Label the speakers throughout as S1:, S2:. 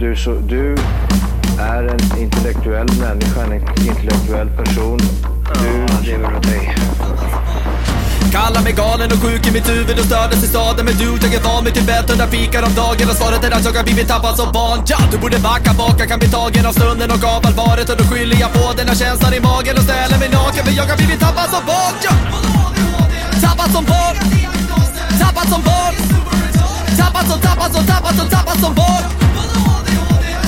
S1: du, så, du är en intellektuell människa, en intellektuell person. Du lever av dig.
S2: Kallar mig galen och sjuk i mitt huvud och stördes i staden Men du, jag är van vid Tibet och där fikar om dagen Och svaret är att jag har blivit tappad som barn ja, Du borde backa bak, jag kan bli tagen av stunden och av allvaret Och då skyller jag på den här känslan i magen och ställer mig naken För jag har blivit tappad som barn ja. Tappad som barn Tappad som barn Tappad som, tappad som, tappad som, tappad som barn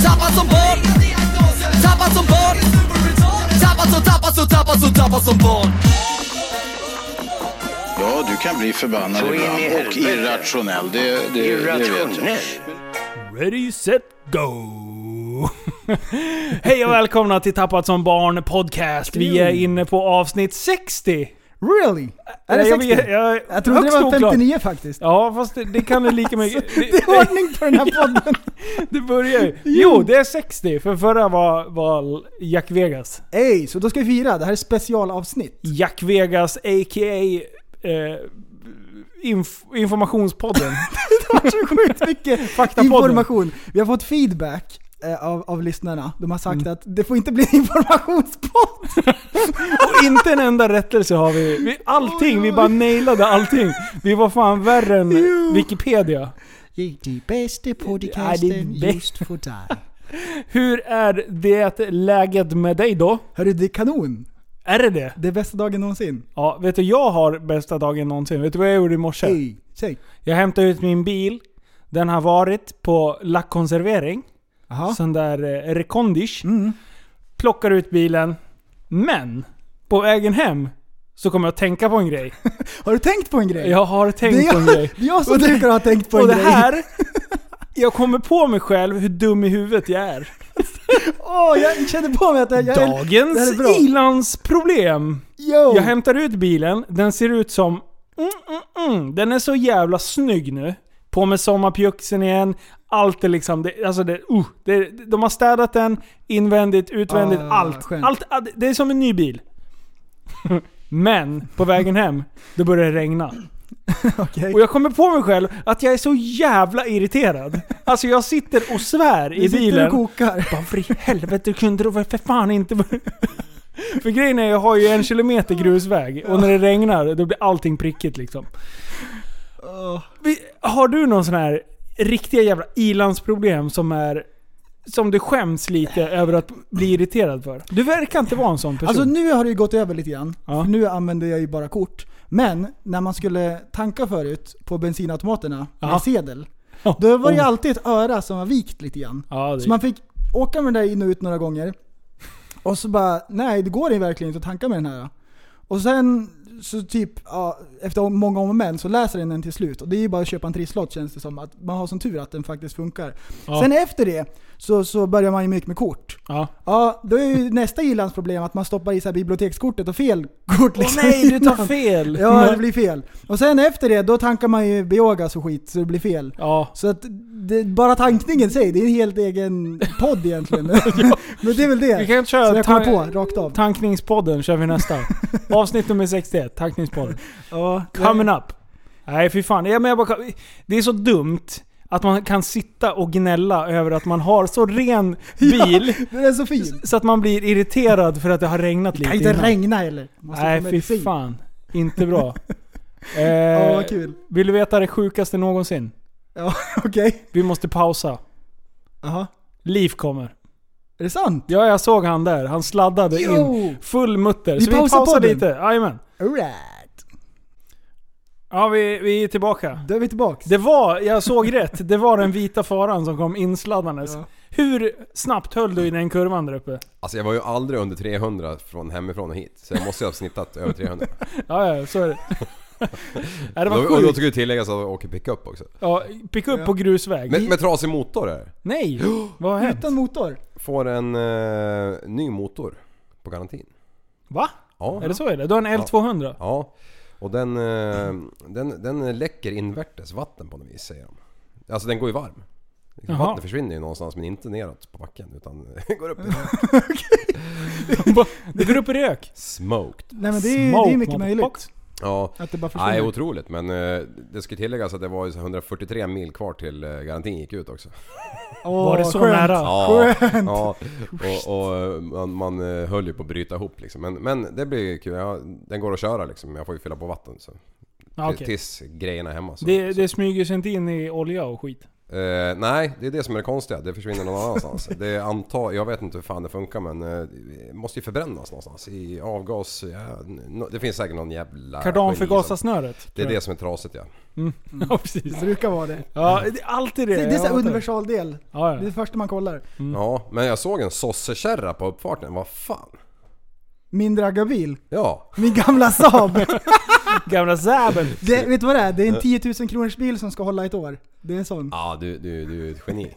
S2: Tappad som barn Tappad som barn Tappad som, tappad som, tappad som, tappad som barn
S3: Ja, du kan bli förbannad
S1: Så in i
S3: ibland och
S1: helvete.
S3: irrationell. Det, det, det vet jag.
S1: Irrationell.
S4: Ready, set, go! Hej och välkomna till Tappat som barn podcast. Vi är inne på avsnitt 60.
S5: Really? Är det
S4: jag,
S5: 60?
S4: vet- jag,
S5: Jag trodde det
S4: högst
S5: var
S4: oklart.
S5: 59 faktiskt.
S4: Ja, fast det, det kan det lika mycket.
S5: Det är ordning på den här podden.
S4: Det börjar ju. Jo, det är 60. För förra var, var Jack Vegas.
S5: Ey, så då ska vi fira. Det här är specialavsnitt.
S4: Jack Vegas a.k.a. Eh, inf informationspodden.
S5: Sjukt mycket
S4: Faktapodden.
S5: information. Vi har fått feedback eh, av, av lyssnarna. De
S4: Mm.
S5: har sagt att det får inte bli en informationspodd.
S4: Och inte en enda rättelse har vi. vi. Allting, vi bara nailade allting. Vi var fan värre än
S5: Jo.
S4: Wikipedia.
S5: Det bästa
S4: podcasten Ja, det är bä- just
S5: för dig.
S4: Hur är det läget med dig då?
S5: Hörru, det är kanon.
S4: Är det det?
S5: Det är bästa dagen någonsin.
S4: Ja, vet du jag har bästa dagen någonsin. Vet du vad jag gjorde i morse?
S5: Ey, säg.
S4: Jag hämtade ut min bil. Den har varit på lackkonservering.
S5: Jaha.
S4: Sån där eh, rekondish.
S5: Mm.
S4: Plockar ut bilen. Men! På vägen hem så kommer jag att tänka på en grej.
S5: Har du tänkt på en grej?
S4: Jag har
S5: det är
S4: tänkt på en
S5: jag,
S4: grej.
S5: det är jag som
S4: Och det-
S5: brukar ha tänkt på en
S4: Och det
S5: grej.
S4: här... Jag kommer på mig själv hur dum i huvudet jag är.
S5: Åh, jag känner på mig att jag, jag är... det här
S4: Dagens
S5: är bra.
S4: ilandsproblem.
S5: Yo!
S4: Jag hämtar ut bilen, den ser ut som... Mm, mm, mm. Den är så jävla snygg nu. På med sommarpjuxen igen. Allt är liksom... Det, alltså det, uh, det, de har städat den invändigt, utvändigt,
S5: Ah,
S4: allt.
S5: skönt.
S4: allt. ah, det- Det är som en ny bil. Men på vägen hem, då börjar det regna.
S5: Okej.
S4: Och jag kommer på mig själv att jag är så jävla irriterad. Alltså jag sitter och svär i
S5: Du sitter
S4: bilen.
S5: och kokar.
S4: Bara för i helvete kunde du väl för fan inte... vara-" För grejen är jag har ju en kilometer grusväg och när det regnar då blir allting prickigt liksom. Vi- Har du någon sån här riktiga jävla ilandsproblem som är... Som du skäms lite över att bli irriterad för? Du verkar inte vara en sån person.
S5: Alltså nu har det ju gått över lite grann.
S4: Ja.
S5: För nu använder jag ju bara kort. Men när man skulle tanka förut på bensinautomaterna
S4: Ja.
S5: med sedel.
S4: Ja.
S5: Då var det ju
S4: Oh.
S5: alltid ett öra som var vikt lite grann.
S4: Ja,
S5: Så
S4: det...
S5: man fick åka med den där in och ut några gånger. Och så bara, nej det går ju verkligen inte att tanka med den här. Och sen så typ, ja, efter många om och men så läser den den till slut. Och det är ju bara att köpa en trisslott känns det som. Att man har sån tur att den faktiskt funkar.
S4: Ja.
S5: Sen efter det så, så börjar man ju mycket med kort.
S4: ja.
S5: Ja, då är ju nästa gillans problem att man stoppar i så här bibliotekskortet och fel kort
S4: Åh
S5: liksom
S4: nej, du tar
S5: innan.
S4: fel!
S5: Ja, det blir fel. Och sen efter det, då tankar man ju biogas och skit så det blir fel.
S4: Ja.
S5: Så att det, bara tankningen säger, det är en helt egen podd egentligen. Men det är väl det.
S4: Vi kan
S5: så
S4: köra
S5: jag
S4: tan-
S5: kommer på, rakt av.
S4: Tankningspodden kör vi nästa. Avsnitt nummer 61, Tankningspodden.
S5: Ja,
S4: Coming up. Nej fy fan. Ja, men jag bara, det är så dumt att man kan sitta och gnälla över att man har så ren bil
S5: Den är så fin.
S4: så att man blir irriterad för att det har regnat
S5: Det
S4: lite
S5: kan inte
S4: innan.
S5: regna heller. Måste
S4: Nej
S5: få
S4: fy
S5: medicin.
S4: fan. Inte bra. eh,
S5: Ja, vad kul.
S4: Vill du veta det sjukaste någonsin?
S5: Ja, okej.
S4: Vi måste pausa.
S5: Jaha.
S4: Liv kommer.
S5: Är det sant?
S4: Ja, jag såg han där. Han sladdade in.
S5: Jo!
S4: Full mutter.
S5: Vi
S4: så vi
S5: pausar
S4: pausar
S5: podden.
S4: lite. Jajamän.
S5: Alright.
S4: Ja, vi, vi är tillbaka.
S5: Då är vi tillbaks.
S4: Det var, jag såg rätt, det var den vita faran som kom insladdandes.
S5: Ja.
S4: Hur snabbt höll du i den kurvan där uppe?
S6: Alltså jag var ju aldrig under 300 från hemifrån och hit. Så jag måste ju ha snittat över 300.
S4: Ja, ja, så är det. Nej, det
S6: Och
S4: var
S6: då, och då
S4: sjukt.
S6: ska ju tilläggas att jag åker pickup också.
S4: Ja, pick upp på grusväg.
S6: Med, med trasig motor här.
S4: Nej! Vad har hänt?
S5: Utan motor.
S6: Får en eh, ny motor på garantin.
S4: Va?
S6: Ja.
S4: Är det så eller? Du har en L200?
S6: Ja. Och den, eh, den, den läcker invärtes vatten på något vis säger de. Alltså den går ju varm.
S4: Jaha.
S6: Vattnet försvinner ju någonstans men inte neråt på backen utan går upp.
S4: det går upp i rök.
S6: Smoked.
S5: Nej men det är, det
S4: Smoke,
S5: är mycket
S4: motherfucker.
S5: möjligt.
S6: Ja.
S5: Att det bara försvinner.
S6: Nej, otroligt. Men eh, det ska tilläggas att det var ju så 143 mil kvar till eh, garantin gick ut också.
S5: Åh,
S4: Var det så
S5: skönt.
S4: nära?
S6: Ja, ja. Och, och eh, man, man eh, höll ju på att bryta ihop liksom. Men, men det blir ju kul. Ja, den går att köra liksom. Jag får ju fylla på vatten så.
S4: Ja,
S6: Till-
S4: okej.
S6: Tills grejerna är hemma. Så.
S4: Det, det smyger sig inte in i olja och skit.
S6: Eh, nej, det är det som är det konstiga. Det försvinner någon annanstans. Det är anta, jag vet inte hur fan det funkar men eh, det måste ju förbrännas någonstans. I avgas... Ja, no, det finns säkert någon jävla... geni som-
S4: Kardanförgasasnöret.
S6: Det är det som är trasigt ja.
S4: Ja, precis.
S5: Det brukar vara det.
S4: Ja, det är alltid det.
S5: Det, det är
S4: Jag
S5: så här
S4: hatar
S5: universal del.
S4: Ja,
S5: Det är
S4: ja.
S5: det första man kollar.
S6: Ja, men jag såg en sossekärra på uppfarten. Vad fan?
S5: Min raggarbil.
S6: Ja.
S5: Min gamla Saab.
S4: Gamla Säben.
S5: det, vet du vad det är? Det är en 10 000 kronors bil som ska hålla ett år. Det är en sån.
S6: Ja, du, du, du är ett geni.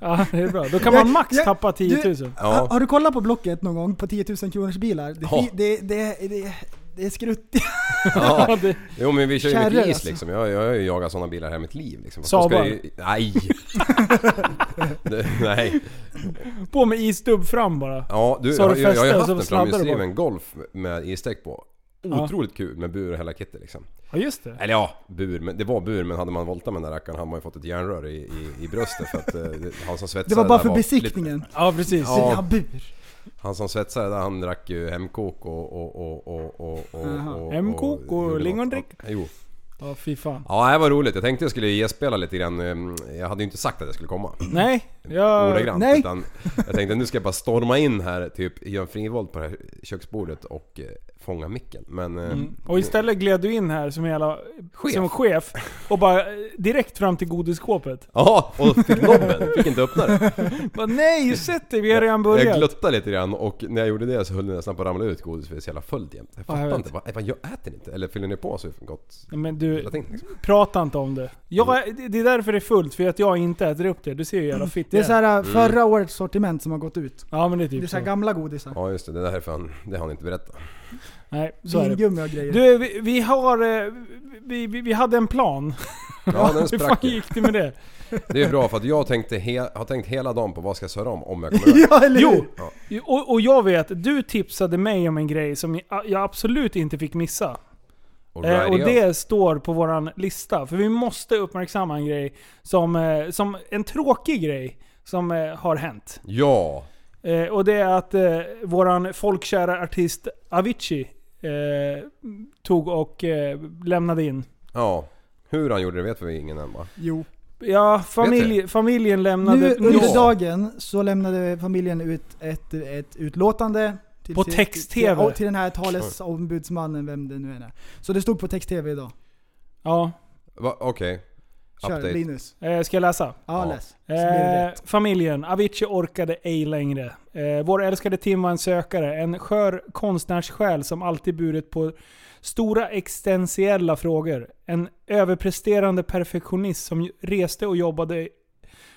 S4: Ja, det är bra. Då kan man max
S5: Jag- jag-
S4: tappa 10 000.
S5: Du,
S6: Ja.
S5: har, har du kollat på Blocket någon gång? På 10 000 kronors bilar? Det,
S6: Ja.
S5: fi- det, det, det, det är skruttigt.
S6: Ja.
S4: det-
S6: Jo men vi kör ju med
S5: Kärror,
S6: dis
S5: alltså.
S6: liksom. Jag, jag har ju jagat sådana bilar hela mitt liv liksom. Fast
S4: Saabar?
S6: då jag ju- Nej! det, nej.
S4: På med isdubb fram bara.
S6: Ja, du,
S4: Så har
S6: jag,
S4: du
S6: jag, jag
S4: fäste
S6: har ju
S4: och
S6: haft
S4: så
S6: en
S4: sladdar du
S6: framhjulsdriven Golf med isdäck på.
S4: Ja.
S6: Otroligt kul med bur och hela kittet liksom.
S4: Ja, just det.
S6: Eller ja, bur. Men det var bur men hade man voltat med den där rackaren hade man ju fått ett järnrör i, i, i bröstet för att eh, det- han som
S5: Det
S6: svetsade
S5: var bara
S6: där
S5: för
S6: lite-
S5: besiktningen.
S4: Ja, precis.
S6: Ja.
S5: Ja, bur.
S6: Han som svetsade där han drack ju hemkok och... och, och, och, och, och,
S5: Jaha.
S6: och, och
S4: Hemkok och
S6: gjorde något.
S4: lingondrick.
S6: Ja, Jo.
S4: Ja, fy fan.
S6: Ja, det var roligt. Jag tänkte jag skulle gästspela lite grann. Ehm, Jag hade ju inte sagt att jag skulle komma.
S4: Nej, jag...
S6: Ordagrant.
S5: nej.
S6: Utan jag tänkte nu ska jag bara storma in här, typ göra en frivolt på det här köksbordet och eh, fånga micken. Men... eh,
S4: Och istället gled du in här som jävla... Som chef. Och bara eh, direkt fram till godisskåpet.
S6: Ja, och fick nobben. Fick inte öppna det.
S4: Bara, Nej, sätt dig, vi har redan börjat.
S6: Jag gluttade lite grann och när jag gjorde det så höll det nästan på att ramla ut godis för det är så jävla fullt jämt. Jag fattar
S4: jag vet.
S6: inte. Vad, vad, jag äter inte. Eller fyller ni på så gott?
S4: Men du,
S6: Hela tiden, liksom.
S4: prata inte om det.
S6: Mm.
S4: Jag, det- det är därför det är fullt, för att jag inte äter upp det. Du ser ju hur jävla fitt
S5: Mm. Det är
S4: jag
S5: så här, förra årets sortiment som har gått ut.
S4: Ja men det är
S5: Det är
S4: typ
S5: så här
S4: så.
S5: gamla godisar.
S6: Ja just det, det där är fan, det har han inte berättat.
S4: Nej, så är det.
S5: Vingummi och grejer.
S4: Du, vi, vi har... eh, Vi, vi, vi hade en plan.
S6: Ja den
S4: Hur fan
S6: sprack ju.
S4: gick det med det?
S6: Det är bra för att jag tänkte he- har tänkt hela dagen på vad ska jag köra om om jag kommer över.
S5: ja, eller
S4: Jo!
S5: hur?
S4: Och, och jag vet, du tipsade mig om en grej som jag jag absolut inte fick missa.
S6: Och,
S4: Eh, och
S6: det...
S4: det står på våran lista. För vi måste uppmärksamma en grej som, eh, som en tråkig grej som eh, har hänt.
S6: Ja!
S4: Eh, och det är att eh, våran folkkära artist Avicii eh, tog och eh, lämnade in.
S6: Ja. Hur han gjorde det vet vi ingen än va?
S5: Jo.
S4: Ja, familj, familjen lämnade...
S5: Nu under
S6: Ja.
S5: dagen så lämnade familjen ut ett, ett utlåtande. Till
S4: På
S5: till-
S4: text-tv.
S5: till- ja, Till den här talesombudsmannen, vem det nu än är. Så det stod på text-tv idag.
S4: Ja,
S6: va Okej.
S5: Kör
S6: Update.
S5: Linus.
S4: eh, ska jag läsa?
S5: Ja,
S6: Ja.
S5: läs. Så blir det
S4: Eh,
S5: rätt.
S4: familjen, Avicii orkade ej längre. Eh, vår älskade Tim var en sökare, en skör konstnärssjäl som alltid burit på stora existentiella frågor. En överpresterande perfektionist som reste och jobbade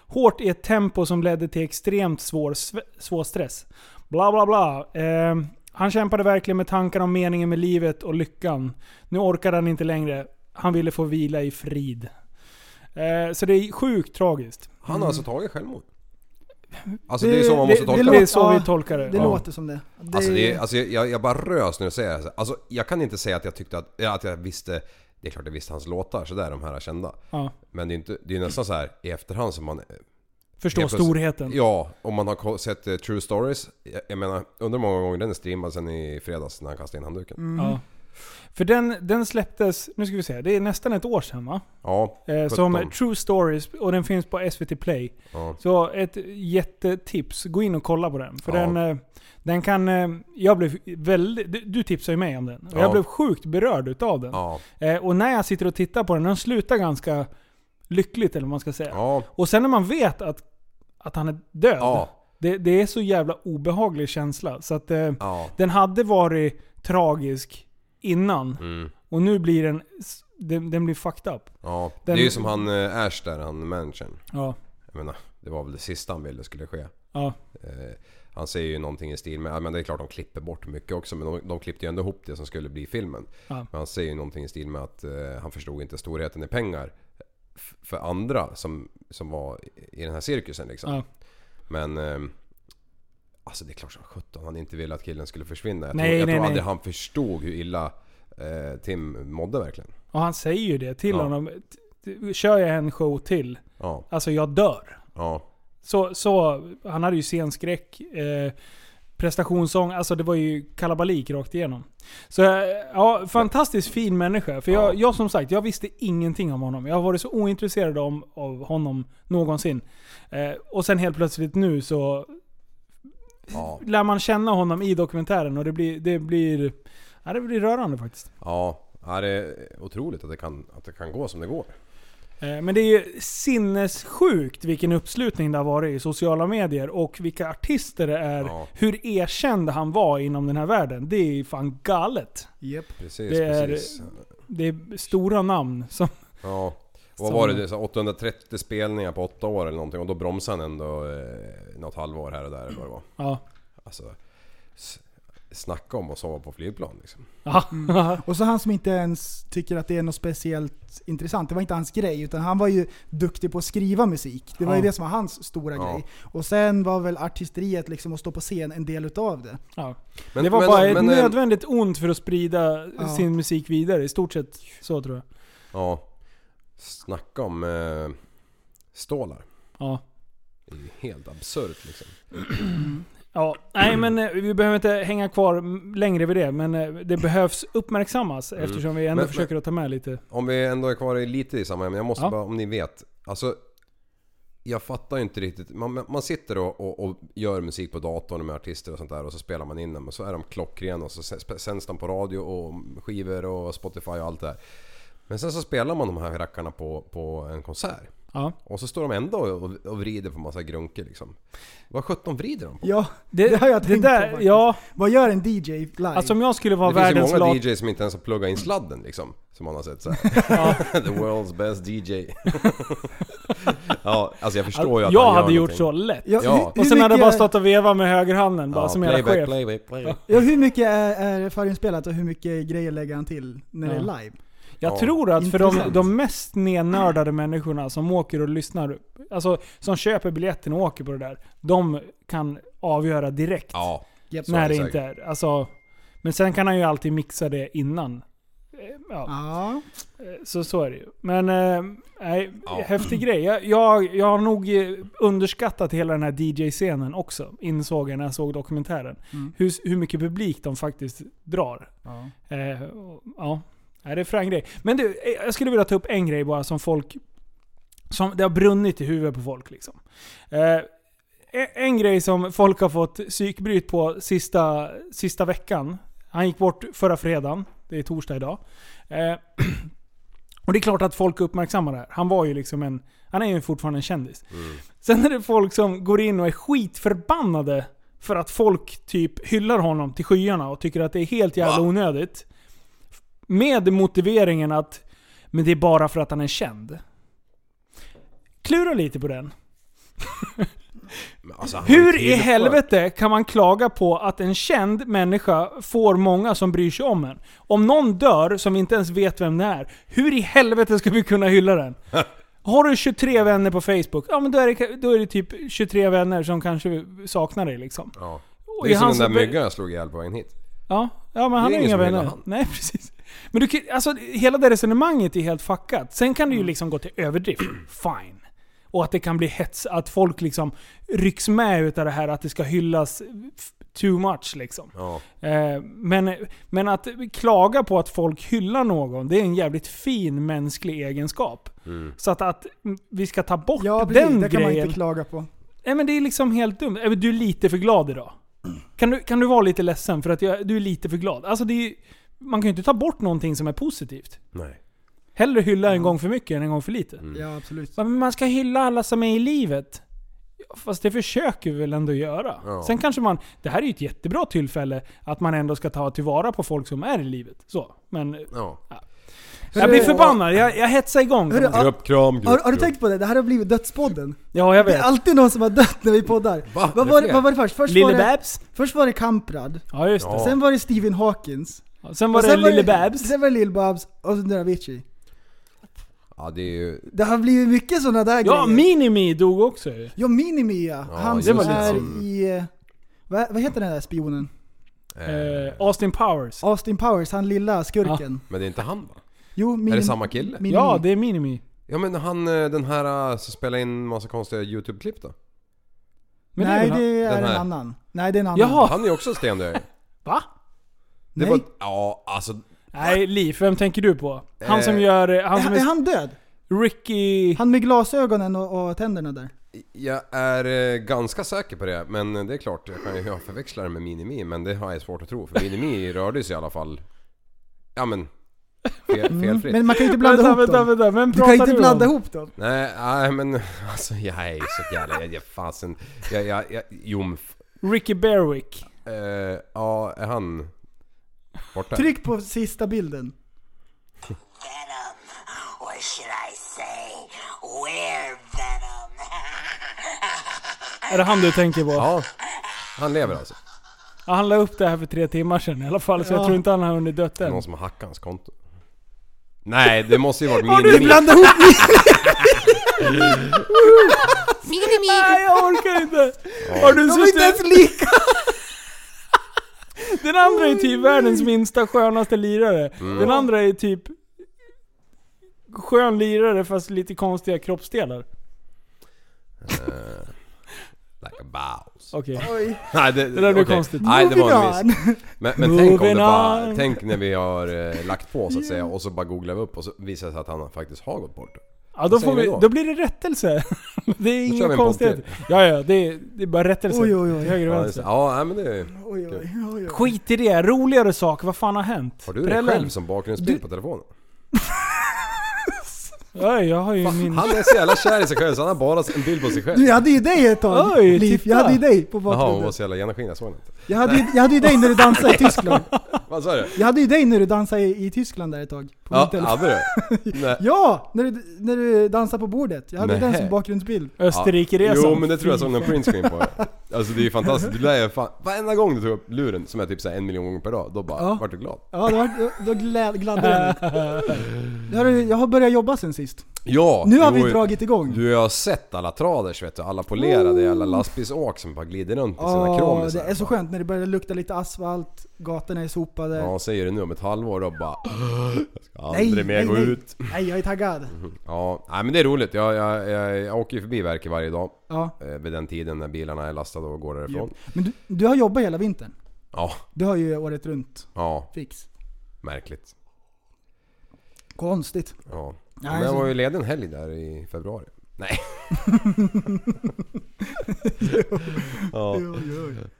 S4: hårt i ett tempo som ledde till extremt svår, sve- svår stress. Bla bla bla. Eh, han kämpade verkligen med tankar om meningen med livet och lyckan. Nu orkade han inte längre. Han ville få vila i frid. Eh, så det är sjukt tragiskt.
S6: Han har alltså tagit självmord? Alltså det,
S5: Det-
S6: är så man
S5: det-
S6: måste
S5: det
S6: tolka
S4: Mm. Det
S6: det.
S4: är så
S5: Ja,
S4: vi tolkar det.
S5: Det
S4: Ja.
S5: låter som det. det
S6: Alltså, det är, alltså jag, jag bara rös när du säger det. här. Alltså jag kan inte säga att jag tyckte att, ja, att jag visste... Det är klart jag visste hans låtar sådär, de här kända.
S4: Ja.
S6: Men det är, inte, det är nästan så här i efterhand som man
S4: Förstå
S6: Helt plötsligt-
S4: storheten.
S6: Ja, om man har ko- sett eh, True Stories. Jag, jag menar, undrar hur många gånger den är streamad sen i fredags när han kastade in handduken.
S4: Ja. För den, den släpptes, nu ska vi se, det är nästan ett år sedan va?
S6: Ja,
S4: Eh, som
S6: 17.
S4: True Stories och den finns på SVT Play.
S6: ja.
S4: Så ett jättetips, gå in och kolla på den. För
S6: Ja.
S4: den, eh, den kan... eh, Jag blev väldigt... Du, du tipsade ju mig om den. Och
S6: Ja.
S4: Jag blev sjukt berörd utav den.
S6: Ja,
S4: Eh, Och när jag sitter och tittar på den, den slutar ganska lyckligt eller vad man ska säga.
S6: ja,
S4: Och sen när man vet att, att han är död.
S6: ja,
S4: Det, det är så jävla obehaglig känsla. Så att... eh,
S6: ja.
S4: Den hade varit tragisk innan.
S6: Mm,
S4: Och nu blir den, s- den, den blir fucked up.
S6: ja.
S4: Den-
S6: Det är ju som han eh, Ash där, han managern.
S4: Ja.
S6: Jag menar, det var väl det sista han ville skulle ske.
S4: Ja.
S6: Eh, han säger ju någonting i stil med, ja, men det är klart de klipper bort mycket också men de, de klippte ju ändå ihop det som skulle bli filmen.
S4: Ja.
S6: Men han säger ju någonting i stil med att eh, han förstod inte storheten i pengar. f- För andra som, som var i- i den här cirkusen liksom.
S4: Ja.
S6: Men... ehm, Alltså det är klart som sjutton han inte ville att killen skulle försvinna. Jag
S4: Nej,
S6: tror, jag
S4: nej,
S6: tror
S4: nej.
S6: aldrig han förstod hur illa eh, Tim mådde verkligen.
S4: Och han säger ju det till
S6: Ja.
S4: honom. T- t- Kör jag en show till,
S6: Ja,
S4: alltså jag dör.
S6: ja.
S4: Så, så han hade ju scenskräck, eh, prestationsång, alltså det var ju kalabalik rakt igenom. Så eh, ja, fantastiskt fin människa. För jag,
S6: Ja.
S4: jag som sagt, jag visste ingenting om honom. Jag har varit så ointresserad om, av honom någonsin. Eh, och sen helt plötsligt nu så
S6: ja.
S4: lär man känna honom i dokumentären och det blir, det blir, ja, det blir rörande faktiskt.
S6: Ja, ja det är otroligt att det, kan, att det kan gå som det går.
S4: Eh, Men det är ju sinnessjukt vilken uppslutning det har varit i sociala medier och vilka artister det är.
S6: Ja.
S4: Hur erkänd han var inom den här världen. Det är ju fan galet.
S5: Yep.
S6: Precis,
S4: Det är-
S6: precis.
S4: Det är stora namn som...
S6: Ja. Och Vad
S4: Som-
S6: var det? det? är så 830 spelningar på åtta år eller någonting och då bromsade han ändå eh, något halvår här och där eller vad det var.
S4: Ja.
S6: Alltså, s- snacka om att sova på flygplan liksom.
S4: Ja.
S5: Och så han som inte ens tycker att det är något speciellt intressant. Det var inte hans grej, utan han var ju duktig på att skriva musik. Det var ju
S4: Ja.
S5: det som var hans stora
S6: Ja.
S5: grej. Och sen var väl artisteriet, liksom att stå på scen, en del utav det.
S4: ja.
S6: Men,
S4: det var
S6: men-
S4: bara ett
S6: men, eh,
S4: nödvändigt ont för att sprida
S5: Ja.
S4: sin musik vidare. I stort sett så tror jag.
S6: Ja. Snacka om eh, stålar.
S4: Ja.
S6: Det är ju helt absurt liksom.
S4: Ja, nej men eh, vi behöver inte hänga kvar m- längre vid det, men eh, det behövs uppmärksammas eftersom vi ändå
S6: Mm. Men-
S4: försöker att ta med lite.
S6: Om vi ändå är kvar i lite i samma ämne. Jag måste
S4: Ja.
S6: bara, om ni vet. Alltså, jag fattar ju inte riktigt. Man, man sitter och, och, och gör musik på datorn med artister och sånt där och så spelar man in dem och så är de klockrena och så sä- sänds de på radio och skivor och Spotify och allt det här. Men sen så spelar man de här rackarna på, på en konsert.
S4: Ja.
S6: Och så står de ändå och, och vrider på massa grunker liksom. Vad sjutton vrider de på?
S5: Ja,
S4: Det,
S5: har jag tänkt på
S4: där,
S5: faktiskt.
S4: Ja,
S5: vad gör en DJ live?
S4: alltså om jag skulle vara
S6: Det finns
S4: världens
S6: ju många
S4: lat...
S6: DJs som inte ens har pluggat in sladden liksom. Som man har sett såhär. The world's best DJ. ja, alltså jag förstår ju att
S4: jag
S6: han gör
S4: hade gjort så
S6: någonting.
S4: lätt.
S5: ja,
S6: ja.
S5: hur-
S4: Och
S5: hur
S4: sen hade jag
S5: mycket-
S4: bara stått och vevat med högerhanden, bara
S6: Ja,
S4: som era chef.
S6: playback, playback.
S5: Ja, hur mycket är, är förinspelat och hur mycket grejer lägger han till när det
S4: Ja.
S5: är live?
S4: Jag
S6: Ja.
S4: tror att för de,
S5: Intressant.
S4: de mest nednördade människorna som åker och lyssnar, alltså som köper biljetten och åker på det där, de kan avgöra direkt.
S6: Ja,
S5: Japp.
S6: Så
S4: när
S6: är
S4: det
S6: det
S4: inte är. Alltså, men sen kan han ju alltid mixa det innan. Eh, Ja,
S5: Ja.
S4: eh, så, så är det ju. Men eh, nej,
S6: Ja.
S4: häftig grej. Jag, jag, jag har nog eh, underskattat hela den här DJ-scenen också. Insåg jag när jag såg dokumentären.
S5: Mm.
S4: Hur, hur mycket publik de faktiskt drar. Eh, och- ja, Nej, det är frän grej. Men du, eh, jag skulle vilja ta upp en grej bara som folk... Som, det har brunnit i huvudet på folk liksom. Eh, en- en grej som folk har fått psykbryt på sista, sista veckan. Han gick bort förra fredagen. Det är torsdag idag. Eh, och det är klart att folk uppmärksammar det här. Han var ju liksom en... Han är ju fortfarande en kändis. Sen är det folk som går in och är skitförbannade för att folk typ hyllar honom till skyarna och tycker att det är helt jävla
S6: Va?
S4: onödigt. Med motiveringen att men det är bara för att han är känd. Klura lite på den.
S6: men alltså, han har ju
S4: Hur
S6: tid
S4: i
S6: för-
S4: helvete kan man klaga på att en känd människa får många som bryr sig om en? Om någon dör som vi inte ens vet vem det är, hur i helvete ska vi kunna hylla den? Har du 23 vänner på Facebook, ja men då är det, då är det typ 23 vänner som kanske saknar dig liksom.
S6: Ja.
S4: Och
S6: Det
S4: i
S6: är som den
S4: hans-
S6: där myggan jag slog ihjäl på vägen hit.
S4: Ja, ja men han
S6: Det
S4: har
S6: är ingen
S4: inga
S6: som hyllar
S4: vänner.
S6: han.
S4: Nej precis. Men du, kan- alltså, hela det resonemanget är helt fuckat. Sen kan det
S6: Mm.
S4: ju liksom gå till överdrift. Fine. Och att det kan bli hets, att folk liksom rycks med utav det här att det ska hyllas f- too much liksom.
S6: Ja.
S4: Eh, men, men att klaga på att folk hyllar någon, det är en jävligt fin mänsklig egenskap.
S6: Mm.
S4: Så att, att vi ska ta bort
S5: Ja precis,
S4: den
S5: det kan man
S4: grejen.
S5: inte klaga på.
S6: Mm.
S4: Nej men det är liksom helt dumt. Äh, men Du är lite för glad idag. Kan du, kan du vara lite ledsen för att jag, du är lite för glad? Alltså det är, ju- man kan ju inte ta bort någonting som är positivt.
S6: Nej.
S4: Hellre hylla en gång för mycket än en gång för lite.
S5: Ja absolut.
S4: Men man ska hylla alla som är i livet. Ja, Fast det försöker vi väl ändå göra.
S6: Ja.
S4: Sen kanske man... Det här är ju ett jättebra tillfälle att man ändå ska ta tillvara på folk som är i livet. Så. Men...
S6: Ja.
S4: Jag blir förbannad. Jag, jag hetsar igång.
S5: Hörru,
S4: Ja,
S5: har,
S6: Gruppkram, gruppkram.
S5: har, har du tänkt på det? Det här har blivit dödspodden.
S4: jag
S5: Det är
S4: vet.
S5: alltid någon som har dött när vi poddar.
S6: Va?
S5: Vad
S6: Det
S5: var,
S6: är
S5: det-
S6: fel.
S5: vad var det först? Först var
S4: Lille
S5: det,
S4: Babs.
S5: först var det Kamprad,
S4: Ja, just det.
S6: Ja.
S5: sen var det Stephen Hawkins.
S4: Sen var
S5: och
S4: det Lille Babs.
S5: Sen var det Lil Babs och sen var det Avicii.
S6: Ja, det är ju...
S5: Det har blivit mycket sådana där
S4: Ja,
S5: grejer.
S4: Minimi dog också ju.
S5: Ja, Minimi ja. Han
S6: just
S5: som
S6: det.
S5: är
S6: Mm.
S5: i... eh, Vad, vad heter den där spionen?
S4: Eh, Austin Powers.
S5: Austin Powers, han lilla skurken.
S6: Men det är inte han va?
S5: Jo,
S6: Är
S5: Minimi-
S6: det samma kille?
S5: Minimi.
S4: Ja, det är Minimi.
S6: Ja men han eh, den här eh, som spelar in massa konstiga YouTube-klipp då?
S4: Men det
S5: Nej,
S4: är väl
S5: det är
S6: Den
S5: en
S6: här.
S5: annan. Nej, det är en annan.
S4: Jaha.
S6: Han är ju också stendöd
S4: Va?
S6: Det
S5: Nej.
S6: var... Ja alltså...
S4: Nej, Liv, vem tänker du på? Han som
S6: Eh,
S4: gör... eh, Han
S5: Är
S4: som
S5: han, är
S4: är
S5: han död?
S4: Ricky...
S5: Han med glasögonen och, och tänderna där.
S6: Jag är eh, ganska säker på det men eh, det är klart jag kan ju jag förväxlar det med Minimi men det har jag svårt att tro för Minimi rörde sig i alla fall... Ja men... Fel, felfritt.
S5: Mm, Men man kan ju inte blanda
S4: Vänta,
S5: ihop
S4: vänta,
S5: dem.
S4: vänta. Vem
S5: Du kan
S4: pratar
S5: ju
S4: du
S5: inte blanda
S4: om?
S5: ihop dem.
S6: Nej, nej men alltså jag är ju så jävla... Jag, jag, fasen, jag, jag, jag, jo, men f-
S4: Ricky Berwick.
S6: eh, ja, är han borta?
S5: Tryck på sista bilden.
S7: venom. Or should I say, we're venom.
S4: Är det han du tänker på? Ja.
S6: Ja, han lever alltså.
S4: Han la upp det här för tre timmar sedan i alla fall, så jag
S5: Ja.
S4: tror inte han har hunnit dött
S6: Det är
S4: än.
S6: någon som har hackat hans konto. Nej, det måste ju varit
S5: Har du
S6: Minimi.
S5: blandat ihop
S4: Nej, jag orkar inte! Har du
S5: De är inte ens
S4: suttit...
S5: lika!
S4: Den andra är typ världens minsta, skönaste lirare.
S5: Mm.
S4: Den andra är typ... Skön lirare fast lite konstiga kroppsdelar.
S6: Like a mouse.
S4: Okej.
S5: Oj.
S6: Nej, det,
S4: där blev
S6: okej.
S4: konstigt.
S6: Nej, det var en
S5: Moving
S6: miss. Men, men tänk om det
S4: Moving
S6: bara...
S4: on.
S6: Tänk när vi har eh, lagt på så att säga och så bara googlar vi upp och så visar det sig att han faktiskt har gått bort.
S4: Ja, då,
S6: säger
S4: får vi,
S6: vi
S4: då?
S6: då?
S4: blir det rättelse. det är
S6: kör vi
S4: inga
S6: en podd
S4: konstigheter.
S6: till.
S4: Ja, ja, det är, det är bara rättelse.
S5: Oj, oj, oj.
S4: Höger och
S6: Ja, just
S4: vänster.
S6: det. ja nej, men det är ju...
S5: Oj, oj, oj, oj.
S4: Skit i det. Roligare sak. Vad fan har hänt?
S6: Har du det
S4: Prällen.
S6: själv som bakgrundsbild på telefonen?
S4: Ja, jag har ju min...
S6: Han är så jävla kär i sig själv så han har bara en bild på sig själv.
S5: Du, jag hade ju dig ett tag.
S4: Oj,
S5: Liv.
S4: titta.
S5: Jag hade ju dig på
S6: Jaha, hon var
S5: bakgrunden.
S6: så jävla genomskinlig, jag såg henne inte.
S5: Jag hade, ju- jag hade ju dig när du dansade i Tyskland.
S6: Vad sa du?
S5: Jag hade ju dig när du dansade i, i Tyskland där ett tag. På min
S6: Ja,
S5: telefon.
S6: hade du? Nej.
S5: Ja! När du, när du dansade på bordet. Jag hade
S6: Nej.
S5: den som bakgrundsbild.
S4: Österrike-resan.
S6: Jo men det tror jag såg någon printscreen på. Alltså det är ju fantastiskt. Du lär ju fan... Varenda gång du tog upp luren, som är typ såhär en miljon gånger per dag, då bara
S5: Ja.
S6: vart du glad.
S5: Ja, då, då, då glä- gladde jag mig. Jag har- Jag har börjat jobba sen sist.
S6: Ja!
S5: Nu har
S6: du
S5: vi dragit igång.
S6: Du har sett alla traders vet du, alla polerade, alla lastbilsåk som bara glider runt i sina
S5: Ja,
S6: kromisar.
S5: det är så skönt när det börjar lukta lite asfalt, gatorna är sopade.
S6: Ja, säger det nu om ett halvår då bara... Jag ska
S5: Nej,
S6: aldrig mer
S5: nej,
S6: gå
S5: nej.
S6: ut. Mm.
S5: Nej, jag är taggad.
S6: Ja, nej men det är roligt. Jag, jag, jag, jag åker ju förbi verket varje dag.
S5: Ja.
S6: eh, Vid den tiden när bilarna är lastade och går därifrån.
S5: Men du, du har jobbat hela vintern.
S6: Ja,
S5: Du har ju året runt
S6: ja.
S5: fix.
S6: Märkligt.
S5: Konstigt.
S6: Ja.
S5: Nej,
S6: men jag
S5: så-
S6: var ju ledig en helg där i februari. Nej. ja.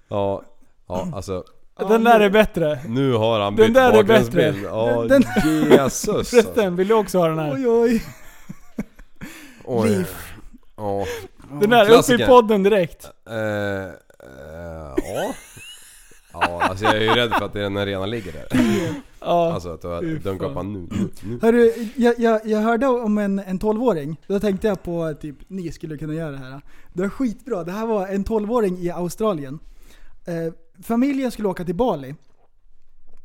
S6: ja. Ja, alltså.
S4: Den där är bättre.
S6: Nu har han
S4: Den
S6: bytt
S4: där är
S6: bakgrundsbild.
S4: bättre.
S6: Ja,
S5: Den-
S6: Jesus. alltså.
S4: Förresten, vill du också ha den här?
S5: Oj oj.
S6: Oj. Ja.
S4: Den där, upp i
S6: Klassiker.
S4: podden direkt.
S6: Eh, eh, ja. Ja, alltså jag är ju rädd för att den redan ligger där.
S4: Ja.
S6: Alltså att du har
S4: Fy
S6: dunkat upp
S4: fan.
S6: han nu, nu, nu.
S5: Hörru, jag, jag, jag hörde om en, en 12-åring. Då tänkte jag på att typ, ni skulle kunna göra det här. Det var skitbra. Det här var en 12-åring i Australien. Eh, familjen skulle åka till Bali.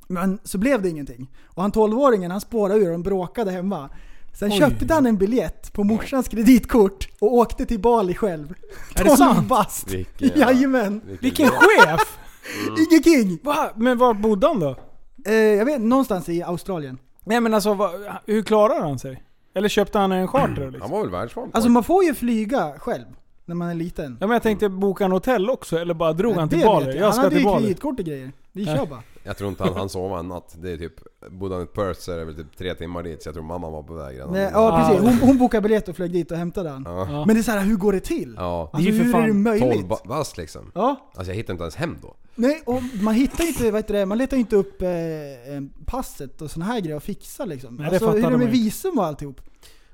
S5: Men så blev det ingenting. Och han 12-åringen han spårade ur och de bråkade hemma. Sen köpte han en biljett på morsans kreditkort och åkte till Bali själv.
S4: Är det sant?
S5: bast!
S6: Vilken-
S5: Jajamän!
S4: Vilken chef!
S5: Ingen king!
S4: Va? Men var bodde han då?
S5: Eh, jag vet någonstans i Australien.
S4: Nej men alltså, vad- hur klarar han sig? Eller köpte han en charter
S6: Han
S4: liksom?
S6: var väl världsvan?
S5: Alltså man får ju flyga själv när man är liten.
S4: Ja men jag tänkte boka en hotell också, eller bara drog han
S5: Det
S4: till
S5: vet
S4: Bali? Jag
S5: Han
S4: ska
S5: hade
S4: till
S5: ju
S4: Bali.
S5: kreditkort och grejer. Vi
S4: Nej.
S5: kör bara.
S6: Jag tror inte han, han sov en natt. Det är typ, bodde han i Perth så är det väl typ tre timmar dit så jag tror mamma var på väg redan.
S5: Nej, ja
S4: Ah.
S5: precis, hon, hon bokade biljett och flög dit och hämtade han.
S6: Ja.
S5: Men det är så här, hur går det till?
S6: ja.
S4: Det är
S5: Alltså,
S4: ju för
S5: hur är det
S4: fan
S5: möjligt?
S6: 12 ba- bast liksom.
S5: Ja,
S6: Alltså jag hittar inte ens hem då.
S5: nej, och man hittar ju inte, vad heter det, man letar ju inte upp eh, eh, passet och såna här grejer och fixar liksom.
S4: Nej, det
S5: alltså, hur
S4: fattar
S5: är det
S4: de
S5: med
S4: inte.
S5: visum och alltihop?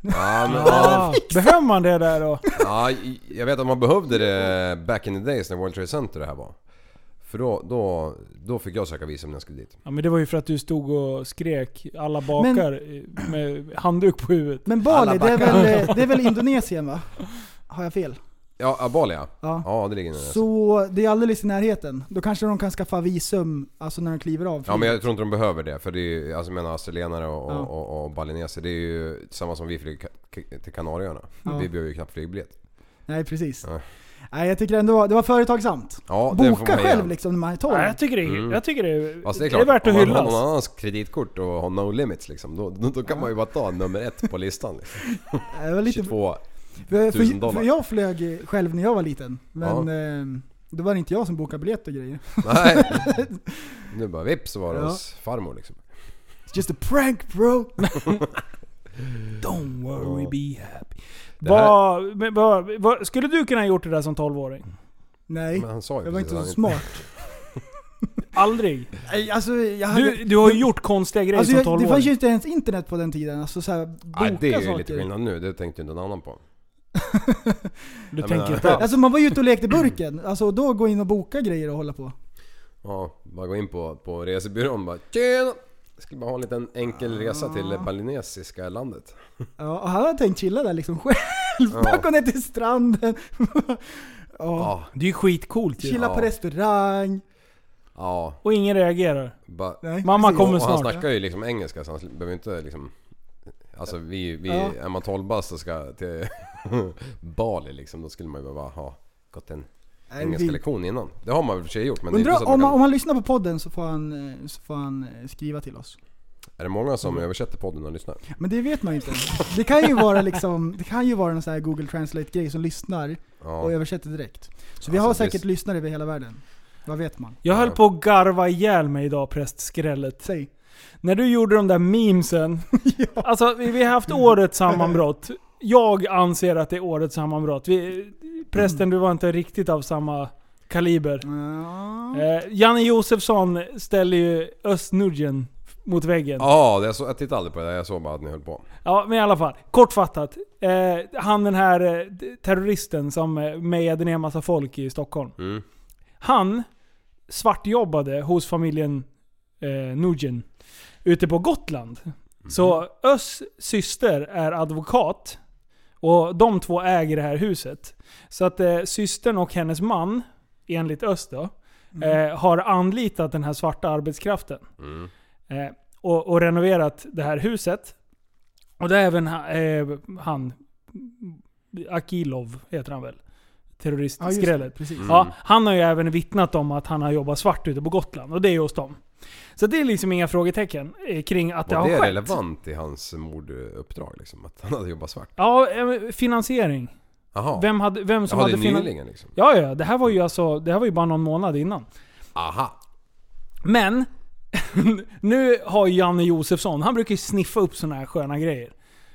S6: Ja, men, ja.
S4: Ja. Behöver man det där då?
S6: Ja, i- jag vet att man behövde det back in the days när World Trade Center det här var. För då, då, då fick jag söka visum när jag skulle dit.
S4: Ja men det var ju för att du stod och skrek alla bakar eh, med handduk på huvudet.
S5: Men
S6: Alla
S5: Bali, det är,
S6: backar.
S5: väl, eh, det är väl Indonesien va? Har jag fel?
S6: Ja, ja, Bali ja.
S5: Ja.
S6: Ja, det ligger nära.
S5: Så det är alldeles i närheten. Då kanske de kan skaffa visum, alltså när de kliver av.
S6: Ja men jag tror inte de behöver det för det är ju, alltså jag menar australienare och,
S5: Ja.
S6: och, och balineser det är ju samma som vi flyger ka- till Kanarieöarna.
S5: Ja.
S6: Vi behöver ju knappt flygbiljett.
S5: Nej precis.
S6: Ja.
S5: Nej, jag tycker ändå det var företagsamt.
S6: Ja, det får
S5: Boka
S6: man ge.
S5: själv liksom när man är 12.
S4: Ja, jag tycker det är,
S6: Mm.
S4: jag tycker det är,
S6: Fast
S4: det är,
S6: klart,
S4: värt att
S6: om man har någon
S4: hyllas.
S6: annans kreditkort och har no limits liksom, då, då, då kan man ju bara ta nummer ett på listan. Liksom.
S5: Det var lite,
S6: 22.
S5: för,
S6: tusen
S5: för,
S6: dollar.
S5: för jag flög själv när jag var liten. Men eh, då var det inte jag som bokade biljett och grejer.
S6: Nej. Nu bara vips så var det
S5: Ja.
S6: hos farmor liksom.
S5: It's just a prank bro!
S4: Don't worry, be happy.
S6: Det här-
S4: Vad, men vad, vad, skulle du kunna ha gjort det där som 12-åring?
S5: Nej,
S6: Men han sa ju
S5: jag var inte
S6: precis
S5: så
S6: att han
S5: smart.
S4: Aldrig?
S5: Nej, alltså, jag hade,
S4: Du, du har ju gjort konstiga grejer
S5: alltså,
S4: som
S5: jag, det
S4: 12-åring.
S5: fanns ju inte ens internet på den tiden. Alltså så här, boka
S6: Nej det är ju
S5: saker.
S6: lite skillnad nu, det tänkte ju inte någon annan på.
S4: Du
S6: Jag
S4: tänker
S6: menar-
S4: inte alls.
S5: Alltså man var ju ute och lekte burken. Alltså då gå in och boka grejer och hålla på.
S6: Ja, bara gå in på, på resebyrån och bara Tjena! Jag skulle bara ha en liten enkel resa till det balinesiska landet.
S5: Ja, och han hade tänkt chilla där liksom själv. Bara gå ner till stranden. ja,
S6: Ja,
S4: Det är ju skitcoolt ju.
S5: chilla på
S6: Ja.
S5: restaurang.
S6: ja.
S4: Och ingen reagerar.
S6: Bara,
S5: Nej,
S4: Mamma
S5: precis.
S4: kommer
S6: och han
S4: snart.
S6: snackar ju liksom engelska så han behöver inte liksom... Alltså vi, vi
S5: Ja.
S6: är man 12 bast och ska till Bali liksom, då skulle man ju behöva ha gått en
S5: Nej, det är
S6: engelska
S5: fint.
S6: lektion innan. Det har man väl i och för sig gjort men det är inte så
S5: Undrar
S6: att
S5: om,
S6: man
S5: han-
S6: kan...
S5: om han lyssnar på podden så får han, eh, så får han eh, skriva till oss.
S6: Är det många som översätter podden och lyssnar?
S5: Men det vet man ju inte. Det kan ju vara liksom, det kan ju vara någon sån här Google Translate-grej som lyssnar
S6: Ja.
S5: och översätter direkt. Så vi har
S6: Alltså,
S5: säkert
S6: visst.
S5: lyssnare över hela världen. Vad vet man?
S4: Jag höll
S6: Ja.
S4: på att garva ihjäl mig idag prästskrället.
S5: Säg.
S4: När du gjorde de där memesen. Alltså vi vi har haft årets sammanbrott. Jag anser att det är årets sammanbrott. Vi, prästen, du var inte riktigt av samma kaliber.
S5: Ja.
S4: Eh, Janne Josefsson ställer ju Östnudgen mot väggen. Ja.
S6: Ja, det- jag, så, jag tittade aldrig på det där. Jag såg bara att ni höll på.
S4: men i alla fall. Kortfattat. Eh, han den här eh, terroristen som eh, mejade ner massa folk i Stockholm.
S6: Mm.
S4: Han svartjobbade hos familjen eh, Nugent ute på Gotland.
S5: Mhm.
S4: Så Ös syster är advokat och de två äger det här huset. Så att eh, systern och hennes man, enligt Ös då,
S5: Mhm.
S4: eh, har anlitat den här svarta arbetskraften.
S6: Mm.
S4: Eh, och, och renoverat det här huset. Och det är även ha, eh, han, Akilov heter han väl?
S5: Ja, just det.
S4: Terroristskrället.
S5: Precis.
S6: Mm.
S4: Ja, han har ju även vittnat om att han har jobbat svart ute på Gotland och det är hos dem. Så det är liksom inga frågetecken eh, kring att det
S6: Var
S4: har
S6: det
S4: skett.
S6: relevant i hans morduppdrag liksom? Att han hade jobbat svart?
S4: Ja, eh, finansiering.
S6: Jaha.
S4: Vem, hade, vem som
S6: Jaha, det
S4: hade
S6: är nyligen liksom?
S4: Ja, ja, det här var ju alltså, det här var ju bara någon månad innan.
S6: Aha.
S4: Men, nu har ju Janne Josefsson, han brukar ju sniffa upp såna här sköna grejer.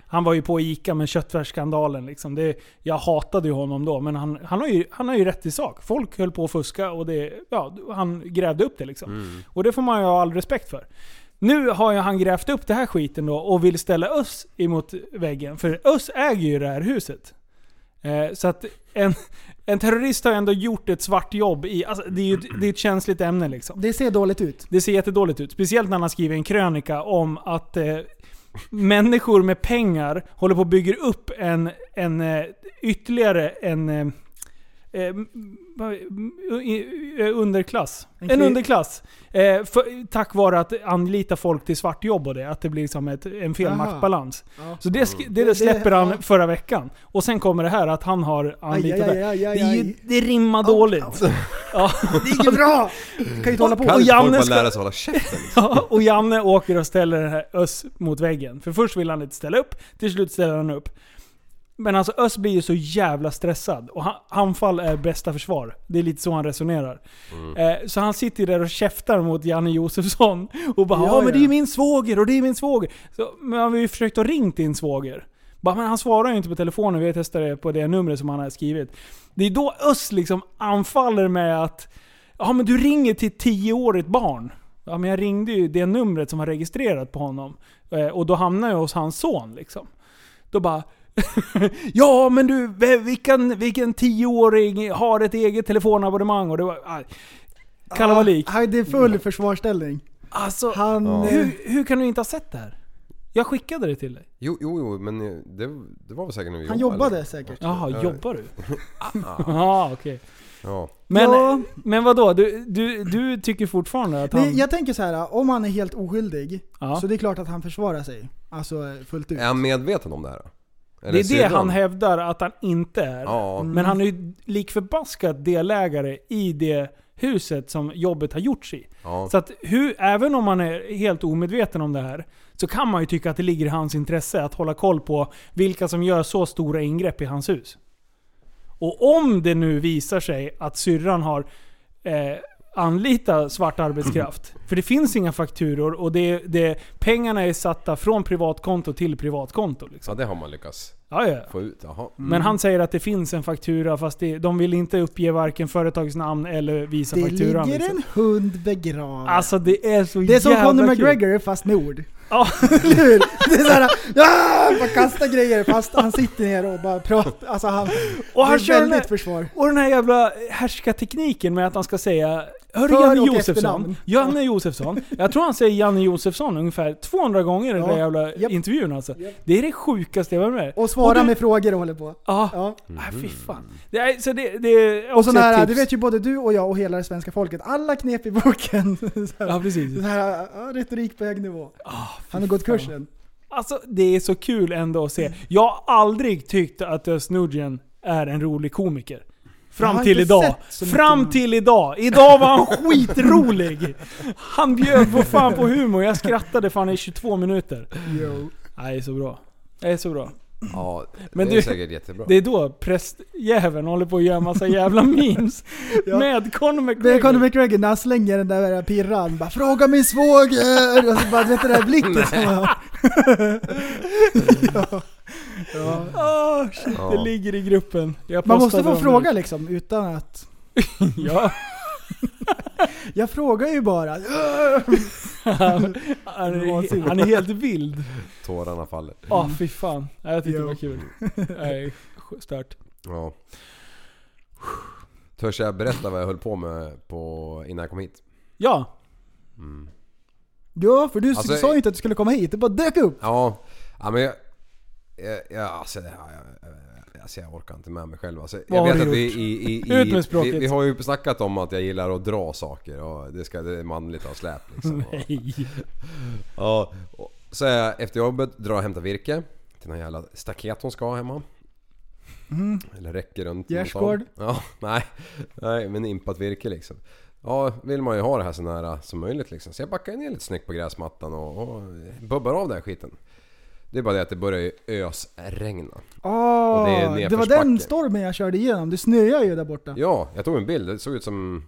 S4: Han var ju på Ica med köttfärsskandalen liksom. Det, jag hatade ju honom då, men han, han, har ju, han har ju rätt i sak. Folk höll på att fuska och det, ja, han grävde upp det liksom. Och det får man ju ha all respekt för. Nu har ju han grävt upp det här skiten då och vill ställa Öss emot väggen. För Öss äger ju det här huset. Eh, så att en, en terrorist har ju ändå gjort ett svart jobb i... Alltså det är ju ett, det är ett känsligt ämne liksom.
S5: Det ser dåligt ut.
S4: Det ser jättedåligt ut. Speciellt när han skriver en krönika om att eh, människor med pengar håller på och bygger upp en, en eh, ytterligare en... Eh, eh, vad- i- eh, underklass.
S5: En
S4: En,
S5: kli-
S4: underklass. Eh, för, tack vare att anlita folk till svartjobb och det. Att det blir som ett, en fel
S5: Aha.
S4: maktbalans.
S5: Ja.
S4: Så det, sk- det,
S5: Det- det-
S4: släpper han
S5: ja.
S4: förra veckan. Och sen kommer det här att han har anlitat...
S5: aj,
S4: det.
S5: aj, aj,
S4: det, är ju,
S5: aj.
S4: det rimmar dåligt. Ja.
S5: Det är inget bra! Du kan ju inte hålla på.
S6: Kan
S4: Och
S6: inte folk
S4: Janne
S6: bara
S4: ska-
S6: lära sig hålla käften?
S4: Ja, och Janne åker och ställer den här Öss mot väggen. För först vill han inte ställa upp, till slut ställer han upp. Men alltså Öss blir ju så jävla stressad. Och han, anfall är bästa försvar. Det är lite så han resonerar. Eh, så han sitter ju där och käftar mot Janne Josefsson. Och bara
S5: Ja,
S4: ja,
S5: ja.
S4: men det är ju min svåger och det är min svåger. Så, men han har ju försökt att ringa din svåger. Bara, men han svarar ju inte på telefonen. Vi har testat det på det numret som han har skrivit. Det är då Öss liksom anfaller med att Ja men du ringer till ett tioårigt barn. Ja men jag ringde ju det numret som var registrerat på honom. Eh, Och då hamnade jag hos hans son liksom. Då bara... ja men du, ve- vilken, vilken tioåring har ett eget telefonabonnemang? Och det var... ah, aj. Kalabalik.
S5: Ah, Han det är
S6: Mm.
S5: full försvarsställning.
S4: Alltså,
S5: Han... eh,
S4: hur, hur kan du inte ha sett det här? Jag skickade det till dig.
S6: Jo, jo, jo men det, det var väl säkert när vi
S5: Han
S6: jobbade?
S5: jobbade säkert.
S4: Jaha, jobbar du?
S6: Ah,
S4: Ja, okej.
S6: ja.
S4: Men,
S5: Ja.
S4: men vadå? Du, du, du tycker fortfarande att han...
S5: Nej, jag tänker så här, om han är helt oskyldig
S4: Ja.
S5: så det är klart att han försvarar sig. Alltså eh, fullt ut.
S6: Är han medveten om det här? Eller
S4: det är det
S6: syrran.
S4: han hävdar att han inte är.
S6: Ja.
S4: Men han är ju likförbaskat delägare i det huset som jobbet har gjorts i.
S6: Ja.
S4: Så att hur, även om man är helt omedveten om det här, så kan man ju tycka att det ligger i hans intresse att hålla koll på vilka som gör så stora ingrepp i hans hus. Och om det nu visar sig att syrran har eh, anlitat svart arbetskraft, för det finns inga fakturor och det, det, pengarna är satta från privatkonto till privatkonto. Liksom.
S6: ja, det har man lyckats
S4: Ja, ja.
S6: få ut. Jaha.
S5: Mm.
S4: Men han säger att det finns en faktura fast det, de vill inte uppge varken företagsnamn eller visa
S5: Det
S4: fakturan.
S5: ligger
S4: liksom.
S5: en hund begraven.
S4: Alltså det är så
S5: det är som
S4: jävla
S5: Conor
S4: kul.
S5: McGregor fast med ord.
S4: Ja.
S5: Eller hur? Det är såhär, ah, bara kasta grejer fast han sitter ner och bara pratar. Alltså han,
S4: Och han
S5: det är
S4: kör den
S5: väldigt
S4: här-
S5: försvar.
S4: Och den här jävla härskartekniken med att han ska säga Hör
S5: För-
S4: Janne
S5: och
S4: Josefsson.
S5: efternamn.
S4: Janne Josefsson. Jag tror han säger Janne Josefsson ungefär 200 gånger i den
S5: Ja.
S4: där jävla
S5: Japp.
S4: intervjun alltså. Det är det sjukaste jag varit med
S5: Och svara
S4: du-
S5: med frågor och håller på.
S4: Ja.
S5: Ja.
S4: Ah, fy fan. Det är, så det, det är
S5: Och sådana här,
S4: Typ tips.
S5: du vet ju både du och jag och hela det svenska folket, alla knep i boken. Så här,
S4: Ja Ah, precis.
S5: så här, ja, retorik på hög nivå. han har gått kursen.
S4: Alltså det är så kul ändå att
S5: Mm.
S4: se. Jag har aldrig tyckt att Özz Nujen är en rolig komiker.
S5: Jag
S4: Fram
S5: har
S4: till
S5: inte
S4: idag.
S5: sett så mycket
S4: Fram
S5: med
S4: till idag. Idag var han skitrolig. Han bjöd på fan på humor. Jag skrattade fan i 22 minuter.
S5: Jo.
S4: Nej, det är så bra. Det är så bra.
S6: Ja,
S4: Men
S6: det
S4: du-
S6: är säkert jättebra.
S4: Det är då prästjäveln håller på att göra massa jävla memes.
S5: Ja.
S4: Med Conor
S5: Men Conor
S4: McGregor.
S5: McGregor när han slänger den där pirran bara “Fråga min svåger!” och så bara vet du den där blicken som bara,
S4: Ah, shit,
S6: Ja.
S4: det ligger i gruppen. Jag
S5: Man måste
S4: postade
S5: få
S4: dem
S5: fråga liksom utan att...
S4: nu. Ja.
S5: Jag frågar ju bara.
S4: Han, han, är, han är helt vild.
S6: Tårarna faller.
S4: Ja,
S5: Mm.
S4: ah, fy fan. Nej, jag tyckte det var
S5: Jo.
S4: kul. Nej, sj- stört.
S6: Ja. Törs jag berätta vad jag höll på med på, innan jag kom hit?
S4: Ja,
S5: Ja, för du
S6: Alltså,
S5: sa ju inte att du skulle komma hit, du bara dök upp.
S6: Ja, ja men jag... jag, jag alltså, det här, jag, jag, alltså jag orkar inte med mig själv alltså,
S4: Vad
S6: Jag
S4: har
S6: vet
S4: du
S6: att vi
S4: gjort?
S6: i... i,
S4: Ut med
S6: i
S4: språket.
S6: vi, vi har ju snackat om att jag gillar att dra saker och det ska det är manligt att ha släp liksom. Och,
S4: hej.
S6: ja, och, så är jag efter jobbet drar och hämtar virke till den här jävla staket hon ska ha hemma.
S4: Mm.
S6: Eller räcker runt någon
S5: Gärdsgård.
S6: stad. Ja, nej, nej, men impat virke liksom. Ja, vill man ju ha det här så nära som möjligt liksom. Så jag backar ner lite snyggt på gräsmattan och, och bubbar av den här skiten. Det är bara det att det börjar ju ösregna.
S5: Ah,
S6: Och det är
S5: det, var
S6: nedförsbacke.
S5: den stormen jag körde igenom, det snöade ju där borta.
S6: Ja, jag tog en bild. Det såg ut som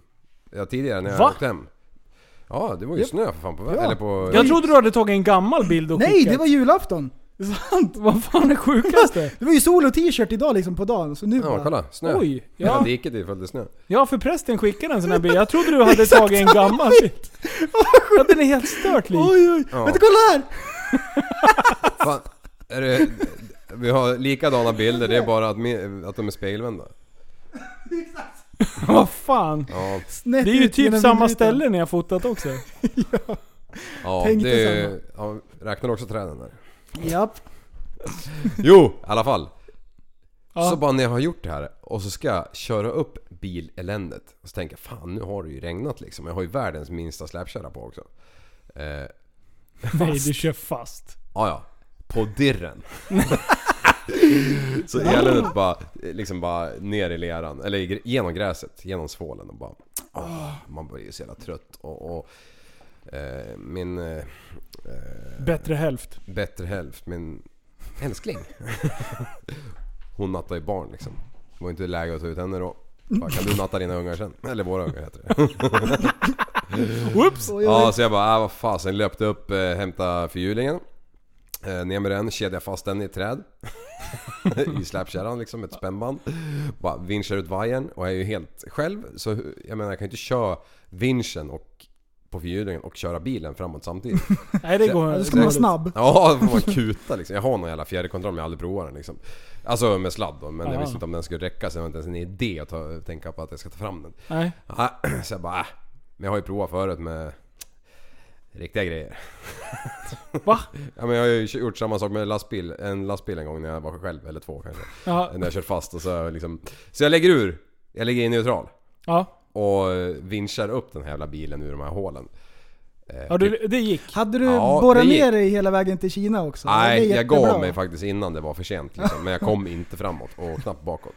S6: ja, tidigare när jag
S4: Va?
S6: åkte hem. Ja, det var ju snö för fan på vägen.
S5: Ja.
S6: Eller på...
S4: Jag trodde du hade tagit en gammal bild och
S5: Nej,
S4: skickat.
S5: det var julafton!
S4: Sant! Vad fan är sjukaste?
S5: Det var ju sol och t-shirt idag liksom på dagen, så nu
S6: Ja,
S5: bara...
S6: kolla. Snö.
S4: Oj!
S6: Hela
S4: Ja.
S6: diket är fullt i snö.
S4: ja, för prästen skickade en sån här bild. Jag trodde du hade tagit en gammal bild. Ja, den är helt stört lik.
S5: Oj, oj,
S6: Ja.
S5: vänta kolla här!
S6: Fan, är det, vi har likadana bilder, det är bara att, min, att de är spegelvända.
S4: Vad fan?
S6: Ja,
S5: Snett
S4: Det är ju
S5: ut
S4: typ
S5: genom
S4: samma
S5: vindrutan.
S4: ställe när jag fotat också.
S6: ja
S5: Tänk
S6: det
S5: detsamma.
S6: är, ja, räknar också träden där.
S5: Japp.
S6: Jo, i alla fall.
S4: Ja.
S6: Så bara när jag har gjort det här och så ska jag köra upp bileländet. Och så tänker jag, fan nu har det ju regnat liksom. Jag har ju världens minsta släpkärra på också. Eh,
S4: Nej, du kör fast.
S6: Ja, ja. På dirren. så eländet bara, liksom bara ner i leran, eller i gr- genom gräset, genom svålen och bara... åh, man blir ju så jävla trött och... och eh, min eh,
S4: Bättre hälft.
S6: bättre hälft, min älskling. Hon nattar ju barn liksom. Det var inte läge att ta ut henne då. Bara, kan du natta dina ungar sen? Eller våra ungar heter det.
S5: Oj, oj, oj.
S6: Ja, så jag bara, äh, vad fasen. Löpte upp, eh, hämta fyrhjulingen. Eh, ner med den, kedjade fast den i ett träd. I släpkärran liksom, ett spännband. Bara vinschar ut vajern och jag är ju helt själv. Så hu- jag menar, jag kan ju inte köra vinschen och på fyrhjulingen och köra bilen framåt samtidigt.
S4: Nej, det går
S5: Ja,
S6: Alltså,
S5: du skulle vara snabb.
S6: Ja, det får man kuta liksom. Jag har någon jävla fjärrkontroll men jag har aldrig provat den liksom. Alltså med sladd då, men
S4: Ja.
S6: jag visste inte om den skulle räcka så det var inte ens en idé att ta, tänka på att jag ska ta fram den.
S4: Nej.
S6: Ja, Så jag bara, äh, men jag har ju provat förut med riktiga grejer.
S4: Va?
S6: Ja, men jag har ju gjort samma sak med lastbil, en lastbil en gång när jag var själv, eller två kanske.
S4: Ja.
S6: När jag kört fast och så har jag liksom... Så jag lägger ur, jag lägger i neutral
S4: ja.
S6: och vinschar upp den här jävla bilen ur de här hålen. Eh,
S4: Ja,
S6: typ-
S4: du, det gick.
S5: Hade du
S6: Ja,
S5: borrat
S6: det gick.
S5: ner dig hela vägen till Kina också?
S6: Nej,
S5: Det är
S6: jag gav
S5: jättebra.
S6: mig faktiskt innan det var för sent liksom. Men jag kom inte framåt och knappt bakåt.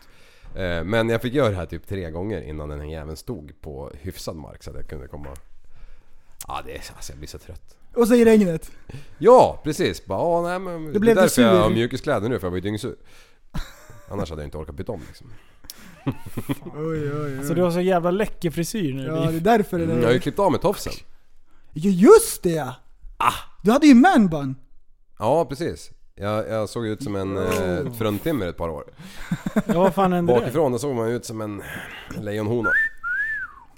S6: Eh, Men jag fick göra det här typ tre gånger innan den här jäveln stod på hyfsad mark så att jag kunde komma... Ja, det är, alltså jag blir så trött.
S5: Och så i regnet.
S6: Ja, precis! Bara, "Ja, nej, men det,
S5: Du blev
S6: är
S5: lite
S6: därför jag
S5: sur.
S6: har mjukiskläder nu, för jag var ju dyngsur. Annars hade jag inte orkat byta om liksom.
S5: Oj, oj, oj.
S4: Så du har så jävla läcker frisyr nu.
S5: Alltså, Ja,
S4: Det
S5: det
S4: är-
S5: är därför det
S6: Mm, jag har
S5: är...
S6: ju klippt av mig tofsen.
S5: Ja, just det ja!
S6: Ah.
S5: Du hade ju manbun.
S6: Ja, precis. Jag, jag såg ut som en eh,
S5: Oh.
S6: fruntimmer ett par år.
S4: Ja, vad fan hände där?
S6: Bakifrån då såg man ut som en lejonhona.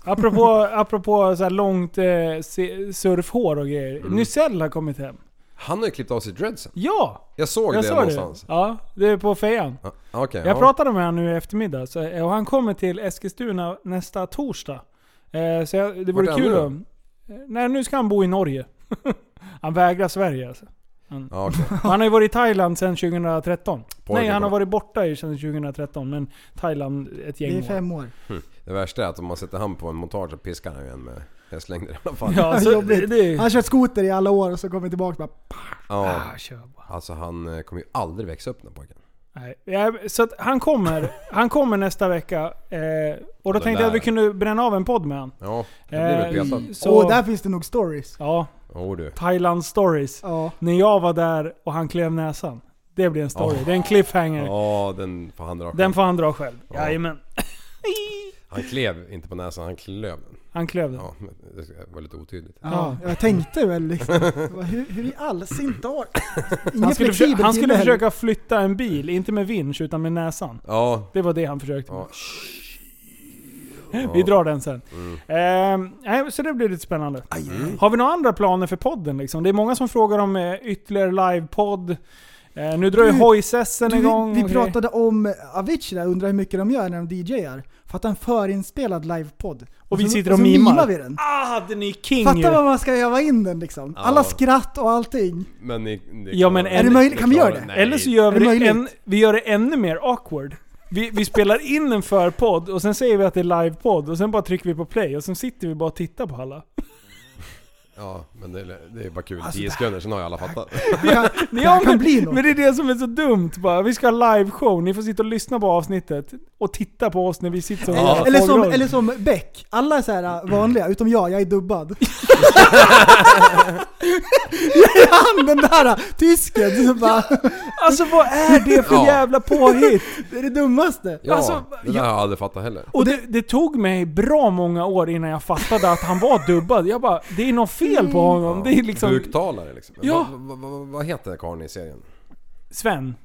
S4: Apropå, apropå så här långt eh, se- surfhår och grejer.
S6: Mm.
S4: Nysell har kommit hem.
S6: Han har ju klippt av sig dreadsen.
S4: Ja!
S6: Jag såg
S4: Jag
S6: det
S4: såg
S6: någonstans.
S4: det. Ja, det är på fejan.
S6: Ja, Okej.
S4: Jag
S6: ja.
S4: pratade med honom nu i eftermiddag så, eh, och han kommer till Eskilstuna nästa torsdag. Eh, så jag, det vore
S6: är han
S4: kul
S6: nu då?
S4: om... Eh, Nej, nu ska han bo i Norge. han vägrar Sverige alltså.
S6: Ja, okej.
S4: Men Han har ju varit i Thailand sedan 2013.
S6: Pojken
S4: Nej, han har
S6: bara.
S4: varit borta i- sedan 2013, men Thailand ett
S5: Det
S4: gäng
S5: är
S4: år.
S5: fem år.
S6: Det värsta är att om man sätter hand på en montage så piskar han ju en med hästlängder i alla fall. Ja.
S4: Ja, så, det,
S5: Jobbigt.
S4: det,
S5: Han har kört skoter i alla år och så kommer tillbaka och bara...
S4: Ah, kör bara.
S6: Alltså han eh, kommer ju aldrig växa upp den här pojken.
S4: Nej. Ja, Så att han, kommer, han kommer nästa vecka. Eh, och då
S6: Den
S4: tänkte jag att vi
S6: där.
S4: kunde bränna av en podd med honom.
S6: Ja, det
S4: Eh,
S6: blir väl petad.
S4: så,
S5: Åh, där finns det nog stories.
S4: Ja,
S6: Åh
S4: Eh.
S6: du.
S4: Thailand stories.
S5: Ja.
S4: När jag var där och han klev näsan. Det blir en story.
S6: Ja.
S4: Det är en cliffhanger.
S6: Ja, den får han dra själv.
S4: Den får han dra själv. Jajamän.
S6: Han klev inte på näsan, han klöv den.
S4: Han klev den.
S6: Ja, men det var lite otydligt.
S5: Ja, jag tänkte väl liksom. vad- Hur, hur i all sin dar?
S4: Han
S5: Ingen
S4: skulle,
S5: flexibel
S4: försöka, han
S5: kille
S4: skulle
S5: heller.
S4: försöka flytta en bil, inte med vinsch utan med näsan.
S6: Ja,
S4: Det var det han försökte med.
S6: ja.
S4: Vi drar den sen.
S5: Mm.
S4: Ehm, nej, så det blir lite spännande. Har vi några andra planer för podden? Liksom? Det är många som frågar om eh, ytterligare livepodd. Eh, nu drar ju
S5: Du-
S4: hojsessen
S5: Du,
S4: igång.
S5: vi,
S4: och
S5: vi
S4: grejer.
S5: pratade om Avicii där, undrar hur mycket de gör när de DJar. Fattar en förinspelad livepodd.
S4: Och vi
S5: så-
S4: sitter och
S5: så
S4: mimar.
S5: vi den.
S4: Ah, den är king ju.
S5: Fatta vad man ska göra in den liksom. Alla
S6: Ja.
S5: skratt och allting.
S6: Men ni, ni
S4: Ja, men
S6: klarar-
S4: är det
S6: ni
S5: möjligt? Kan vi
S6: klarar-
S5: göra det?
S6: Nej.
S4: Eller så gör
S5: Är det
S4: vi det,
S5: möjligt?
S4: en, vi gör det ännu mer awkward. Vi, vi spelar in en förpodd och sen säger vi att det är livepodd och sen bara trycker vi på play och sen sitter vi bara och tittar på alla.
S6: Ja, men det är, det är bara kul.
S4: Alltså,
S6: 10 sekunder, sen har jag alla fattat.
S5: Det här kan bli något.
S4: Men det är det som är så dumt bara. Vi ska ha liveshow, ni får sitta och lyssna på avsnittet och titta på oss när vi sitter som jävla
S5: Eh, Eller, som,
S4: fåglar.
S5: eller som Beck. Alla är så här eh, vanliga, utom jag. Jag är dubbad. jag är han den där eh, tysken som bara...
S4: Alltså vad är det för
S6: Ja.
S4: jävla påhitt?
S5: Det är det dummaste.
S6: Ja,
S4: Alltså,
S6: det där har jag aldrig fattat heller.
S4: Och det, det tog mig bra många år innan jag fattade att han var dubbad. Jag bara, det är något fel
S5: Mm.
S4: på honom. Det är liksom...
S6: Buktalare liksom.
S4: Ja.
S6: Va- va- va- vad heter karln i serien?
S4: Sven?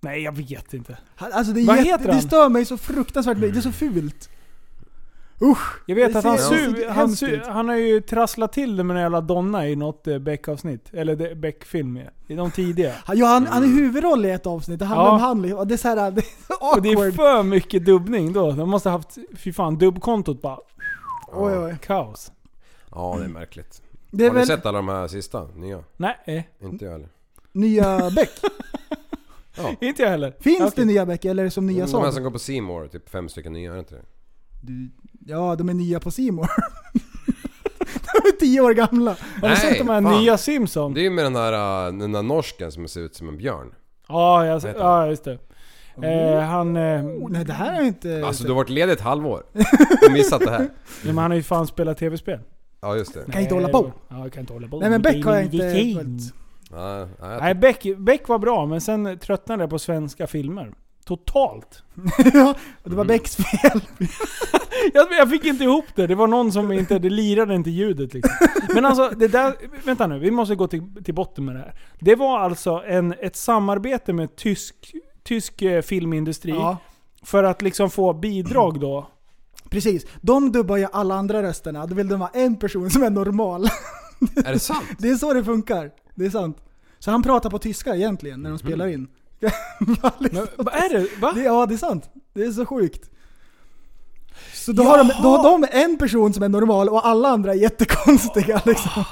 S4: Nej, jag vet inte.
S5: Han- Alltså det, är
S4: Vad
S5: jätte,
S4: heter
S5: det
S4: han?
S5: stör mig så fruktansvärt mycket. Det är så fult. Usch.
S4: Jag vet
S5: Det
S4: att han,
S5: ser- det
S4: su-
S5: ser
S4: han,
S5: hemskt
S4: su-
S5: ut.
S4: han har ju trasslat till det med en jävla donna i något eh, Beck-avsnitt. Eller det- Beck-film ju. I de tidiga.
S5: Han, ja, han, han är huvudroll i ett avsnitt. Det handlar
S4: Mm. Ja.
S5: om han. liksom. Och Det är så här, det är så
S4: Och det är
S5: awkward.
S4: för mycket dubbning då. De måste ha haft, fy fan, dubbkontot bara
S5: Oj, oj.
S4: kaos.
S6: Ja, det är märkligt.
S5: Det är
S6: har ni
S5: väl
S6: sett alla de här sista nya?
S4: Nej, eh,
S6: Inte jag heller.
S5: nya Beck.
S4: inte jag heller.
S5: Finns det
S4: Okej. Mm,
S5: nya Beck eller är det som nya
S6: de här
S5: Saab?
S6: som går på C More, typ fem stycken nya, är det inte det?
S5: Du- Ja, de är nya på Simor. De är tio år gamla.
S4: Har du
S6: Nej,
S4: sett de här
S6: fan.
S4: nya Simpsons?
S6: Det är ju med den här, äh, den där norsken som ser ut som en björn.
S4: Ja, jag,
S6: heter
S4: ja just det. Eh, han, eh,
S5: Oh, nej, det här har jag inte...
S6: Alltså
S5: sett.
S6: du har varit ledig ett halvår. Du har missat det här.
S4: nej, men han har ju fan spelat tv-spel. Eh,
S6: Ja, just det.
S5: Kan inte hålla på.
S4: Ja, jag kan inte hålla på.
S5: Nej men Beck har jag
S4: Det
S5: inte
S4: är king.
S5: följt.
S6: Ja, ja, jag-
S4: Nej, Beck, Beck var bra, men sen tröttnade jag på svenska filmer. Totalt.
S5: ja, det
S4: Mm.
S5: var Becks fel.
S4: Jag, jag fick inte ihop det. Det var någon som inte... Det lirade inte ljudet liksom. Men alltså, det där... Vänta nu. Vi måste gå till, till botten med det här. Det var alltså en, ett samarbete med tysk, tysk eh, filmindustri
S5: Ja,
S4: för att liksom få bidrag då.
S5: precis. De dubbar ju alla andra rösterna. Då vill de ha en person som är normal.
S6: Är det sant?
S5: Det är så det funkar. Det är sant. Så han pratar på tyska egentligen när de spelar in.
S4: Mm. Men, vad är det? Va?
S5: Det, ja, det är sant. Det är så sjukt. Så då har, de, då har de en person som är normal och alla andra är jättekonstiga liksom.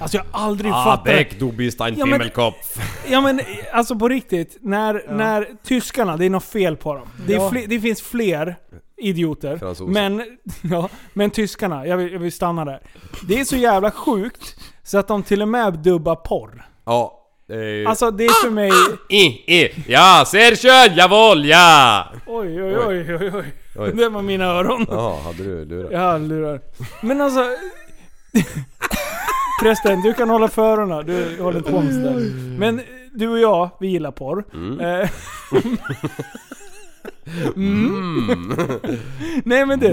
S4: Alltså jag har aldrig
S6: Ah,
S4: fattat... Beck.
S6: du bist ein
S4: Ja, men-
S6: Himmelkopf.
S4: Ja men eh, alltså på riktigt. När, när tyskarna, det är något fel på dem. Det, är fle- det finns fler idioter.
S6: Fransoser.
S4: Men, ja, men tyskarna, jag vill, jag vill stanna där. Det är så jävla sjukt så att de till och med dubbar porr.
S6: Ja. det är ju-
S4: Alltså det är för mig...
S6: I, i. Ja, Sergio, jawohl, ja!
S4: Oj, oj, oj, oj, oj.
S6: Oj.
S4: Det var mina öron.
S6: Jaha, hade du lurat?
S4: Ja, lurar. Men alltså... Prästen, du kan hålla för öronen. Du håller på med sådär. Men du och jag, vi gillar porr.
S6: Mm.
S4: Eh, mm.
S6: Mm.
S4: Nej men du,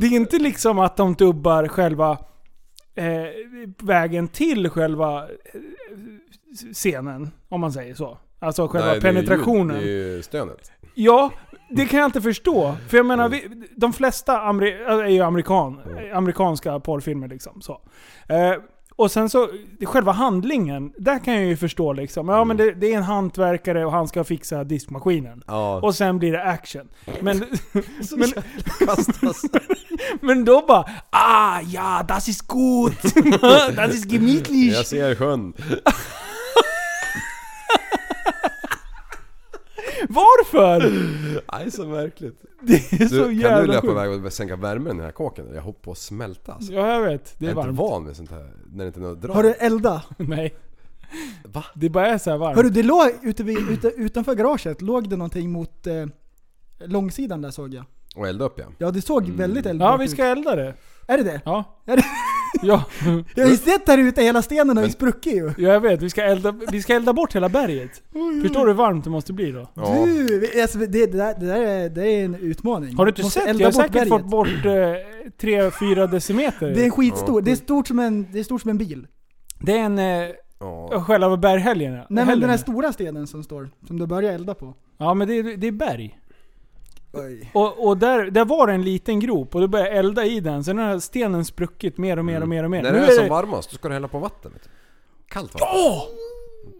S4: det är inte liksom att de dubbar själva eh, vägen till själva eh, scenen, om man säger så. Alltså själva
S6: Nej, det är ju ljud.
S4: penetrationen.
S6: Det är ju stönet.
S4: Ja, det kan jag inte förstå. För jag menar, vi, de flesta ameri- är ju amerikan, amerikanska porrfilmer liksom. Så. Eh, och sen så, själva handlingen, där kan jag ju förstå liksom. Ja
S6: Mm.
S4: men det, det är en hantverkare och han ska fixa diskmaskinen.
S6: Ja.
S4: Och sen blir det action. Men, men,
S6: Kastas.
S4: men då bara Ah ja, das ist gut! das ist gemütlich!
S6: Jag ser sjön.
S4: Varför?
S6: Nej, så märkligt.
S4: Det är så
S6: Du, kan du
S4: jävla
S6: löpa
S4: sjukt.
S6: iväg och sänka värmen i den här kåken? Jag håller på att smälta alltså.
S4: Ja jag vet, det
S6: Jag
S4: är
S6: är inte
S4: varmt.
S6: van vid sånt här, när det inte är något drag.
S5: Har du elda?
S4: Nej.
S6: Va?
S4: Det bara är så här varmt.
S5: Hörru, det låg ute vid, ute, utanför garaget, låg det någonting mot eh, långsidan där såg jag.
S6: Och elda upp ja.
S5: Ja, det såg väldigt eldigt
S4: Mm. Ja,
S5: ut.
S4: vi ska elda det.
S5: Är det det?
S4: Ja.
S5: Är det?
S4: Ja,
S5: Jag har ju sett där ute, hela stenen har ju
S6: Men-
S5: spruckit ju.
S4: jag vet. Vi ska, elda, vi ska elda bort hela berget. Förstår du hur varmt det måste bli då?
S6: Ja.
S5: Du, vi- alltså, det, det, där, det, där är, det är en utmaning.
S4: Har du inte
S5: Måste
S4: sett?
S5: elda
S4: Jag har
S5: bort
S4: säkert
S5: berget.
S4: fått bort 3-4 decimeter.
S5: Det är en skitstor, det är stort som en, det är stort som en bil.
S4: det är en... Eh,
S6: ja.
S4: själva berghälgen ja.
S5: Nej men
S4: Hälgen,
S5: den
S4: ja.
S5: här stora stenen som står, som du börjar elda på.
S4: Ja men det är, det är berg. Och, och där, där var det en liten grop och då började jag elda i den. Sen har den här stenen spruckit mer och mer och mer och mer.
S6: När
S4: Nu
S6: det är
S4: Mm. är
S6: som
S4: det-
S6: varmast, då ska du hälla på vatten. Vet du. Kallt vatten.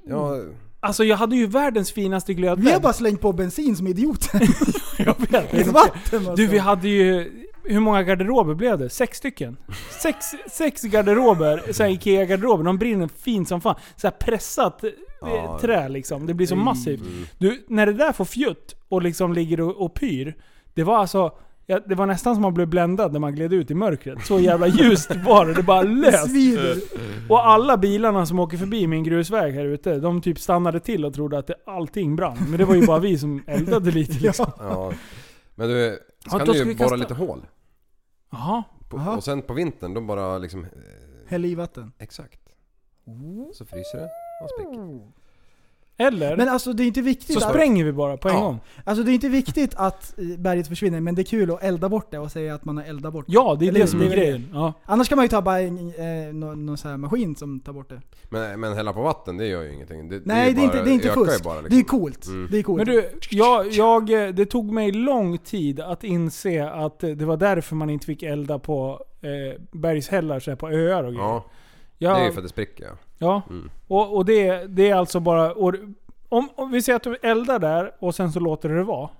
S6: Ja,
S4: Alltså jag hade ju världens finaste glödvärme.
S5: Vi har bara slängt på bensin som idioter.
S4: Jag vet.
S5: Ett vatten alltså.
S4: Du vi hade ju... Hur många garderober blev det? Sex stycken? Sex, sex garderober, såhär IKEA-garderober, de brinner fint som fan. Såhär pressat eh,
S6: Ja.
S4: trä liksom. Det blir så massivt. Du, när det där får fjutt och liksom ligger och, och pyr. Det var alltså... Ja, det var nästan som man blev bländad när man gled ut i mörkret. Så jävla ljust var det. Det bara
S5: Det
S4: lös.
S5: svider.
S4: Och alla bilarna som åker förbi min grusväg här ute, de typ stannade till och trodde att det, allting brann. Men det var ju bara vi som eldade lite liksom.
S6: ja. Men du,
S4: Ja,
S6: så kan
S4: då
S6: du
S4: ska
S6: ju
S4: vi
S6: borra
S4: kasta-
S6: lite hål.
S4: Jaha.
S6: På,
S5: Aha.
S6: och sen på vintern, då bara liksom... eh,
S5: Häll i vatten.
S6: Exakt. Så fryser det och spricker.
S4: Eller?
S5: Men alltså det är inte
S4: Så
S5: viktigt att-
S4: spränger vi bara på en
S6: Ja.
S4: gång.
S5: Alltså det är inte viktigt att eh, berget försvinner, men det är kul att elda bort det och säga att man har eldat bort det.
S4: Ja, det är
S5: Eller
S4: det
S5: hur?
S4: som är
S5: Det är väl
S4: grejen. Ja.
S5: Annars kan man ju ta bara en, eh, någon, någon sån här maskin som tar bort det.
S6: Men, men hälla på vatten, det gör ju ingenting. Det,
S5: Nej, det är,
S6: ju bara-
S5: inte, det är inte
S6: ökar ju
S5: fusk.
S6: Bara, liksom.
S5: Det är coolt. Det är coolt.
S4: Men du, jag, jag, eh, det tog mig lång tid att inse att eh, det var därför man inte fick elda på eh, bergshällar så här på öar och grejer.
S6: Ja, det
S4: Ja,
S6: är ju för Mm. att det spricker ja.
S4: ja. och, och det, det är alltså bara... Och, om, om vi säger att du eldar där och sen så låter du det vara.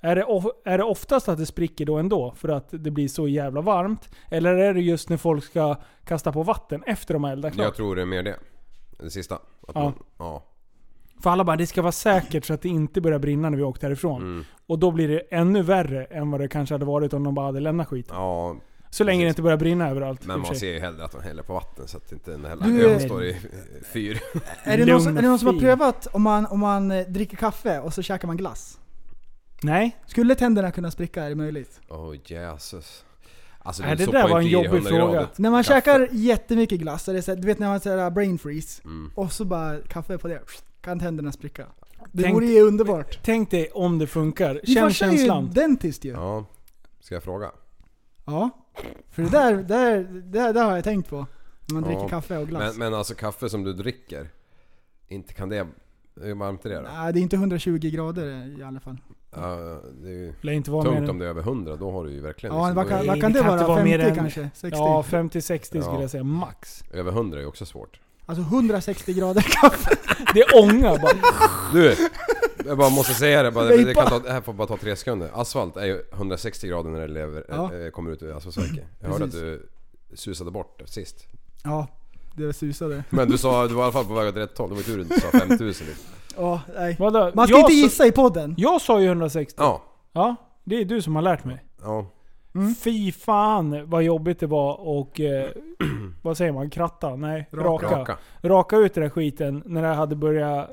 S4: Är det, of, är det oftast att det spricker då ändå? För att det blir så jävla varmt? Eller är det just när folk ska kasta på vatten efter de har eldat klart?
S6: Jag tror det är mer det. Det sista. Att
S4: Ja.
S6: Man, ja.
S4: För alla bara, det ska vara säkert så att det inte börjar brinna när vi åkt härifrån.
S6: Mm.
S4: Och då blir det ännu värre än vad det kanske hade varit om de bara hade lämnat skiten.
S6: ja.
S4: Så länge det
S6: precis.
S4: inte börjar brinna överallt. i
S6: Men
S4: och för
S6: man
S4: sig.
S6: ser ju hellre att de häller på vatten så att inte den här
S5: Du,
S6: ön
S5: eh,
S6: står i eh, fyr.
S5: är, det någon som,
S4: Lugn
S5: är det någon
S4: och
S5: som har
S4: fin.
S5: prövat om man, om man eh, dricker kaffe och så käkar man glass?
S4: Nej,
S5: Skulle tänderna kunna spricka? Är det möjligt?
S6: Åh oh, Jesus. Alltså
S4: Nej,
S6: du
S4: det
S6: soppar
S4: där var
S6: inte
S4: en
S6: i
S4: jobbig
S6: 100
S4: fråga.
S6: gradigt
S5: När man
S6: kaffe.
S5: käkar jättemycket glass, är det så här, du vet när man säger brain freeze,
S6: Mm.
S5: och så bara kaffe på det. Kan tänderna spricka? Det
S4: Tänk-
S5: vore ju underbart.
S4: tänk dig om det funkar.
S5: Min
S4: Känn
S5: farsa är ju
S4: känslan.
S5: dentist ju.
S6: Ja. Ska jag fråga?
S5: Ja. För det där, där, där, där har jag tänkt på. När man
S6: Ja.
S5: dricker kaffe och glass.
S6: Men, men alltså kaffe som du dricker. Inte kan det... Hur varmt är det då?
S5: Nej, det är inte 120 grader i alla fall.
S6: Ja, det är ju
S4: Lär inte vara mer
S6: tungt
S4: än-
S6: om det är över 100. Då har du ju verkligen... liksom-
S5: Ja, vad kan,
S6: då är
S5: vad kan
S4: det
S5: det
S4: kan inte
S5: vara?
S4: vara mer
S5: 50
S4: än-
S5: kanske? 60?
S4: Ja, 50-60 skulle
S6: Ja.
S4: jag säga max.
S6: det, över 100 är ju också svårt.
S5: Alltså 160 grader kaffe.
S4: Det är ånga bara.
S6: Du! Jag bara måste säga det, bara, det, det, kan
S5: Vejpa.
S6: ta, det här får bara ta tre sekunder. Asfalt är ju 160 grader när det lever,
S5: Ja.
S6: eh, kommer ut ur asfaltsverket. Jag hörde att
S5: Precis.
S6: du susade bort sist.
S5: Ja, det susade.
S6: Men du sa, du var i alla fall på väg åt rätt håll. Det var tur att du inte sa 5000. liksom.
S5: Ja, nej.
S4: Vadå?
S5: Man ska
S4: Jag
S5: inte
S4: sa-
S5: gissa i podden.
S4: Jag sa ju 160.
S6: Ja,
S4: Ja, det är du som har lärt mig.
S6: Ja.
S5: Mm.
S4: Fy fan vad jobbigt det var och eh, vad säger man? Kratta? Nej, raka. raka.
S6: Raka.
S4: ut den där skiten när det hade börjat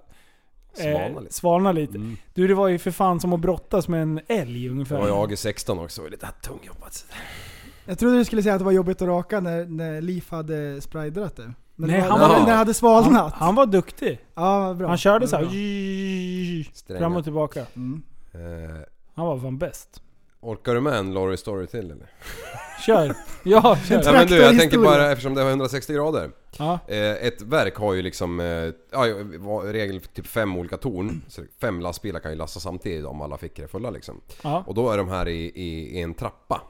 S4: eh,
S6: Svalna lite. Mm.
S4: svalna lite. Du det var ju för fan som att brottas med en älg ungefär.
S6: Det var jag i 16 också. Det var lite tungjobbat.
S5: Jag trodde du skulle säga att det var jobbigt att raka när, när Leaf hade spraydratt det. Men
S4: Nej,
S5: det var,
S4: han
S6: var-
S5: när det hade
S4: han,
S5: svalnat.
S4: han var duktig.
S5: ja, bra.
S4: Han körde så här,
S5: Ja, bra.
S4: fram och
S6: Stränga.
S4: tillbaka.
S5: Mm.
S6: Eh,
S4: Han var fan bäst.
S6: orkar du med en Laurie Story till eller?
S4: Kör! Ja, kör!
S6: Nej men du, jag tänker
S5: Traktorhistoria.
S6: bara eftersom det var 160 grader.
S4: Ja.
S6: Eh, ett verk har ju liksom, eh, ja, i regel typ fem olika torn. Så fem lastbilar kan ju lasta samtidigt om alla fick det fulla liksom.
S4: Ja.
S6: Och då är de här i, i, i en trappa.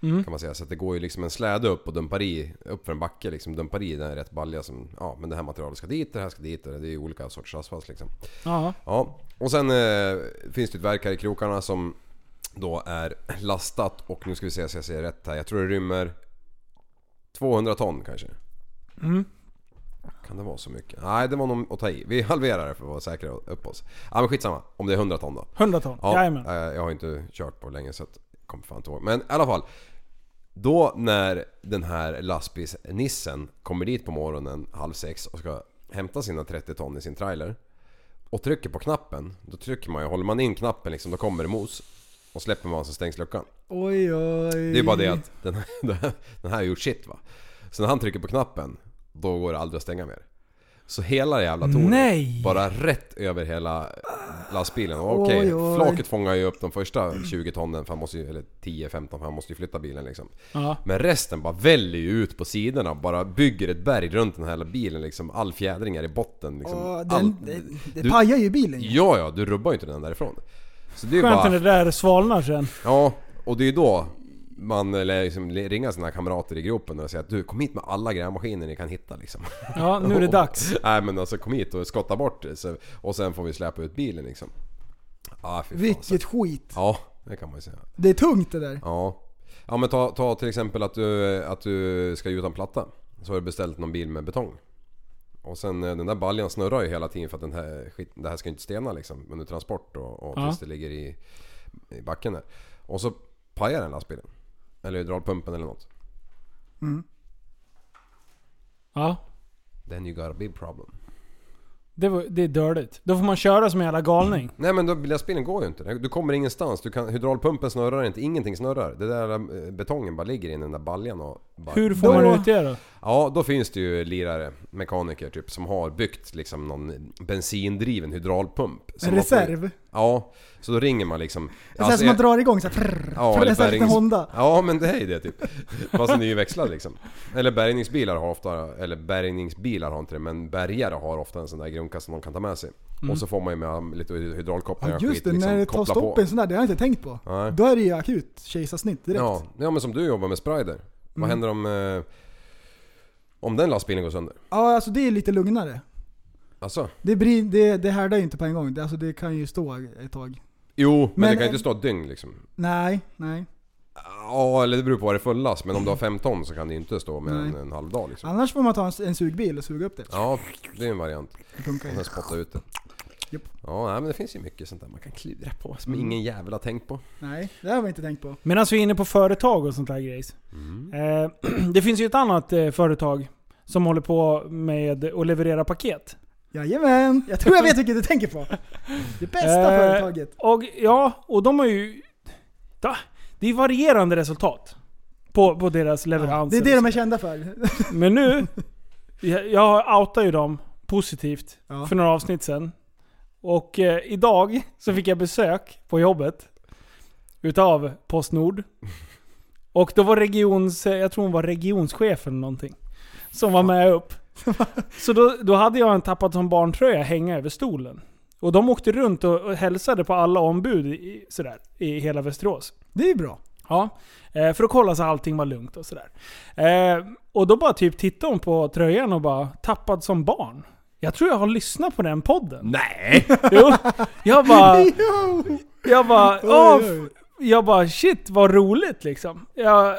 S6: Kan man säga. Så att det går ju liksom en släde upp och dumpar i, upp för en backe liksom, dumpar i den här rätt balja som, ja men det här materialet ska dit, det här ska dit och det är ju olika sorters asfalt liksom.
S4: Ja.
S6: Ja, och sen eh, finns det ett verk här i krokarna som då är lastat och nu ska vi se så jag säger rätt här. Jag tror det rymmer 200 ton kanske. Kan det vara så mycket? Nej, det var nog att ta i. Vi halverar det för att vara säkra upp oss. Ja men skitsamma, om det är 100 ton då.
S4: 100 ton.
S6: Ja,
S4: Jajamän.
S6: eh, jag har inte kört på länge så att jag kommer fan inte ihåg. Men i alla fall. Då när den här lastbilsnissen kommer dit på morgonen halv sex och ska hämta sina 30 ton i sin trailer. Och trycker på knappen. Då trycker man ju, håller man in knappen liksom, då kommer det mos. Och släpper man så stängs luckan.
S5: Oj oj.
S6: Det är bara det att den här, den här- den här har gjort shit va. Så när han trycker på knappen, då går det aldrig att stänga mer. Så hela det jävla tornet,
S4: Nej!
S6: bara rätt över hela lastbilen. Och Okej,
S5: Oj, oj.
S6: flaket fångar ju upp de första 20 tonnen, för han måste ju, eller 10-15 för han måste ju flytta bilen liksom.
S4: Ja.
S6: Men resten bara väller ju ut på sidorna, bara bygger ett berg runt den här hela bilen liksom. All fjädring är i botten liksom.
S5: Åh,
S6: Allt-
S5: den, det, det
S6: du-
S5: pajar ju bilen ju.
S6: Ja, ja, du rubbar ju inte den därifrån. Så det är ju
S4: Skönt
S6: bara...
S4: när det där svalnar sen.
S6: Ja, och det är då man eller liksom ringa sina kamrater i gropen och säga att du kom hit med alla grävmaskiner ni kan hitta liksom.
S4: Ja, nu är det dags.
S6: Nej men alltså kom hit och skotta bort det så, och sen får vi släpa ut bilen liksom. Ah, fy fan, så-
S5: Vilket skit.
S6: Ja, det kan man ju säga.
S5: Det är tungt det där.
S6: Ja. Ja men ta, ta till exempel att du, att du ska gjuta en platta. Så har du beställt någon bil med betong. Och sen eh, den där baljan snurrar ju hela tiden för att den här skit, det här ska ju inte stena liksom under transport och, och
S4: Ja.
S6: tills det ligger i, i backen där. Och så pajar den lastbilen. Eller hydraulpumpen eller något.
S4: Ja.
S6: Then you got a big problem.
S4: Det, var, det är dörligt. Då får man köra som en jävla galning.
S6: Nej men då, lastbilen går ju inte. Du kommer ingenstans. Du kan, hydraulpumpen snurrar inte. Ingenting snurrar. Det där eh, betongen bara ligger i den där baljan och bara...
S4: Hur får man ut det då?
S6: Ja, då finns det ju lirare, mekaniker typ, som har byggt liksom någon bensindriven hydraulpump. Som
S5: En
S6: man får-
S5: reserv.
S6: Ja, så då ringer man liksom...
S5: Det är så här som man drar igång så här, prrr,
S6: Ja,
S5: prrr,
S6: eller
S5: nästan en
S6: bärgnings...
S5: Honda.
S6: Ja, men det är ju det typ. Fast nyväxlad liksom. Eller bärgningsbilar har ofta, eller bärgningsbilar har inte det, men bärgare har ofta en sån där grunka som de kan ta med sig. Och så får man ju med lite hydraulkopplingar
S5: Mm. Ja
S6: och
S5: just
S6: skit, liksom
S5: det, när det tar
S6: koppla
S5: stopp i en sån där, det har jag inte tänkt på.
S6: Nej.
S5: Då är det ju akut kejsarsnitt direkt. Mm.
S6: Ja, ja, men som du jobbar med Sprider. Vad händer om... Eh, om den lastbilen går sönder?
S5: Ja, alltså det är lite lugnare.
S6: Alltså?
S5: Det, blir, det, det härdar ju inte på en gång, det, alltså, det kan ju stå ett tag.
S6: Jo, men,
S5: Men,
S6: det kan ju
S5: eh,
S6: inte stå ett dygn liksom.
S5: Nej, nej.
S6: Ja, eller det beror på vad det är för last. Men om du har 5 ton så kan det ju inte stå med en,
S5: Nej.
S6: en halv dag liksom.
S5: Annars får man ta en, en sugbil och suga upp det.
S6: Ja, det är en variant.
S5: Det funkar
S6: Och
S5: ju.
S6: sen spotta ut det.
S5: Japp. Mm.
S6: Ja, nej, men det finns ju mycket sånt där man kan klura på som ingen jävel har tänkt på.
S5: Nej, det har vi inte tänkt på.
S4: Medan vi är inne på företag och sånt där grejs.
S5: Mm.
S4: Eh, det finns ju ett annat eh, företag som håller på med att leverera paket.
S5: Jajamän! Jag tror jag vet vilket du tänker på. Det bästa
S4: Eh,
S5: företaget.
S4: Och ja, och de har ju... Da, det är varierande resultat på, på deras
S5: Det
S4: leveranser.
S5: är det de är kända för.
S4: Men nu, jag, jag outade ju dem positivt
S5: Ja.
S4: för några avsnitt sen. Och eh, idag så fick jag besök på jobbet utav Postnord. Och då var regions, eh, jag tror hon var regionschef eller någonting, som var med upp. Så då, då hade jag en tappat som barntröja hänga över stolen. Och de åkte runt och, och hälsade på alla ombud i, sådär, i hela Västerås.
S5: Det är ju bra.
S4: Ja, eh, för att kolla så allting var lugnt och sådär. Eh, Och då bara typ tittade hon på tröjan och bara “tappad som barn”. Jag tror jag har lyssnat på den podden.
S6: Nej!
S4: Jo, jag bara...
S5: Jo!
S4: Jag bara,
S5: Oj,
S4: åh,
S5: oj.
S4: jag bara shit vad roligt liksom. Jag,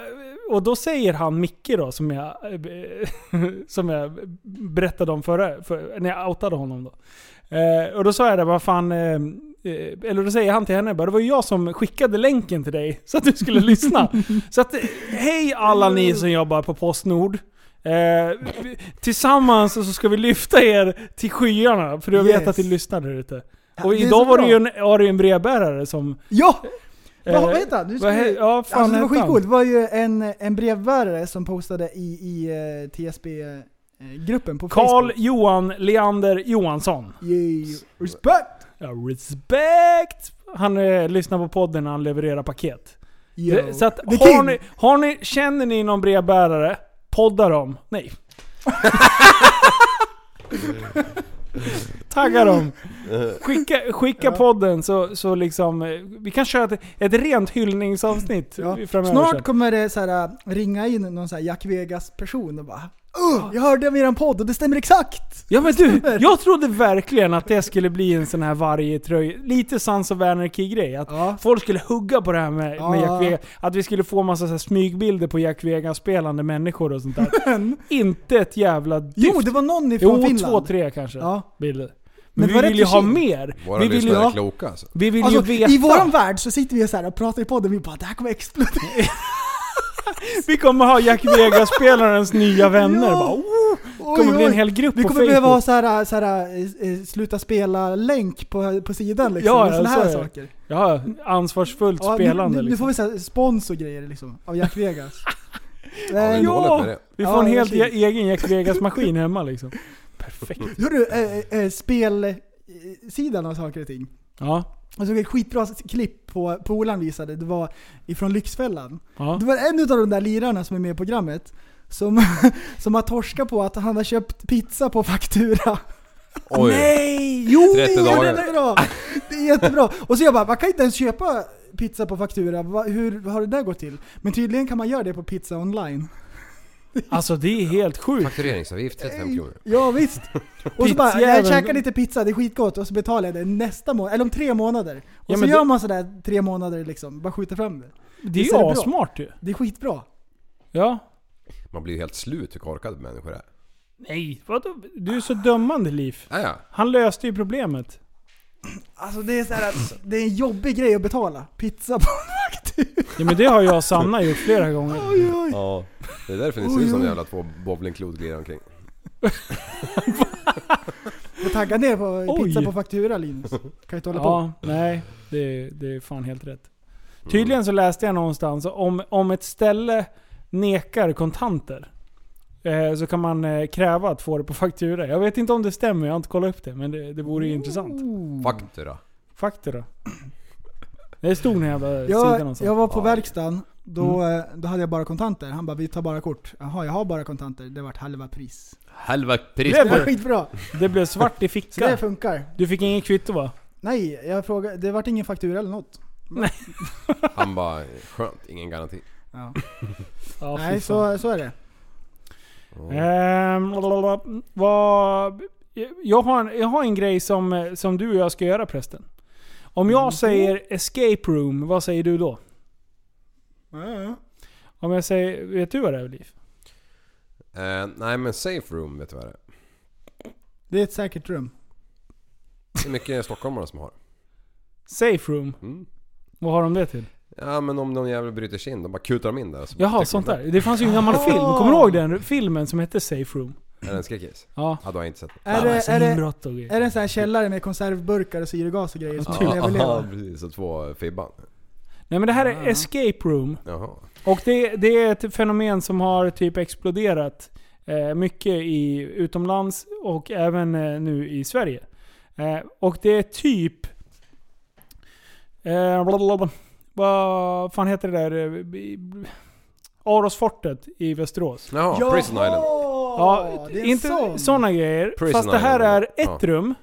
S4: och då säger han Micke då som jag, som jag berättade om förra, för, när jag outade honom då. Eh, och då sa jag det, vad fan... Eh, eh, eller då säger han till henne, bara, det var ju jag som skickade länken till dig så att du skulle lyssna. så att, eh, hej alla ni som jobbar på Postnord. Eh, vi- tillsammans så ska vi lyfta er till skyarna, för jag vet
S5: Yes.
S4: att ni lyssnar där ute.
S5: Ja,
S4: Och
S5: det är
S4: idag
S5: så
S4: var det
S5: bra.
S4: ju en, var det ju en brevbärare som...
S5: Ja!
S4: eh,
S5: Vad, vad heter han? Nu ska
S4: vad he-
S5: vi-
S4: ja, fan
S5: alltså, det var
S4: hette han?
S5: skitcoolt. Det var ju en, en brevbärare som postade i, i eh, TSB-gruppen eh, på
S4: Karl
S5: Facebook.
S4: Johan Leander Johansson.
S5: Yay. Respect!
S4: Ja, respekt! Han eh, lyssnar på podden när han levererar paket.
S5: Yo.
S4: Det- Så att,
S5: The
S4: har
S5: king.
S4: ni, har ni, känner ni någon brevbärare? Podda dem. Nej. Tagga dem. Skicka, skicka podden så, så liksom... eh, Vi kan köra ett, ett rent hyllningsavsnitt
S5: Ja.
S4: framöver. sen.
S5: Snart kommer det så här, äh, ringa in någon så här Jack Vegas-person och bara
S4: Ah.
S5: "Åh, jag hörde om eran podd och det stämmer exakt!
S4: Ja men du,
S5: Stämmer.
S4: jag trodde verkligen att det skulle bli en sån här varje tröja. Lite Sons of Anarchy-grej. Att
S5: Ja.
S4: folk skulle hugga på det här med, med
S5: Ja.
S4: Jack Vegas. Att vi skulle få massa så här smygbilder på Jack Vegas-spelande människor och sånt där. Inte ett jävla dyft.
S5: Jo, det var någon ifrån
S4: Jo,
S5: Finland.
S4: två, tre kanske.
S5: Ja.
S4: bilder. Men,
S5: Men det var
S4: vi
S5: rätt
S4: vill ju ha
S5: försynt.
S4: mer.
S6: Våra
S4: Vi vill ju,
S6: lyssnare är
S4: ha,
S6: kloka alltså.
S4: vi vill
S5: Alltså,
S4: ju veta.
S5: I våran värld så sitter vi så här och pratar i podden vi bara det här kommer explodera.
S4: Vi kommer ha Jack Vegas-spelarens nya vänner.
S5: Ja.
S4: Bara, oh,
S5: Oj,
S4: kommer bli en
S5: oj.
S4: hel grupp
S5: Vi
S4: på
S5: kommer behöva
S4: Facebook.
S5: ha så här, äh, så här äh, äh, sluta spela-länk på, på sidan liksom.
S4: Ja,
S5: och såna
S4: ja, så
S5: här
S4: är det.
S5: saker.
S4: Ja, ansvarsfullt
S5: Ja,
S4: spelande
S5: nu, nu, nu
S4: liksom.
S5: får vi så här spons och grejer liksom, av Jack Vegas.
S6: Ja, det är
S5: Nej,
S6: dåligt med det.
S4: Vi
S5: Ja,
S4: får en helt e-
S5: verkligen.
S4: egen Jack Vegas-maskin hemma liksom. Perfekt.
S5: Hörru, äh, äh, spelsidan av saker och ting.
S4: Ja.
S5: Jag såg ett skitbra s- klipp på Polan visade, det var ifrån Lyxfällan.
S4: ja.
S5: Det var en av de där lirarna som är med i programmet som, som har torskat på att han har köpt pizza på faktura.
S6: Oj.
S5: Nej! Jo!
S6: 30
S5: det är
S6: dagar.
S5: jättebra! Det är jättebra! Och så jag bara, man kan inte ens köpa pizza på faktura, Va, hur har det där gått till? Men tydligen kan man göra det på pizza online.
S4: Alltså det är helt sjukt.
S6: Faktureringsavgift 35 kronor.
S5: Ja visst. Och så bara, jag
S4: Pizzjäveln.
S5: käkar lite pizza, det är skitgott. Och så betalar jag det nästa månad, eller om tre månader. Och
S4: Ja,
S5: så
S4: men
S5: gör
S4: det-
S5: man sådär tre månader liksom, bara skjuter fram det.
S4: Det är
S5: Visst
S4: ju
S5: är det bra?
S4: assmart ju.
S5: Det är skitbra.
S4: Ja.
S6: Man blir ju helt slut hur korkade människor är.
S4: Nej, vadå? Du är så dömande Liv.
S6: Ja, ja.
S4: Han löste ju problemet.
S5: Alltså det är så här att det är en jobbig grej att betala. Pizza på faktura.
S4: Ja men det har jag och Sanna gjort flera gånger.
S5: Oj, oj.
S6: Ja. Det är därför ni ser ut som jävla två bowlingklot glider omkring.
S5: Och tagga ner på
S4: Oj.
S5: pizza på faktura Linus. Kan ju inte hålla på.
S4: Ja, nej. Det är, det är fan helt rätt. Tydligen så läste jag någonstans om, om ett ställe nekar kontanter. Eh, så kan man eh, kräva att få det på faktura. Jag vet inte om det stämmer, jag har inte kollat upp det. Men det, det vore ju intressant.
S5: Mm.
S6: Faktura.
S4: Faktura. Det stod någon jävla alltså. sida
S5: Jag,
S4: någonstans.
S5: jag var på verkstaden, då,
S4: Mm.
S5: eh, då hade jag bara kontanter. Han bara vi tar bara kort. Jaha, jag har bara kontanter. Det vart halva pris.
S6: Halva pris.
S5: Det var
S4: Lever!
S5: skitbra.
S4: Det blev svart i
S5: Så det
S4: fickan.
S5: funkar.
S4: Du fick ingen kvitto va?
S5: Nej, jag frågade, det vart ingen faktura eller något.
S6: Han bara, skönt, ingen garanti.
S5: Ja.
S4: Ja,
S5: Nej, så, så är det.
S4: Ehm, lalalala. vad, jag, har en, jag har en grej som, eh, som du och jag ska göra prästen. Om
S5: Mm.
S4: jag säger escape room, vad säger du då? Om jag säger, vet du vad det är Liv?
S6: Eh, nej men safe room vet du vad det är?
S5: Det är ett säkert rum.
S6: Det är mycket stockholmare som har.
S4: Safe room?
S6: Mm.
S4: Vad har de det till?
S6: Ja men om någon jävel bryter sig in, de bara kutar dem in där. och så
S4: Jaha,
S6: täcker
S4: sånt
S6: de
S4: där. Det fanns ju en gammal film. Kommer du ihåg den filmen som hette Safe room?
S6: Är det en skräckis?
S4: Ja. alltså
S6: Ja, då har jag inte sett
S5: Är det, är, det,
S4: Inbrott och grejer.
S5: är det en sån här källare med konservburkar och syrgas och grejer som
S4: Ja, typ.
S5: skulle
S6: Ja
S5: överleva?
S6: precis, och två Fibban.
S4: Nej men det här är escape room.
S6: Jaha.
S4: Och det, det är ett fenomen som har typ exploderat eh, mycket i utomlands och även eh, nu i Sverige. Eh, och det är typ... Eh, blablabla. vad fan heter det där? eh, b- b- Arosfortet i Västerås.
S6: Jaha, Prison Island.
S4: Ja,
S5: det är
S4: inte
S5: sån.
S4: sådana grejer.
S6: Prison
S4: fast det här
S6: Island.
S4: är ett rum.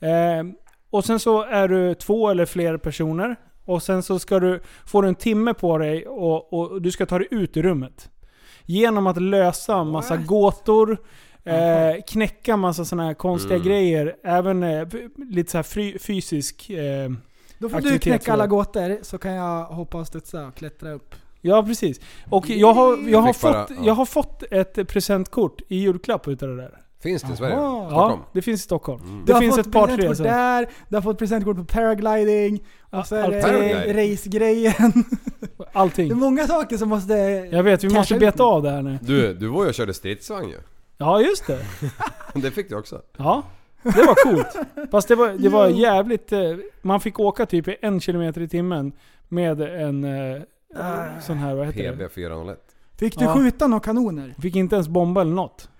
S4: Eh, och sen så är du två eller fler personer. Och sen så ska du, får du en timme på dig och, och du ska ta dig ut ur rummet. Genom att lösa massa gåtor, eh, knäcka massa sådana här konstiga
S6: Mm.
S4: grejer. Även eh, f- lite så här fry, fysisk... Eh,
S5: Då får du
S4: aktivitet
S5: knäcka
S4: tror jag.
S5: alla gåtor så kan jag hoppa och studsa och klättra upp.
S4: Ja, precis. Och jag har, jag har,
S6: Fick bara-
S4: fått,
S6: ja.
S4: jag har fått ett presentkort i julklapp utav det där.
S6: Finns det i Sverige?
S5: Jaha.
S6: Stockholm? Mm.
S4: Ja, det finns i Stockholm.
S5: Du
S4: Det
S5: har
S4: finns
S5: fått
S4: ett par tre.
S5: presentkort
S4: så-
S5: där, du har fått presentkort på paragliding, och så är
S4: allt
S6: paragliding.
S5: det racegrejen. Det är
S4: Allting.
S5: många saker som måste...
S4: Jag vet, vi måste
S5: Casha ut.
S4: beta av det här nu.
S6: Du, du var ju och körde stridsvagn ju.
S4: Ja, just det.
S6: Det fick du också.
S4: Ja, det var coolt. Fast det var, det var jävligt... eh, Man fick åka typ i en kilometer i timmen med en eh, sån här, vad heter det?
S6: PB401.
S5: Ah. Fick du
S4: Ja.
S5: skjuta några kanoner?
S4: Fick inte ens bomba eller något.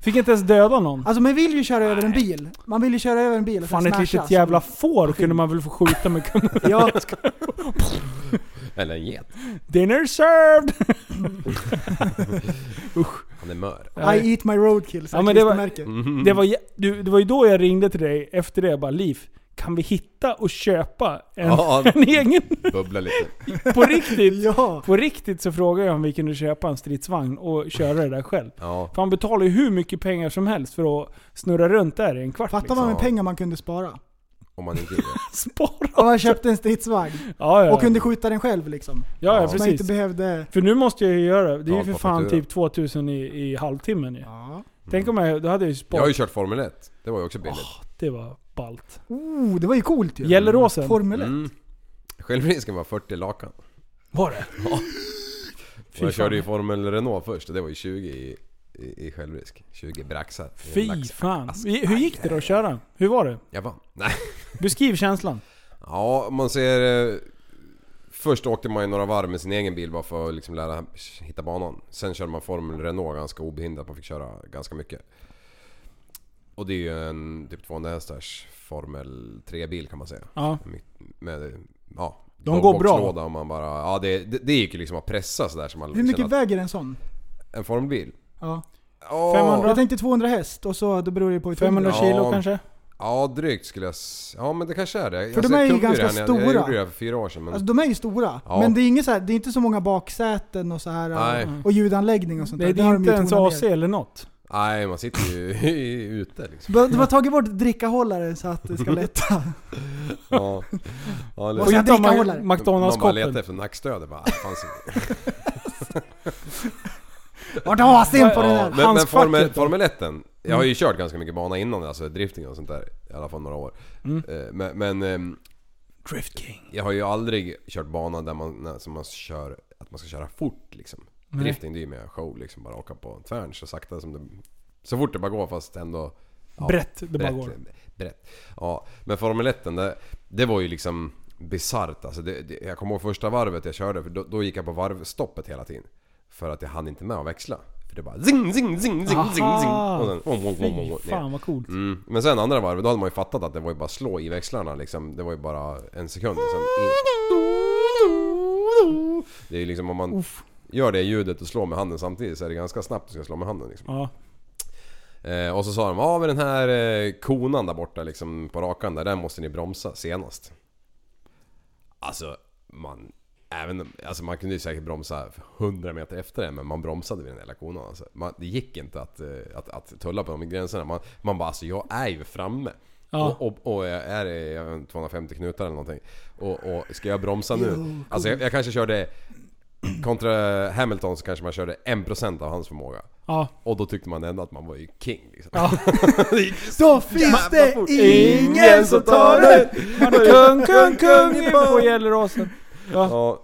S4: Fick inte ens döda någon.
S5: Alltså man vill ju köra över en bil. Man vill ju köra över en bil och sen
S4: Fan ett
S5: smashas. Alltså,
S4: litet jävla får kunde man väl få skjuta med kanon-
S5: Ja,
S6: Eller en get.
S4: Dinner served!
S6: Han är mör.
S5: I eat my roadkill,
S4: Ja, men det var- Mm.
S5: var...
S4: Det var, jä- du, det var ju då jag ringde till dig efter det. Jag bara Liv, kan vi hitta och köpa en,
S6: Ja,
S4: en egen?
S6: bubblar lite.
S4: På riktigt.
S5: Ja.
S4: På riktigt så frågade jag om vi kunde köpa en stridsvagn och köra det där själv.
S6: Ja.
S4: För han betalar ju hur mycket pengar som helst för att snurra runt där i en kvart.
S5: Fattar
S4: Liksom.
S5: man med pengar man kunde spara.
S6: Om man inte gör det.
S4: Spara!
S5: Om man köpte en stridsvagn.
S4: Ja, ja.
S5: Och kunde skjuta den själv liksom.
S4: ja, ja
S5: Så man inte
S4: precis.
S5: behövde...
S4: För nu måste jag ju göra det. Det är ju
S6: Ja,
S4: för
S6: på
S4: fan
S6: faktura.
S4: typ 2000 i, i halvtimmen ju.
S5: Ja.
S4: Tänk om jag... Då hade jag ju
S6: Jag har ju
S4: sparat.
S6: kört Formel 1. Det var ju också billigt.
S4: Det var ballt.
S5: Oh, det var ju coolt ju.
S4: Gelleråsen.
S5: Formel 1.
S6: Mm. Självrisken var 40 lakan.
S4: Var det?
S6: Och jag körde ju Formel Renault först och det var ju 20 i, i, i självrisk. 20 braxar. i en
S4: Fy
S6: lax.
S4: fan. Vi- Hur gick det då att köra? Hur var det?
S6: Jag vann. Nej.
S4: Beskriv känslan.
S6: Ja, om man ser... eh, Först åkte man ju några varv med sin egen bil bara för att liksom lära hitta banan. Sen körde man Formel Renault ganska obehindrat. Man fick köra ganska mycket. Och det är ju en typ 200 hästars Formel 3-bil kan man säga.
S4: Ja.
S6: Mitt- Med, ja,
S4: De går bra.
S6: dogboxlåda och man bara... Ja, det, det, det gick ju liksom att pressa sådär som man
S5: Hur mycket
S6: kände att-
S5: väger en sån?
S6: En Formelbil?
S5: Ja.
S6: Ja,
S4: 500?
S5: Jag tänkte 200 häst och så, då beror det på hur tung
S4: 500
S5: den är.
S4: kilo
S6: Ja.
S4: kanske?
S6: Ja, drygt skulle jag... s- Ja, men det kanske är det. Alltså,
S5: För de
S6: jag
S5: är ju
S6: kunde
S5: ganska
S6: det här när Jag, jag
S5: stora.
S6: gjorde det här för fyra år sedan men...
S5: Alltså de är ju stora.
S6: Ja.
S5: Men det är, inget så här, det är inte så många baksäten och så här
S6: Nej.
S5: och, och ljudanläggning och sånt
S4: Nej, det
S5: har
S4: är
S5: de
S4: inte
S5: ju
S4: ens
S5: tonat
S4: AC
S5: ner.
S4: eller något.
S6: Nej, man sitter ju ute liksom.
S5: Du har- Du har tagit bort drickahållaren så att det ska lätta.
S6: Ja. Ja, eller-
S5: Och så
S4: Sen tar man
S5: drickahållare.
S6: Man bara letar
S4: McDonalds-koppen.
S6: efter nackstöd det bara, ah, fanns inget.
S5: Vart har AC'n på
S4: Ja,
S5: den
S6: ja,
S5: där? Mm.
S6: men, men
S4: Hans
S6: Formel,
S4: facket då?
S6: Formel 1 Jag har ju kört ganska mycket bana innan alltså drifting och sånt där. I alla fall några år.
S5: Mm.
S6: Eh, Men, men ehm,
S4: Drift King.
S6: jag har ju aldrig kört bana där man, när, som man kör, att man ska köra fort liksom. Drifting det är ju mer show liksom, bara åka på tvären så sakta som det... Så fort det bara går fast ändå... Ja,
S4: Brett, det bara
S6: brett,
S4: går.
S6: Brett. Ja, men Formel 1 det, det var ju liksom bisarrt alltså. Det, det, jag kommer ihåg första varvet jag körde, för då, då gick jag på varvstoppet hela tiden. För att jag hann inte med att växla. För det bara zing, zing, zing, zing, zing, zing. Och sen, om, om, om, om,
S4: Fy
S6: om,
S4: fan vad coolt.
S6: Mm. Men sen andra varvet, då hade man ju fattat att det var ju bara slå i växlarna liksom. Det var ju bara en sekund och sen in. Det är ju liksom om man gör det ljudet och slår med handen samtidigt så är det ganska snabbt du ska slå med handen liksom.
S4: Ja.
S6: Eh, och så sa de, ja men den här eh, konan där borta liksom på rakan där, den måste ni bromsa senast. Alltså, man... Även, alltså man kunde ju säkert bromsa 100 meter efter det men man bromsade vid den hela konan alltså. man, Det gick inte att, eh, att, att tulla på de gränserna. Man, man bara alltså jag är ju framme.
S4: Ja.
S6: Och, och, och jag är i, jag vet inte, 250 knutar eller någonting. Och, och ska jag bromsa nu? Alltså jag, jag kanske körde... Kontra Hamilton så kanske man körde 1% av hans förmåga.
S4: Ja.
S6: Och då tyckte man ändå att man var ju king liksom.
S5: Då finns det ingen som tar det!
S4: det! Man är kung, kung, kung på Gelleråsen.
S6: Ja.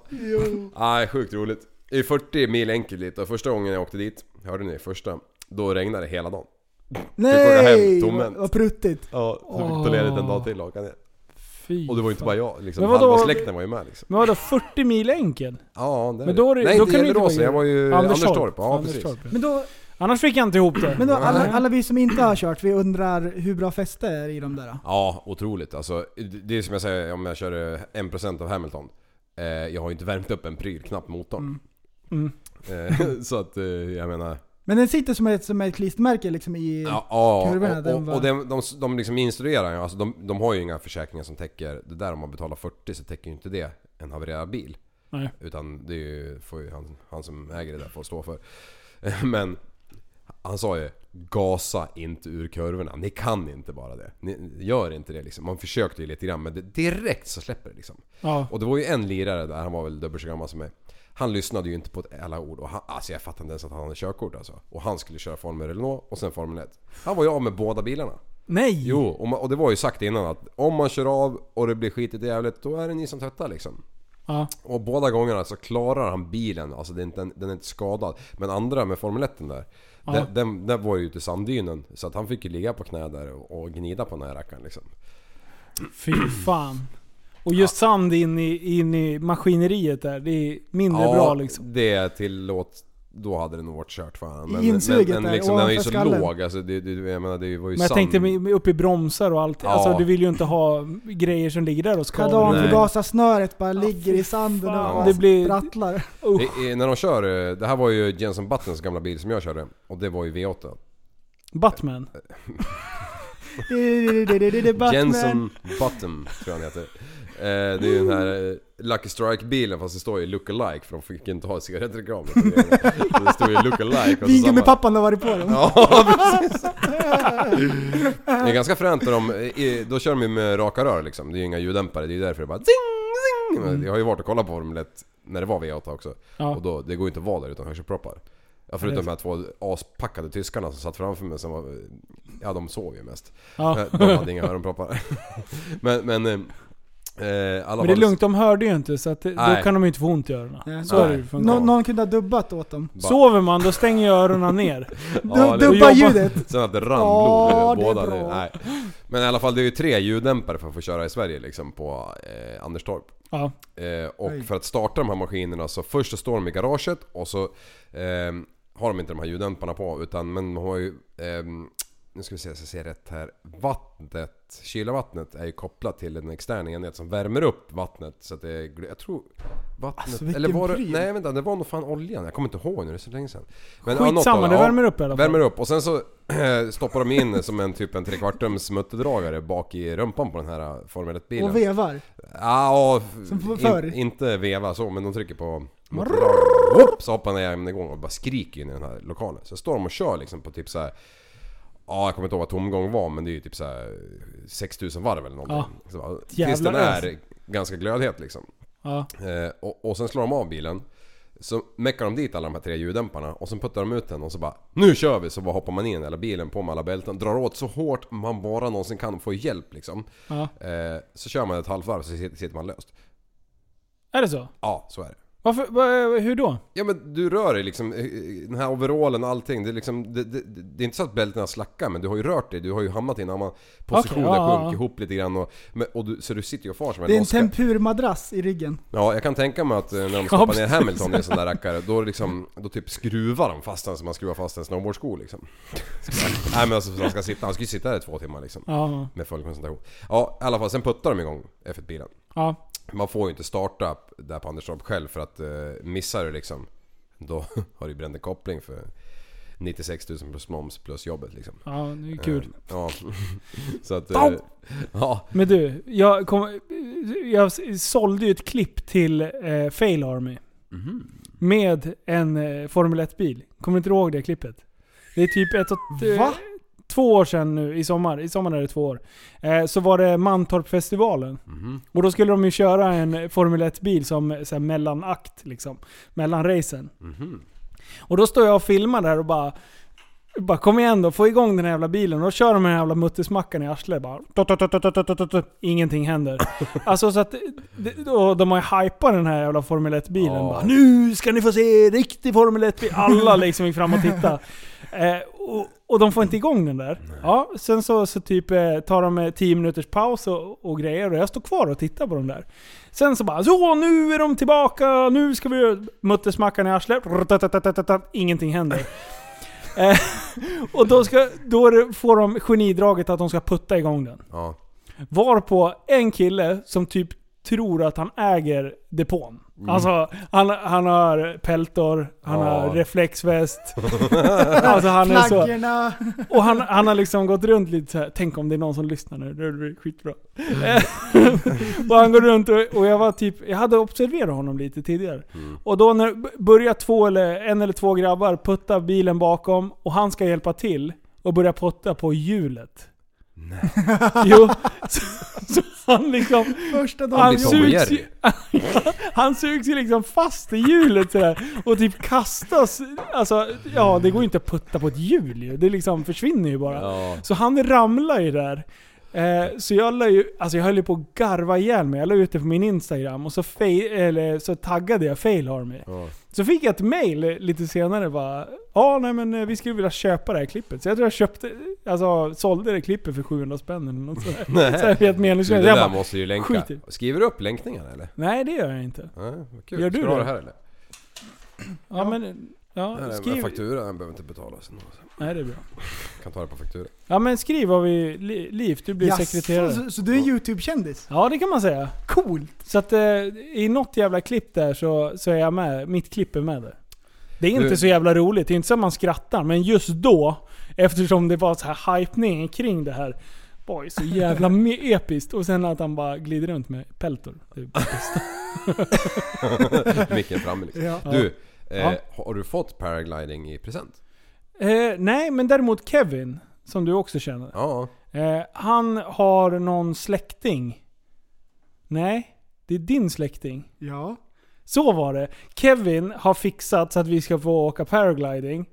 S6: Nej, sjukt roligt. Det är 40 mil enkelt dit och första gången jag åkte dit, hörde ni första, då regnade det hela dagen. åka hem
S5: Nej!
S6: tomhänt.
S5: Vad- Vad pruttigt.
S6: Ja, så fick ta ledigt en dag till och åka ner.
S4: Fy
S6: Och det var ju inte
S4: fan.
S6: bara jag liksom,
S4: Men vadå?
S6: halva släkten var ju med liksom.
S4: Men vadå 40 mil enkel?
S6: Ja, det är
S4: Men då är
S6: det.
S4: det-
S6: Nej,
S4: då
S6: inte
S4: kan det inte vara
S6: Gelleråsen, jag var ju Anders,
S4: Torp.
S6: Torp. Ja,
S4: Anders
S6: precis.
S4: Torp, ja.
S5: Men då,
S4: Annars fick jag inte ihop det.
S5: men då alla, alla vi som inte har kört, vi undrar hur bra fäste är i de där?
S6: Ja, otroligt. Alltså, det- det är som jag säger om jag kör eh, 1% av Hamilton. Eh, jag har ju inte värmt upp en pryl, knappt motorn.
S4: Mm.
S6: Eh, så att eh, jag menar...
S5: Men den sitter som ett, som ett klistermärke liksom i...
S6: Ja, ja
S5: kurvorna,
S6: och,
S5: den
S6: och,
S5: var-
S6: och de, de, de liksom instruerar ju, alltså de, de har ju inga försäkringar som täcker det där om man betalar 40 så täcker ju inte det en havererad bil.
S4: Nej.
S6: Utan det är ju, får ju han, han som äger det där få stå för. Men Han sa ju Gasa inte ur kurvorna. Ni kan inte bara det. Ni gör inte det liksom. Man försökte ju lite grann men det, direkt så släpper det liksom.
S4: Ja.
S6: Och det var ju en lirare där, han var väl dubbelt så gammal som mig. Han lyssnade ju inte på alla ord och han, alltså jag fattade inte ens att han hade körkort alltså. Och han skulle köra Formel Renault och sen Formel 1. Han var ju av med båda bilarna.
S4: Nej!
S6: Jo, och, man, och det var ju sagt innan att om man kör av och det blir skitigt i jävligt då är det ni som töttar liksom.
S4: Ja.
S6: Och båda gångerna så klarar han bilen, alltså den, den, den är inte skadad. Men andra med Formel 1 där, den, den, den var ju ute i sanddynen. Så att han fick ju ligga på knä där och, och gnida på den här rackaren liksom.
S4: Fy fan. Och just sand in i, in i maskineriet där, det är mindre bra liksom.
S6: det tillåt... Då hade det nog varit kört för honom.
S5: I insuget
S6: men, men
S5: där,
S6: liksom, den är ju så
S5: ovanför skallen.
S6: låg, alltså, det, det, jag menar, det var ju
S4: Men jag
S6: sand.
S4: tänkte med- med uppe i bromsar och allt.
S6: Ja.
S4: Alltså du vill ju inte ha grejer som ligger där och skaver.
S6: Nej.
S5: Kardanförgasarsnöret bara ligger
S4: fy
S5: i sanden
S4: fan.
S5: och bara
S4: Det blir-
S5: sprattlar.
S6: I, i, när de kör, eh, det här var ju Jensen Buttons gamla bil som jag körde. Och det var ju V8.
S4: Batman.
S5: Batman.
S6: Jensen Button tror jag han heter. Eh, det är ju den här eh, Lucky Strike-bilen fast det står ju look alike för de fick inte ha cigarettreklam. utan det- Det står ju look alike. och så samma-
S5: Vingummipappan har varit på dem.
S6: Ja precis. Det är ganska fränt när de, i- då kör de ju med raka rör liksom. Det är ju inga ljuddämpare, det är ju därför det bara zing, zing. Jag har ju varit och kollat på Formel 1 när det var V8 också.
S4: Mm. Ja.
S6: Och då, det går ju inte att vara där utan hörselproppar. Ja, förutom de här två aspackade tyskarna som satt framför mig som var... Ja, de sov ju mest. Eh,
S4: Ja.
S6: De hade inga öronproppar. men, men... eh, Eh, i alla
S4: Men det är
S6: fall-
S4: lugnt, de hörde ju inte så att det, då
S6: Nej.
S4: kan de ju inte få ont i öronen.
S5: Nej.
S4: Så är det ju
S6: Nej.
S4: funkar.
S5: Nå, någon kunde ha dubbat åt dem.
S6: Bara-
S4: Sover man, då stänger jag öronen ner.
S6: Ja, det-
S5: Dubba
S4: jobbar-
S5: ljudet.
S6: Sen att det rann
S5: Ja,
S6: blod
S5: det
S6: ur
S5: är
S6: båda.
S5: bra.
S6: Det, nej. Men i alla fall, det är ju tre ljuddämpare för att få köra i Sverige liksom på eh, Anderstorp.
S4: Ja.
S6: Eh, och
S5: Oj.
S6: för att starta de här maskinerna så först så står de i garaget och så ehm, har de inte de här ljuddämparna på utan men de har ju... ehm, nu ska vi se så jag ser rätt här. Vattnet, kylavattnet är ju kopplat till en extern enhet som värmer upp vattnet så att det är, gl- Jag tror... Vattnet...
S5: Alltså, vilken
S6: eller var det,
S5: pryl.
S6: Nej vänta, det var nog fan oljan. Jag kommer inte ihåg nu, det är så länge sedan. Men, ja, något
S4: Skitsamma,
S6: av
S4: det
S6: ja.
S4: värmer upp i alla fall.
S6: Värmer upp och sen så stoppar de in som en typ en trekvartums mutterdragare bak i rumpan på den här Formel 1-bilen.
S5: Och vevar.
S6: Ja, och f-
S5: Som förr.
S6: in, inte veva så men de trycker på motordörren. Whoop, så hoppar den igång och bara skriker in i den här lokalen. Så står de och kör liksom på typ så här. Ja, jag kommer inte ihåg vad tomgång var men det är ju typ så här 6000 varv eller någonting. Så bara, tills
S4: Jävlar
S6: den är ganska glödhet liksom.
S4: Ja.
S6: Eh, och, och sen slår de av bilen. Så meckar de dit alla de här tre ljuddämparna och sen puttar de ut den och så bara Nu kör vi! Så bara hoppar man in i den hela bilen på med alla bälten, drar åt så hårt man bara någonsin kan och får hjälp liksom.
S4: Ja.
S6: Eh, så kör man ett halvvarv så sit- sitter man löst.
S4: Är det så?
S6: Ja, så är det.
S4: Varför, va- hur då?
S6: Ja men du rör dig liksom, eh, eh, den här overallen och allting. Det är, liksom, det, det, det är inte så att bältena slackar men du har ju rört dig. Du har ju hamnat i en annan position
S4: Okej, ja, ja,
S6: där
S4: ja.
S6: sjunk ihop lite grann. Och, men, och du, så du sitter ju och far som en
S5: Det är en
S6: åska.
S5: tempurmadrass i ryggen.
S6: Ja, jag kan tänka mig att eh, när de
S4: Ja,
S6: stoppar ner
S4: precis.
S6: Hamilton i en sån där rackare, då, liksom, då typ skruvar de fast den som man skruvar fast en snowboardsko liksom. Nej men alltså, så han ska sitta, han ska ju sitta där i två timmar liksom.
S4: Ja.
S6: Med full koncentration. Ja, i alla fall, sen puttar de igång F1-bilen.
S4: Ja.
S6: Man får ju inte starta där på Anderstorp själv för att eh, missar du liksom, då har du ju bränt en koppling för 96 000 plus moms plus jobbet liksom.
S4: Ja, det är kul.
S6: Eh, Ja. Så att... Eh, ja,
S4: Men du, jag, kom, jag sålde ju ett klipp till eh, Fail Army. Med en eh, Formel 1-bil. Kommer du inte ihåg det klippet? Det är typ ett och... eh,
S5: Va?
S4: Två år sedan nu i sommar, i sommar är det två år. Eh, så var det Mantorpfestivalen. Och då skulle de ju köra en Formel 1-bil som så här, mellanakt liksom. Mellan racen. Och då står jag och filmar där och bara... Bara kom igen då, få igång den här jävla bilen. Och då kör de den här jävla muttersmackan i arslet bara. Tot, tot, tot, tot, tot, tot, tot, tot. Ingenting händer. Alltså så att... det- Och de har ju hypat den här jävla Formel 1-bilen.
S6: Ja.
S4: Bara, nu ska ni få se riktig Formel 1-bil. Alla liksom gick fram och tittade. Eh, och, och de får inte igång den där. Ja, sen så, så typ eh, tar de eh, 10 minuters paus och, och grejer. Och jag står kvar och tittar på dem där. Sen så bara så nu är de tillbaka, nu ska vi göra muttersmackan i arslet. Rrrtatatatatat, Ingenting händer. Eh, och då, ska, då är det- får de genidraget att de ska putta igång den.
S6: ja.
S4: Varpå en kille som typ tror att han äger depån. Alltså, han, han har peltor, han
S6: Ja.
S4: har reflexväst. alltså han är så.
S5: Flaggorna!
S4: Och han, han har liksom gått runt lite så här. tänk om det är någon som lyssnar nu, det blir skitbra. och han går runt och, och jag var typ, jag hade observerat honom lite tidigare. Och då när b- börjar två eller, en eller två grabbar putta bilen bakom och han ska hjälpa till och börja potta på hjulet. Nej. Jo, så, så han liksom...
S5: Första dagen
S4: Han
S6: blir Tom och
S4: sugs, ju,
S6: Jerry.
S4: han sugs ju liksom fast i hjulet sådär. Och typ kastas. Alltså, ja det går ju inte att putta på ett hjul ju. Det liksom försvinner ju bara.
S6: Ja.
S4: Så han ramlar ju där. Eh, så jag la ju, alltså jag höll ju på att garva ihjäl mig. Jag la ut det på min Instagram och så, fej- eller, så taggade jag fail army.
S6: Ja.
S4: Så fick jag ett mail lite senare bara. Ja nej men eh, vi skulle vilja köpa det här klippet. Så jag tror jag köpte, alltså sålde det klippet för 700 spänn eller något sådär.
S6: Nej.
S4: Så här helt
S6: Du, det
S4: meningslöst. Jag
S6: där
S4: bara,
S6: måste du ju länka.
S4: skit i.
S6: Skriver du upp länkningarna eller?
S4: Nej det gör jag inte.
S6: Ja, vad kul.
S4: Gör
S6: Ska
S4: du
S6: ha
S4: det?
S6: det här eller?
S4: Ja, men...
S6: Här
S4: Ja,
S6: är
S4: skriv...
S6: Fakturan den behöver inte betalas.
S4: Nej, det är bra.
S6: Kan ta det på faktura.
S4: Ja, men skriv vad vi... Li- Liv, du blir
S5: Jaså,
S4: sekreterare.
S5: Så, så du är en YouTube-kändis?
S4: Ja, det kan man säga. Coolt! Så att eh, i något jävla klipp där så, så är jag med. Mitt klipp är med där. Det är inte
S6: Du-
S4: så jävla roligt. Det är inte så att man skrattar. Men just då, eftersom det var så här hypning kring det här. Boy, så jävla me- episkt. Och sen att han bara glider runt med peltor. Typ.
S6: Micken framme liksom.
S5: Ja.
S6: Du, eh,
S4: Ja.
S6: har du fått paragliding i present?
S4: Eh, nej, men däremot Kevin, som du också känner.
S6: Ja.
S4: Eh, han har någon släkting. Nej, det är din släkting.
S5: Ja.
S4: Så var det. Kevin har fixat så att vi ska få åka paragliding.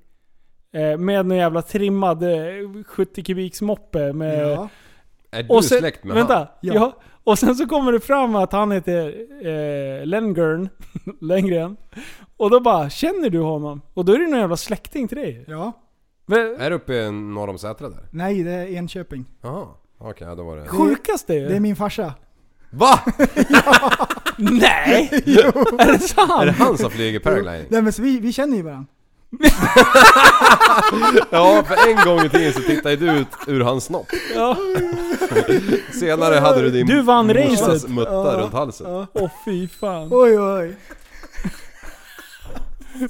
S4: Eh, med någon jävla trimmad eh, 70 kubiks moppe med...
S5: ja.
S6: Är du
S4: och sen,
S6: släkt med
S4: vänta,
S6: han?
S4: Ja.
S5: Ja.
S4: Och sen så kommer det fram att han heter eh, Lenngren. Lenngren. Och då bara, känner du honom? Och då är det någon jävla släkting till dig.
S5: ja.
S4: Men,
S6: Är du uppe i norr om Sätra där?
S5: Nej, det är Enköping.
S6: Jaha. Okej, ja, då var det...
S4: sjukaste är ju...
S5: Det är min farsa.
S6: VA?
S4: Nej! Är det sant?
S6: Är det han som flyger paragliding?
S5: Nej men så vi, vi känner ju varandra.
S6: Ja, för en gång i tiden så tittade du ut ur hans snopp.
S4: Ja.
S6: Senare hade du din
S4: Du vann
S6: morsas
S4: racet.
S6: mutta
S5: Ja.
S6: runt halsen.
S4: Åh fy fan.
S5: Oj oj.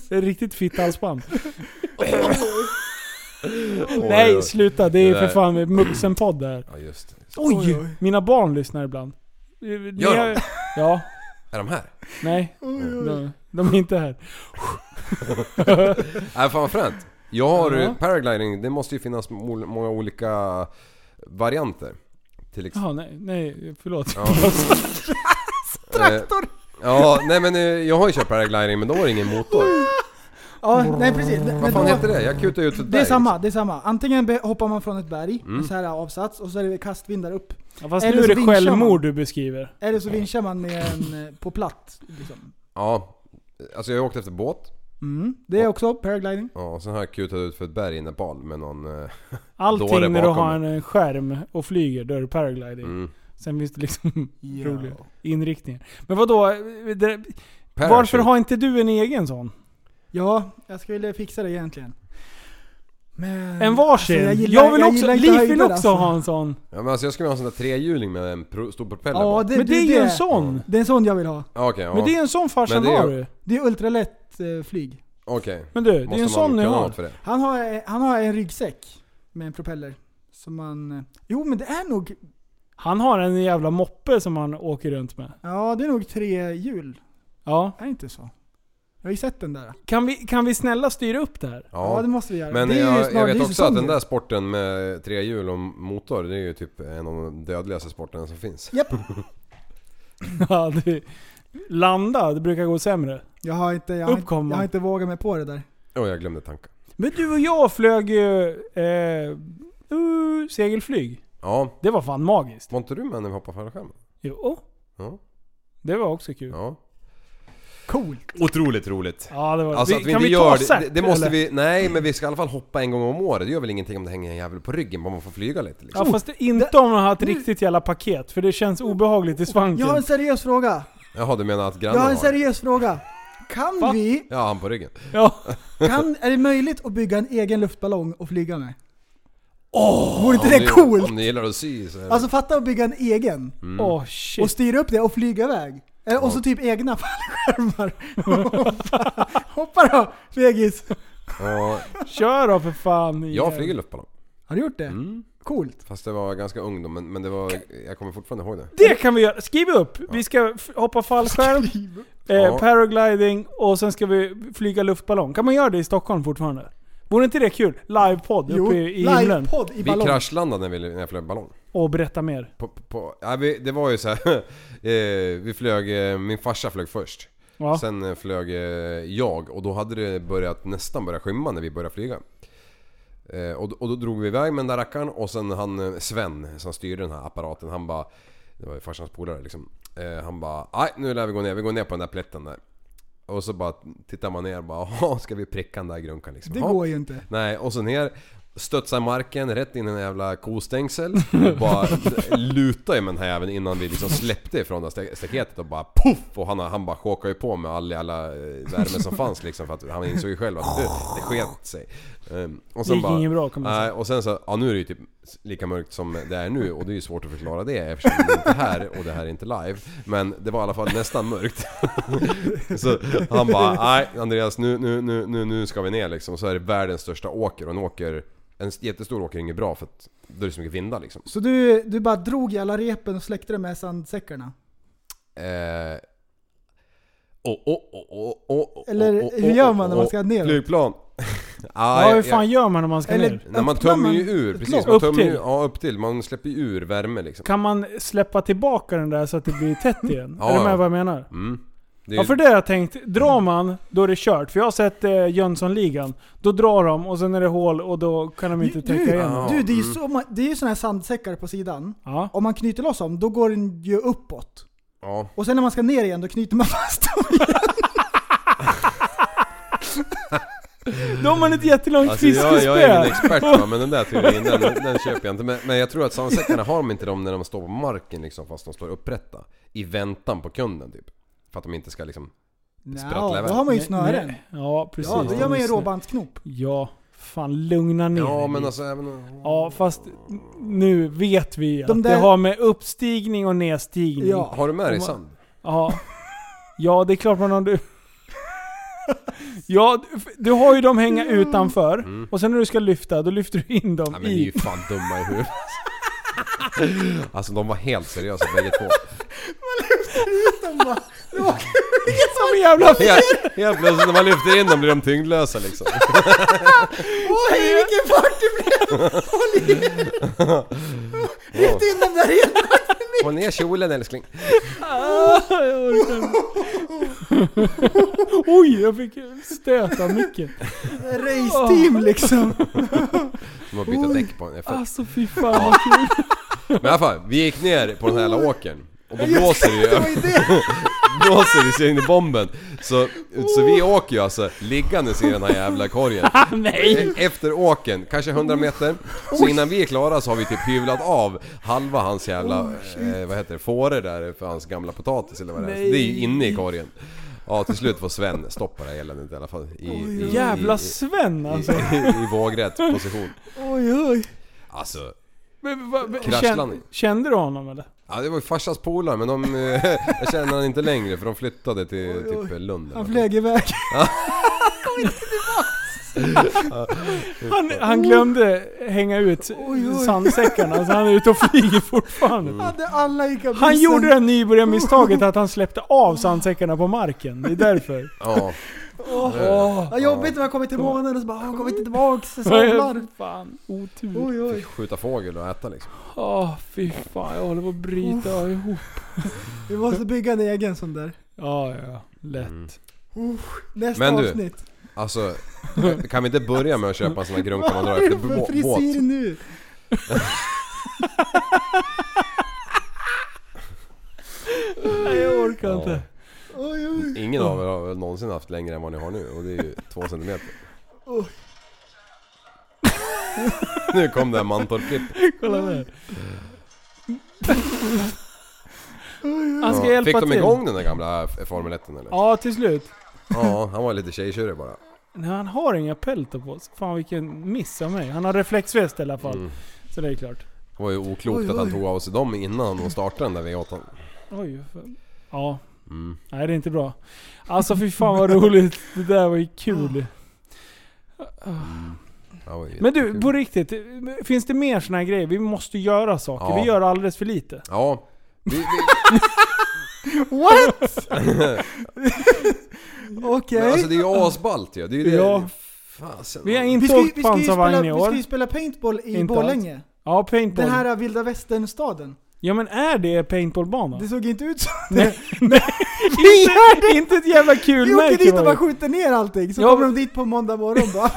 S4: Det är riktigt fitt halsband.
S6: Oj,
S4: Nej
S6: oj.
S4: sluta, det är
S6: Det
S4: för
S6: där-
S4: fan Muxen-podd där.
S6: Ja, just det.
S5: Oj, oj.
S4: Mina barn lyssnar ibland. Eh, Ni
S6: Gör
S4: har-
S6: de?
S4: Ja,
S6: Är de här?
S4: nej. De, de är inte här.
S6: Nej, fan vad fränt. Jag har
S4: Ja.
S6: paragliding, det måste ju finnas mol- många olika varianter. Till exempel...
S4: Jaha, nej, nej, förlåt.
S6: Ja. Traktor! Eh, Ja, nej men eh, jag har ju kört paragliding men då var det ingen motor.
S5: Ja, nej precis. Men
S6: Vad fan
S5: då-
S6: heter det? Jag kutade ut ett
S5: Det är
S6: berg,
S5: samma, det är samma. Antingen be- hoppar man från ett berg, en så här avsats, och så är det kastvindar upp.
S4: Ja, fast
S5: Eller
S4: nu är
S5: så
S4: det
S5: vinschar man.
S4: självmord du beskriver.
S5: Eller så vinschar man med en eh, på platt. Liksom.
S6: Ja. Alltså jag har åkt efter båt.
S5: Mm. Det är också paragliding.
S6: Ja, och sen har jag kutat ut för ett berg i Nepal med någon... eh, Då är det
S4: Allting när du
S6: bakom
S4: har en eh, skärm och flyger, då är det paragliding.
S6: Mm.
S4: Sen finns det liksom roliga inriktningar. Men vadå? Eh, Det,
S6: parachute.
S4: varför har inte du en egen sån?
S5: Ja, jag skulle fixa det egentligen. Men,
S4: En varsin?
S5: Alltså,
S4: jag,
S5: jag gillar-
S4: vill
S5: jag
S4: också,
S5: gillar inte
S4: Liv
S5: höjder,
S4: vill också
S5: alltså.
S4: ha en sån.
S6: Ja men alltså jag skulle vilja ha en sån där trehjuling med en pro- stor propeller
S5: Ja,
S6: bak.
S5: det,
S4: Men det är ju en sån.
S5: Det är en sån jag vill ha.
S6: Ja, Okej, ja.
S4: Men det är en sån farsan
S6: Men det är-
S4: har du.
S5: Det är ultralätt eh, flyg.
S6: Okej.
S4: Men du, det är en
S6: Måste
S4: sån
S6: man
S4: du
S6: kunna
S4: har.
S6: något för det?
S5: Han har, eh, han har en ryggsäck med en propeller. Som man... eh, Jo men det är nog...
S4: Han har en jävla moppe som han åker runt med.
S5: Ja det är nog tre hjul.
S4: Ja.
S5: Är det inte så? Jag har ju sett den där.
S4: Kan vi, kan vi snälla styra upp det här?
S5: Ja, det måste vi göra.
S6: Men
S5: det är ju
S6: jag, jag
S5: snart- det
S6: vet
S5: är
S6: också att den
S5: säsongen.
S6: där sporten med trehjul och motor, det är ju typ en av de dödligaste sporterna som finns.
S5: Japp.
S4: Ja, det, landa, det brukar gå sämre.
S5: Jag har, inte, jag, har inte,
S4: Uppkomma.
S5: jag har inte vågat mig på det där.
S6: Åh, jag glömde tanka.
S4: Men du och jag flög ju eh, uh, segelflyg.
S6: Ja,
S4: Det var fan magiskt.
S6: var inte du med när vi hoppade fallskärm?
S4: Jo, åh,
S6: Ja.
S4: det var också kul. Ja,
S6: ja.
S5: Coolt.
S6: Otroligt roligt.
S4: det var vi-
S6: Alltså att vi
S4: Kan
S6: inte
S4: vi ta
S6: gör det,
S4: set,
S6: det, det måste
S4: eller?
S6: vi, nej men vi ska i alla fall hoppa en gång om året. Det gör väl ingenting om det hänger en jävel på ryggen, bara man får flyga lite liksom.
S4: Ja, fast det, inte om man har ett riktigt jävla paket, för det känns obehagligt i svanken.
S5: Jag har en seriös fråga.
S6: Jaha du menar att
S5: Jag
S6: grannen
S5: har en
S6: har?
S5: seriös fråga. Kan
S4: Va?
S5: vi...
S6: Ja, han på ryggen.
S4: Ja.
S5: Kan, är det möjligt att bygga en egen luftballong och flyga med? Vore inte det
S6: Om ni-
S5: coolt?
S6: Om ni gillar att sy så är det...
S5: Alltså fatta att bygga en egen.
S6: Mm.
S4: Åh shit.
S5: Och styra upp det och flyga iväg. Eller, och så typ egna fallskärmar. Hoppa- Hoppa då, fegis!
S6: ja,
S4: Kör då för fan. igen.
S6: jag flyger luftballong.
S5: Har du gjort det?
S4: Mm.
S5: Coolt.
S6: Fast det var ganska ung då, men, men det var, jag kommer fortfarande ihåg det.
S4: Det kan vi göra. Skriv upp. Vi ska f- hoppa fallskärm, eh,
S6: Ja.
S4: paragliding och sen ska vi flyga luftballong. Kan man göra det i Stockholm fortfarande? Vore inte det kul? Livepodd uppe i, i himlen.
S5: livepodd i
S6: Vi
S5: ballong.
S6: kraschlandade när, vi, när jag flög ballong.
S4: Och berätta mer.
S6: På, på, ja, vi, det var ju så här, eh, vi flög, eh, min farsa flög först.
S4: Ja.
S6: Sen eh, flög eh, jag och då hade det börjat nästan börja skymma när vi började flyga. Eh, och, då- och då drog vi iväg med den där rackaren och sen han eh, Sven som styrde den här apparaten han bara... Det var ju farsans polare liksom. Eh, han bara nej nu lär vi gå ner, vi går ner på den där plätten där. Och så bara tittar man ner och bara "Jaha, ska vi pricka den där grunkan liksom?
S5: Det
S6: Ja.
S5: går ju inte.
S6: Nej, och så ner. Studsar marken rätt in i en jävla kostängsel. Bara lutar ju med den här jäveln innan vi liksom släppte ifrån det här staketet och bara poff! Och han, han bara chockade ju på med all jävla eh, värme som fanns liksom för att han insåg ju själv att det, det sket sig. Ehm, Och
S4: Det gick inget bra, kan man säga.
S6: Nej, och sen så, ja nu är det ju typ lika mörkt som det är nu och det är ju svårt att förklara det eftersom det inte är här och det här är inte live. Men det var i alla fall nästan mörkt. Så han bara, nej Andreas nu, nu, nu, nu, nu ska vi ner liksom. Så är det världens största åker och en åker, en jättestor åker är inget bra för att då är det så mycket vindar liksom.
S5: Så du, du bara drog i alla repen och släckte dem med sandsäckarna?
S6: Eh, oh, oh, oh, oh, oh,
S5: Eller hur gör man när man ska neråt?
S6: Flygplan.
S4: Ja,
S6: Ah,
S4: hur fan gör man när man ska
S5: Eller-
S4: ner?
S6: när man
S5: öppnar
S6: tömmer ju
S5: man
S6: ur,
S5: ett
S6: precis.
S5: lock?
S6: Man
S4: Upp
S6: tömmer ju,
S4: till?
S6: ja, upp till. Man släpper ju ur värme liksom.
S4: Kan man släppa tillbaka den där så att det blir tätt igen?
S6: Ja,
S4: är du med
S6: ja.
S4: vad jag menar?
S6: Mm. Det är,
S4: Ja för det har jag tänkt. Drar man, då är det kört. För jag har sett eh, Jönssonligan. Då drar de och sen är det hål och då kan de inte
S5: Du,
S4: täcka igen. Mm.
S6: Ja.
S5: du, det är ju så, ma- det är ju såna här sandsäckar på sidan.
S4: Ja.
S5: Om man knyter loss dem, då går den ju uppåt.
S6: ja.
S5: Och sen när man ska ner igen, då knyter man fast dem.
S4: Då har man ett jättelångt
S6: Alltså jag,
S4: fiskespö.
S6: jag är ingen expert va, men den där teorin den, den köper jag inte. Men, men jag tror att sandsäckarna har de inte dem när de står på marken liksom fast de står upprätta. I väntan på kunden typ. För att de inte ska liksom... Sprattlar
S5: Nja,
S6: iväg.
S5: då har man ju
S4: Nej,
S5: snören.
S4: nej. Ja precis.
S5: Ja, då gör man ju
S4: Snö-
S5: råbandsknop.
S4: Ja, fan lugna ner
S6: Ja
S4: dig.
S6: men alltså även...
S4: Ja fast nu vet vi att
S5: De
S4: det
S5: där-
S4: har med uppstigning och nedstigning.
S5: Ja.
S6: Har du med dig sand?
S4: Ja, ja det är klart man har... Du... Ja, du- du har ju dem hänga utanför och sen när du ska lyfta, då lyfter du in dem
S6: Nej Mm. men ni är
S4: i.
S6: ju fan dumma i huvudet. Alltså de var helt seriösa bägge två.
S4: Som jävla f-
S6: Helt, helt plötsligt när man lyfter in dem blir de tyngdlösa liksom.
S5: Åh hej vilken fart det blev! Håll i! Ryck in dem där igen!
S6: Håll ner kjolen älskling.
S4: Jag orkar inte. Oj, jag fick stöta mycket.
S5: Race-team liksom.
S6: De har bytt däck på en F1.
S4: Alltså fy fan vad kul.
S6: Men i alla fall, vi gick ner på den här jävla åkern. Och då blåser det ju
S5: Det var ju det!
S6: blåser det sig in i bomben. Så, så vi åker ju alltså liggandes i den här jävla korgen.
S4: Ah, Nej! Oh.
S6: E- Efter åken, kanske 100 meter. Så innan vi är klara så har vi typ hyvlat av halva hans jävla,
S4: Oh,
S6: eh, vad heter det, fåre där för hans gamla potatis eller vad det är. Så Det är ju inne i korgen. Ja till slut får Sven stoppa det här eländet i alla fall. I, i,
S4: Jävla
S6: i,
S4: Sven
S6: i,
S4: alltså.
S6: i, i vågrätt position.
S5: Oj oj.
S6: Alltså,
S4: Men, va- va-
S6: Kraschlandning.
S4: kän- Kände du honom eller?
S6: ja, det var ju farsans polare men de, eh, jag känner han inte längre för de flyttade till typ Lund.
S5: Han flög iväg.
S4: Han, han glömde hänga ut sandsäckarna så han är ute och flyger fortfarande.
S5: Hade alla i kabinen.
S4: Han gjorde det här nybörjarmisstaget att han släppte av sandsäckarna på marken. Det är därför.
S6: Ja.
S5: Vad jobbigt när man kommit till månen och så bara "Ah, han kommer inte tillbaks, jag somnar.
S4: Fan, otur.
S5: Oj oj.
S6: Fick skjuta fågel och äta liksom.
S4: Åh, fy fan. Jag håller på att bryta ihop.
S5: Vi måste bygga en egen sån där.
S4: Ja, ja. Lätt.
S6: Mm.
S5: Nästa
S6: Men du,
S5: avsnitt.
S6: Alltså, kan vi inte börja med att köpa en sån här grunka man drar
S5: Vad är
S6: efter
S5: det för
S6: bå- båt?
S5: frisyr nu?
S4: Nej, jag orkar
S6: Ja.
S4: inte.
S5: Oj oj.
S6: Ingen av er har väl någonsin haft längre än vad ni har nu och det är ju två centimeter. nu kom det här mantorpklipp.
S4: Kolla där. Han ska
S6: Ja.
S4: hjälpa
S6: Fick de
S4: till.
S6: igång den där gamla F- Formel 1 eller?
S4: Ja, till slut.
S6: Ja, han var lite tjejtjurig bara.
S4: Nej, han har inga peltor på sig. Fan vilken miss av mig. Han har reflexväst i alla fall.
S6: Mm.
S4: Så det är klart.
S6: Det var ju oklokt
S5: Oj,
S6: att han
S5: oj.
S6: tog av sig dem innan de startade den där V8.
S4: Oj. för- Ja.
S6: Mm.
S4: Nej, det är inte bra. Alltså fy fan vad roligt. Det där var ju kul.
S6: Det var ju
S4: Men du,
S6: jättekul.
S4: på riktigt. Finns det mer såna här grejer? Vi måste göra saker.
S6: Ja.
S4: Vi gör alldeles för lite.
S6: Ja. Vi, vi,
S5: What? Okej.
S6: men alltså det är ju asballt ju. Det är ju det.
S4: Ja.
S6: Fasen.
S4: Vi har
S5: Vi
S4: inte
S5: ska, ju-
S4: åkt
S5: vi, ska ju
S4: pansarvagn
S5: spela,
S4: i
S5: vi ska
S4: år.
S5: ju spela paintball i
S4: Inte
S5: Borlänge.
S4: Ja, paintball.
S5: Den här vilda västern-staden.
S4: Ja men är det paintballbana?
S5: Det såg inte ut så.
S4: inte, inte ett jävla kul
S5: Vi åker
S4: märke
S5: dit och
S4: var
S5: bara
S4: det.
S5: skjuter ner allting, så
S4: Ja,
S5: kommer
S4: men-
S5: de dit på måndag morgon bara.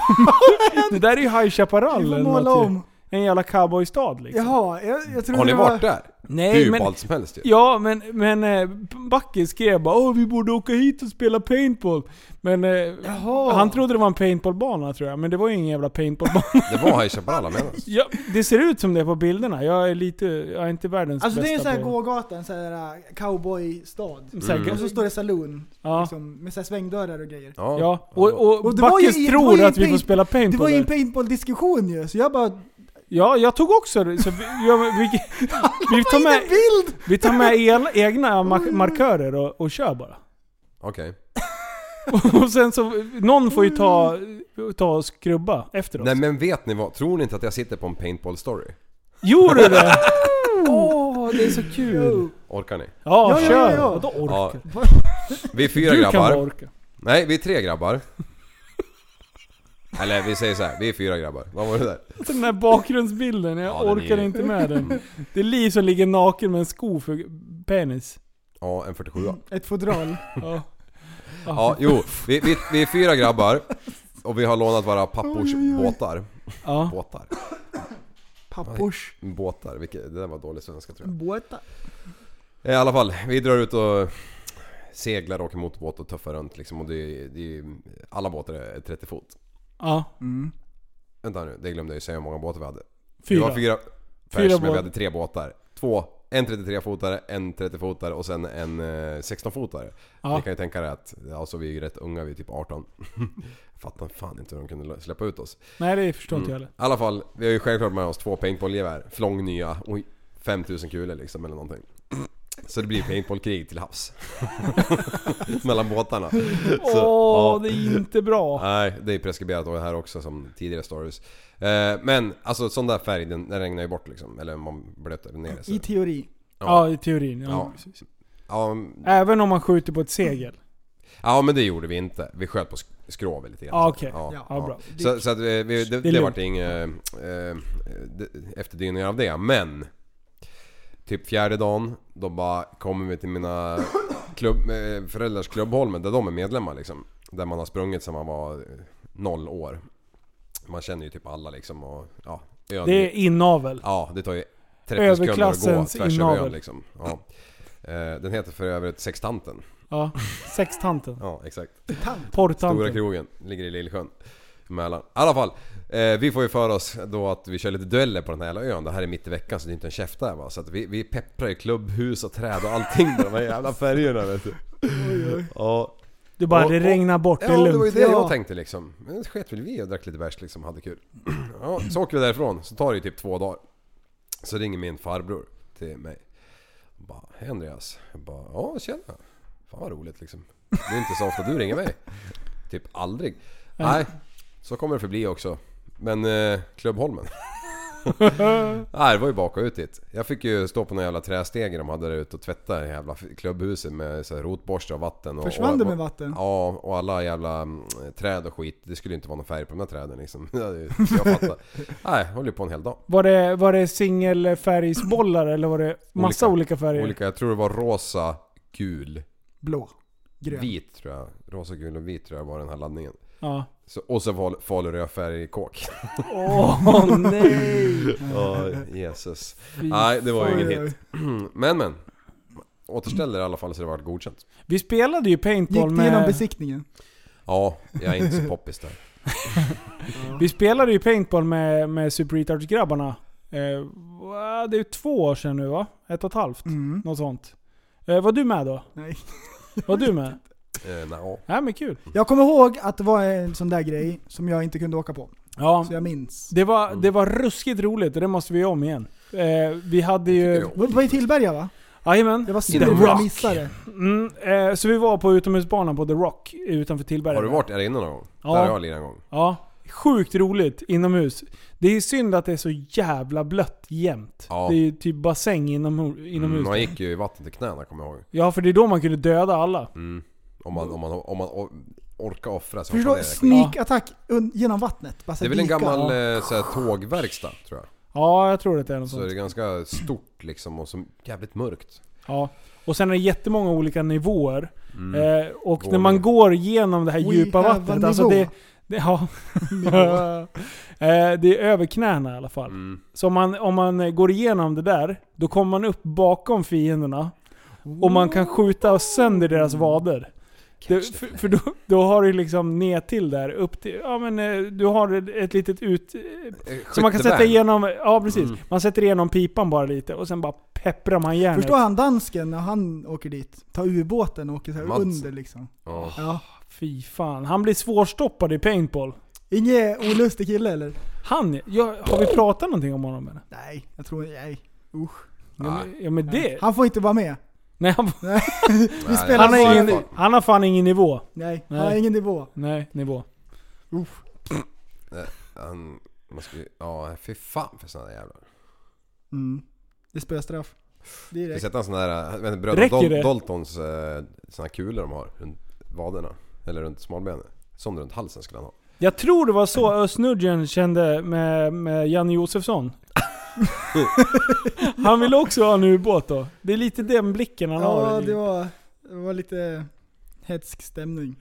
S4: det där är ju High
S5: Vi
S4: Chaparral
S5: får
S4: eller
S5: måla
S4: något ju.
S5: om.
S4: En jävla cowboystad liksom.
S5: Jaha, jag, jag tror
S6: Har ni
S5: det var...
S6: varit där? Det är
S4: Nej
S6: ju
S4: men...
S6: ballt som helst ju.
S4: Ja men, men eh, Backe skrev bara Åh, vi borde åka hit och spela paintball. Men eh,
S5: Jaha.
S4: han trodde det var en paintballbana tror jag. Men det var ju ingen jävla paintballbana.
S6: Det var High Chaparral jag menar.
S4: ja, det ser ut som det på bilderna. Jag är lite... Jag är inte världens
S5: Alltså det är en
S4: bästa
S5: sån här
S4: på-
S5: gågata, en sån här äh, cowboystad.
S6: Mm.
S4: Säkert.
S5: Och så står det saloon,
S4: Ja.
S5: liksom, med så här svängdörrar och grejer.
S4: Ja, och, och,
S5: Och det var ju
S4: Backes
S5: i- det var
S4: tror
S5: ju i
S4: att vi får
S5: paint-
S4: spela paintball
S5: Det var ju en
S4: där.
S5: paintball-diskussion ju, så jag bara...
S4: Ja, jag tog också det. Så vi, ja, men vi, vi tar
S5: En
S4: med...
S5: bild!
S4: Vi tar med el, egna ma- markörer och, och kör bara.
S6: Okej.
S4: Och sen så, någon får ju ta, ta och skrubba efter oss.
S6: Nej men vet ni vad? Tror ni inte att jag sitter på en paintball story?
S4: Gjorde du det? Åh, det är så kul!
S6: Orkar ni?
S4: Ja,
S5: Ja, ja,
S4: kör!
S5: ja, ja.
S4: Vadå orka?
S6: Ja. Vi är fyra
S4: Du kan
S6: grabbar.
S4: bara orka.
S6: Nej, vi är tre grabbar. Eller vi säger så här, vi är fyra grabbar. Vad var det där?
S4: Alltså den här bakgrundsbilden, jag
S6: Ja, den är
S4: orkar
S6: ju-
S4: inte med den. Det är Liv som ligger naken med en sko för penis.
S6: Ja, en 47
S5: Ett fodral.
S4: Ja.
S6: Ja, jo. Vi, vi, vi är fyra grabbar. Och vi har lånat våra pappors båtar.
S4: ja.
S6: Båtar?
S5: Pappors
S6: Båtar? Vilket, det där var dålig svenska tror jag.
S5: båtar.
S6: I alla fall, vi drar ut och seglar och åker motorbåt och tuffar runt liksom. Och det, är- det, är- alla båtar är 30 fot.
S4: ja.
S6: Vänta nu, det glömde jag ju säga hur många båtar vi hade. Vi
S4: Fyra.
S6: var fyra
S4: Fyra
S6: pers, men
S4: båtar.
S6: vi hade tre båtar. Två, en 33-fotare, en 30-fotare och sen en eh, 16-fotare.
S4: Ja.
S6: Ni kan ju tänka er att, alltså vi är ju rätt unga, vi är typ 18. Fattar fan inte hur de kunde släppa ut oss. Mm.
S4: Nej det förstår inte jag
S6: I
S4: heller.
S6: alla fall, vi har ju självklart med oss två paintballgevär. Flång nya och 5000 kulor liksom eller någonting. Så det blir paintballkrig till havs. Mellan båtarna.
S4: Åh,
S6: Så, ja.
S4: det är inte bra.
S6: Nej, det är preskriberat och här också som tidigare stories. Eh, men alltså sån där färg, den, den regnar ju bort liksom. Eller man blöter ner det. så-
S5: I teori.
S4: Ja, i teorin. Ja.
S6: Ja. Ja, m-
S4: Även om man skjuter på ett segel.
S6: ja men det gjorde vi inte. Vi sköt på sk- skrovet lite grann.
S4: Ja, Ah, okej.
S5: Ja,
S4: Ja, bra.
S6: Så, så att vi, vi, det,
S4: Det är
S6: det
S4: lugnt.
S6: vart inga eh, det- efterdyningar av det. Men typ fjärde dagen, då bara kommer vi till mina klubb, eh, föräldrars klubbholmen där de är medlemmar liksom. Där man har sprungit sedan man var eh, noll år. Man känner ju typ alla liksom och ja. Ön,
S4: Det är inavel.
S6: Ja, det tar ju 30 sekunder att gå
S4: Överklassens
S6: tvärs över
S4: inavel.
S6: ön liksom. Ja. Eh, Den heter för övrigt Sextanten.
S4: Ja. Sextanten.
S6: Ja, exakt. Stora
S4: Porrtanten.
S6: krogen, ligger i Lillsjön. Mellan. I alla fall, eh, vi får ju för oss då att vi kör lite dueller på den här jävla ön. Det här är mitt i veckan så det är inte en käft där va. Så att vi, vi pepprar ju klubbhus och träd och allting med de här jävla färgerna vet du. Ja,
S4: Du bara, det
S6: Och- och-
S4: regnar bort, det
S6: ja,
S4: är
S6: det var ju
S4: lugnt.
S6: det
S5: Ja.
S6: jag tänkte liksom. Men det sket väl vi och drack lite bärs liksom, hade kul. Ja, så åker vi därifrån, så tar det ju typ två dagar. Så ringer min farbror till mig. Bara, "Hej, Andreas. Jag bara, ja tjena. Fan vad roligt liksom. Det är inte så ofta du ringer mig. Typ aldrig. Nej, så kommer det förbli också. Men eh, Klubbholmen. Nej, det var ju baka ut dit. Jag fick ju stå på några jävla trästege de hade där ute och tvätta det jävla klubbhuset med så här rotborste och vatten. Och,
S5: Försvann
S6: och,
S5: det med vatten?
S6: Ja, och alla jävla mm, träd och skit. Det skulle ju inte vara någon färg på de där träden liksom. Det hade ju- Jag fattar. Nej, jag höll ju på en hel dag.
S4: Var det, var det singelfärgsbollar eller var det massa olika, färger?
S6: Olika, jag tror det var rosa, gul,
S5: Blå. Grön.
S6: vit tror jag. Rosa, gul och vit tror jag var den här laddningen.
S4: Ja.
S6: Så, och så fal, falurödfärg i kåk.
S4: Åh nej!
S6: Ja, Jesus. Nej, det var ju
S5: fan.
S6: ingen hit. Men men. Återställde det i alla fall så det vart godkänt.
S4: Vi spelade ju
S5: Gick
S4: paintball
S5: det igenom
S4: med...
S5: besiktningen?
S6: Ja, jag är inte så poppis där.
S4: Vi spelade ju paintball med, med Super Retards grabbarna eh, va, Det är ju två år sedan nu va? Ett och ett halvt?
S5: Mm.
S4: Något sånt. Eh, var du med då?
S5: Nej.
S4: Var du med?
S6: Eh, nja.
S4: Ja, men kul.
S5: Jag kommer ihåg att det var en sån där grej som jag inte kunde åka på.
S4: Ja,
S5: Så jag minns.
S4: det var,
S6: Mm.
S4: det var ruskigt roligt och det måste vi göra om igen. Eh, vi hade
S6: tycker
S4: ju...
S6: jag.
S5: Det var i Tillberga va?
S4: Jajamän.
S5: Det var synd
S4: The
S5: att jag
S4: Rock.
S5: missade det.
S4: Mm, eh, så vi var på utomhusbanan på The Rock utanför Tillberga.
S6: Har du varit där inne någon gång?
S4: Ja.
S6: Där har jag lirat en gång.
S4: Ja. Sjukt roligt inomhus. Det är synd att det är så jävla blött jämt.
S6: Ja.
S4: Det är ju typ bassäng inom,
S6: Mm,
S4: inomhus.
S6: man gick ju i vattnet till knäna kommer jag ihåg.
S4: ja, för det är då man kunde döda alla.
S6: Mm. Om man, om man, om man or- orkar offra sig.
S5: Förstå,
S6: Det är-
S5: sneak-attack un- genom vattnet. Bara så
S6: det är väl en
S5: dyka.
S6: gammal
S5: Ja.
S6: eh, så här, tågverkstad tror jag.
S4: Ja, jag tror att det är något
S6: Så det
S4: sånt.
S6: är ganska stort liksom och så jävligt mörkt.
S4: Ja. Och sen är det jättemånga olika nivåer. Eh, och när
S6: Mm. Våning.
S4: man går genom det här
S5: We
S4: djupa
S5: have a
S4: vattnet, alltså det...
S5: nivå.
S4: det ja. Eh, det är över knäna i alla fall. Så om man, om man eh, går igenom det där, då kommer man upp bakom fienderna. Och man kan skjuta sönder deras vader. Det, för för då, då har du liksom ner till där, upp till... Ja men eh, du har ett litet ut...
S6: Eh,
S4: Så man kan sätta igenom... Ja precis. Man sätter igenom pipan bara lite och sen bara pepprar man järnet.
S5: Förstår han dansken när han åker dit? Tar ubåten och åker så här
S6: Mads.
S5: under liksom.
S6: Ja.
S5: Ja.
S4: Fy fan. Han blir svårstoppad i paintball.
S5: Ingen olustig kille eller?
S4: Han, ja, har vi pratat någonting om honom eller?
S5: Nej, jag tror nej.
S4: Ja, men, ja, men det...
S5: Han får inte vara med.
S4: Nej, han,
S5: Vi
S6: Nej,
S5: spelar
S4: han,
S5: bara-
S4: har ingen, han har fan ingen nivå.
S5: Nej, han
S4: Nej.
S5: har ingen nivå.
S4: Nej, nivå.
S6: Han, man skulle, ja, fy fan för sådana där jävlar.
S5: Mm. Det är spöstraff.
S6: Vi
S5: Direkt.
S6: sätter en sån där, vet inte, bröderna
S4: Räcker det?
S6: Dol- Daltons eh, såna här kulor de har runt vaderna. Eller runt smalbenet. Som runt halsen skulle han ha.
S4: Jag tror det var så Özz Nujen kände med, med Janne Josefsson. han vill också ha en ubåt då. Det är lite den blicken han har.
S5: Ja, det var, det var lite hetsk stämning.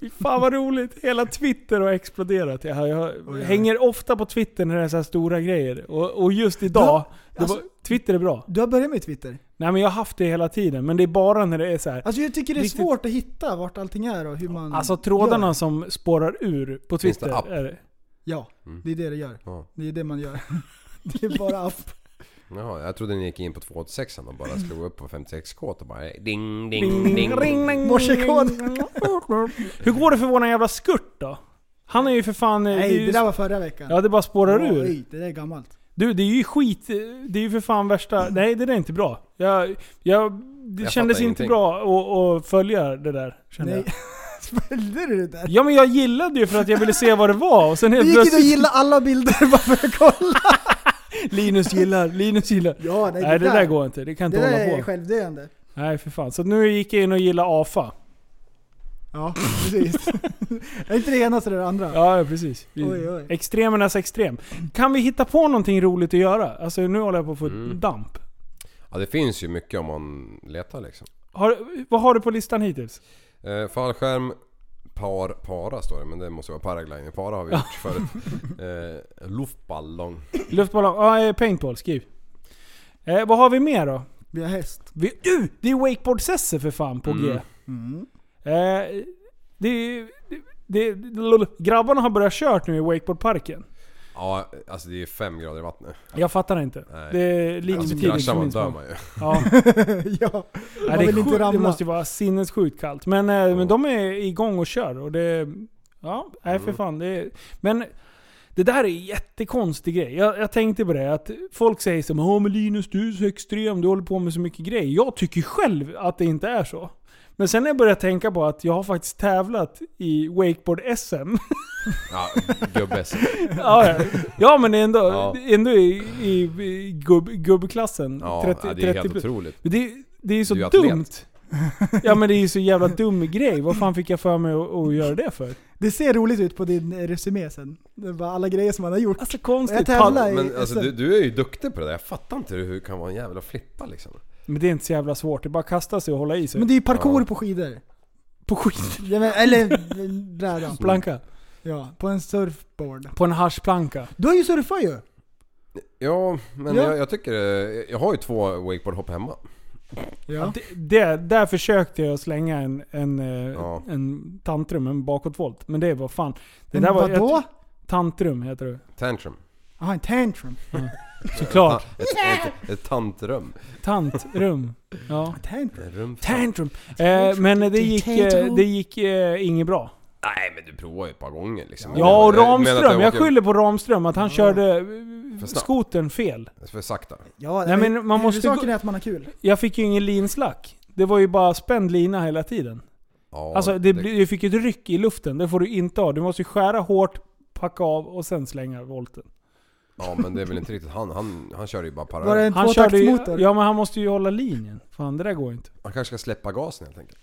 S4: Fy Fan vad roligt. Hela Twitter har exploderat. Jag, jag
S5: Oj, oj.
S4: hänger ofta på Twitter när det är så här stora grejer. Och, och just idag, det
S5: alltså-
S4: var, Twitter är bra.
S5: Du har börjat med Twitter.
S4: Nej men jag har haft det hela tiden, men det är bara när det är så här.
S5: Alltså jag tycker det är
S4: Riktigt-
S5: svårt att hitta vart allting är och hur man...
S4: Alltså trådarna
S5: gör.
S4: som spårar ur på
S6: Finns det
S4: Twitter.
S6: app?
S4: är det.
S5: Ja, det är det det gör.
S6: Ja.
S5: Det är det man gör. Det är bara app.
S6: Jaha, jag trodde ni gick in på 286 och bara slog upp på 56k och bara ding ding
S4: Ding,
S6: ding.
S4: ding, ring, ding,
S5: Morsekod.
S4: Hur går det för våran jävla skurt då? Han är ju för fan... eh, är
S5: Nej,
S4: ju-
S5: det där var förra veckan.
S4: Ja det bara spårar ur.
S5: Oj, det där är gammalt.
S4: Du det är ju skit, eh, det är ju för fan värsta... Nej det där är inte bra. Jag, jag, det kändes
S6: Jag fattar
S4: inte
S6: ingenting.
S4: bra att, att följa det där kände
S5: Nej.
S4: jag.
S5: Följde du det där?
S4: Ja men jag gillade ju för att jag ville se vad det var och sen
S5: Du
S4: helt
S5: gick in och
S4: plötsligt...
S5: gillade alla bilder bara för att kolla.
S4: Linus gillar, Linus gillar.
S5: Ja, nej,
S4: Nej det där går inte, det kan
S5: Det
S4: inte
S5: där
S4: hålla
S5: är
S4: på.
S5: självdöende.
S4: Nej för fan. Så nu gick jag in och gillade AFA.
S5: Ja, precis. är inte det ena så det är det andra.
S4: Ja, ja, precis. Vi,
S5: Oj, oj.
S4: Extremernas extrem. Kan vi hitta på någonting roligt att göra? Alltså nu håller jag på att få
S6: Mm.
S4: damp.
S6: Ja det finns ju mycket om man letar liksom.
S4: Har, vad har du på listan hittills?
S6: Eh, fallskärm, par, para står det men det måste vara paragliding. Para har vi gjort förut. Eh, luftballong.
S4: Luftballong? Ja, eh, paintball. Skriv. Eh, vad har vi mer då?
S5: Vi har häst.
S4: Vi, du! Det är wakeboard-Sesse för fan på
S6: Mm.
S4: G.
S5: Mm.
S4: Eh, det, är- det, det, lol. grabbarna har börjat kört nu i wakeboardparken.
S6: Ja alltså det är ju 5 grader i vattnet.
S4: Jag fattar inte.
S6: Nej.
S4: Det är lite
S6: Alltså
S4: för tidigt
S6: kraschar
S4: för
S6: man
S4: min
S6: dör
S4: smak.
S6: man ju.
S4: Ja.
S5: ja,
S4: Ja,
S5: Man
S4: det, är
S5: vill inte
S4: sjukt- det
S5: ramla.
S4: måste ju vara sinnessjukt kallt. Men, eh, men de är igång och kör. Och det, ja, nej
S6: Mm.
S4: för fan. Det är, men det där är en jättekonstig grej. Jag, jag tänkte på det, att folk säger som "Ja men Linus du är så extrem, du håller på med så mycket grejer. Jag tycker själv att det inte är så. Men sen när jag började tänka på att jag har faktiskt tävlat i wakeboard-SM.
S6: Ja, gubbes.
S4: ja, ja. ja men ändå,
S6: Ja.
S4: ändå i, i, i gubb, gubbklassen.
S6: Ja,
S4: 30
S6: ja, det är
S4: 30
S6: helt otroligt.
S4: men det, det är ju så
S6: Du är atlet.
S4: dumt. Ja men det är ju så jävla dum grej. Vad fan fick jag för mig att, att göra det för?
S5: det ser roligt ut på din eh, resumé sen. Det är bara alla grejer som man har gjort.
S4: Alltså konstigt.
S5: Jag tävlar.
S4: Pall-
S5: i
S6: Men alltså
S5: SM.
S6: du, du är ju duktig på det där. Jag fattar inte hur du kan vara en jävla flippa liksom.
S4: Men det är inte så jävla svårt. Det är bara att kasta sig och hålla i sig.
S5: Men det är ju parkour
S6: Ja.
S5: på skidor.
S4: på skit.
S5: Ja, men, eller bräda.
S4: Planka.
S5: Ja, på en surfboard.
S4: På en haschplanka.
S5: Du har ju surfat ju!
S6: Ja, men
S5: Ja.
S6: Jag, jag tycker... eh, Jag har ju två wakeboardhopp hemma.
S5: Ja.
S4: Det, det, där försökte jag slänga en, en, eh,
S6: Ja.
S4: en tantrum, en bakåtvolt. Men det var fan. Det
S5: Men
S4: där var
S5: vadå?
S4: Ett, tantrum heter det.
S6: Tantrum. Ah,
S5: Aha, en tantrum.
S4: Såklart.
S6: Ett, ett, ett tantrum.
S4: Tantrum. Ja.
S5: Tantrum?
S6: Ett rum för-
S4: Tantrum. Eh, men det gick, eh, det gick eh, inget bra.
S6: Nej men du provar ju ett par gånger liksom.
S4: Ja, och
S6: Jag menar att jag
S4: Ramström. Jag
S6: åker
S4: skyller på Ramström att han körde eh,
S6: För snabbt.
S4: skotern fel.
S6: För sakta.
S5: Ja,
S4: Nej, men man måste
S5: Huvudsaken
S4: gå-
S5: är att man har kul.
S4: Jag fick ju ingen linslack. Det var ju bara spänd lina hela tiden.
S6: Ja,
S4: Alltså det, blir- du fick ju ett ryck i luften. Det får du inte ha. Du måste ju skära hårt, packa av och sen slänga volten.
S6: Ja men det är väl inte riktigt han. Han, han kör ju bara
S5: Var det
S6: parallellt.
S5: en
S4: Han körde ju,
S5: tvåtaktsmotor?
S4: Ja men han måste ju hålla linjen. Fan det där går ju inte.
S6: Han kanske ska släppa gasen helt enkelt.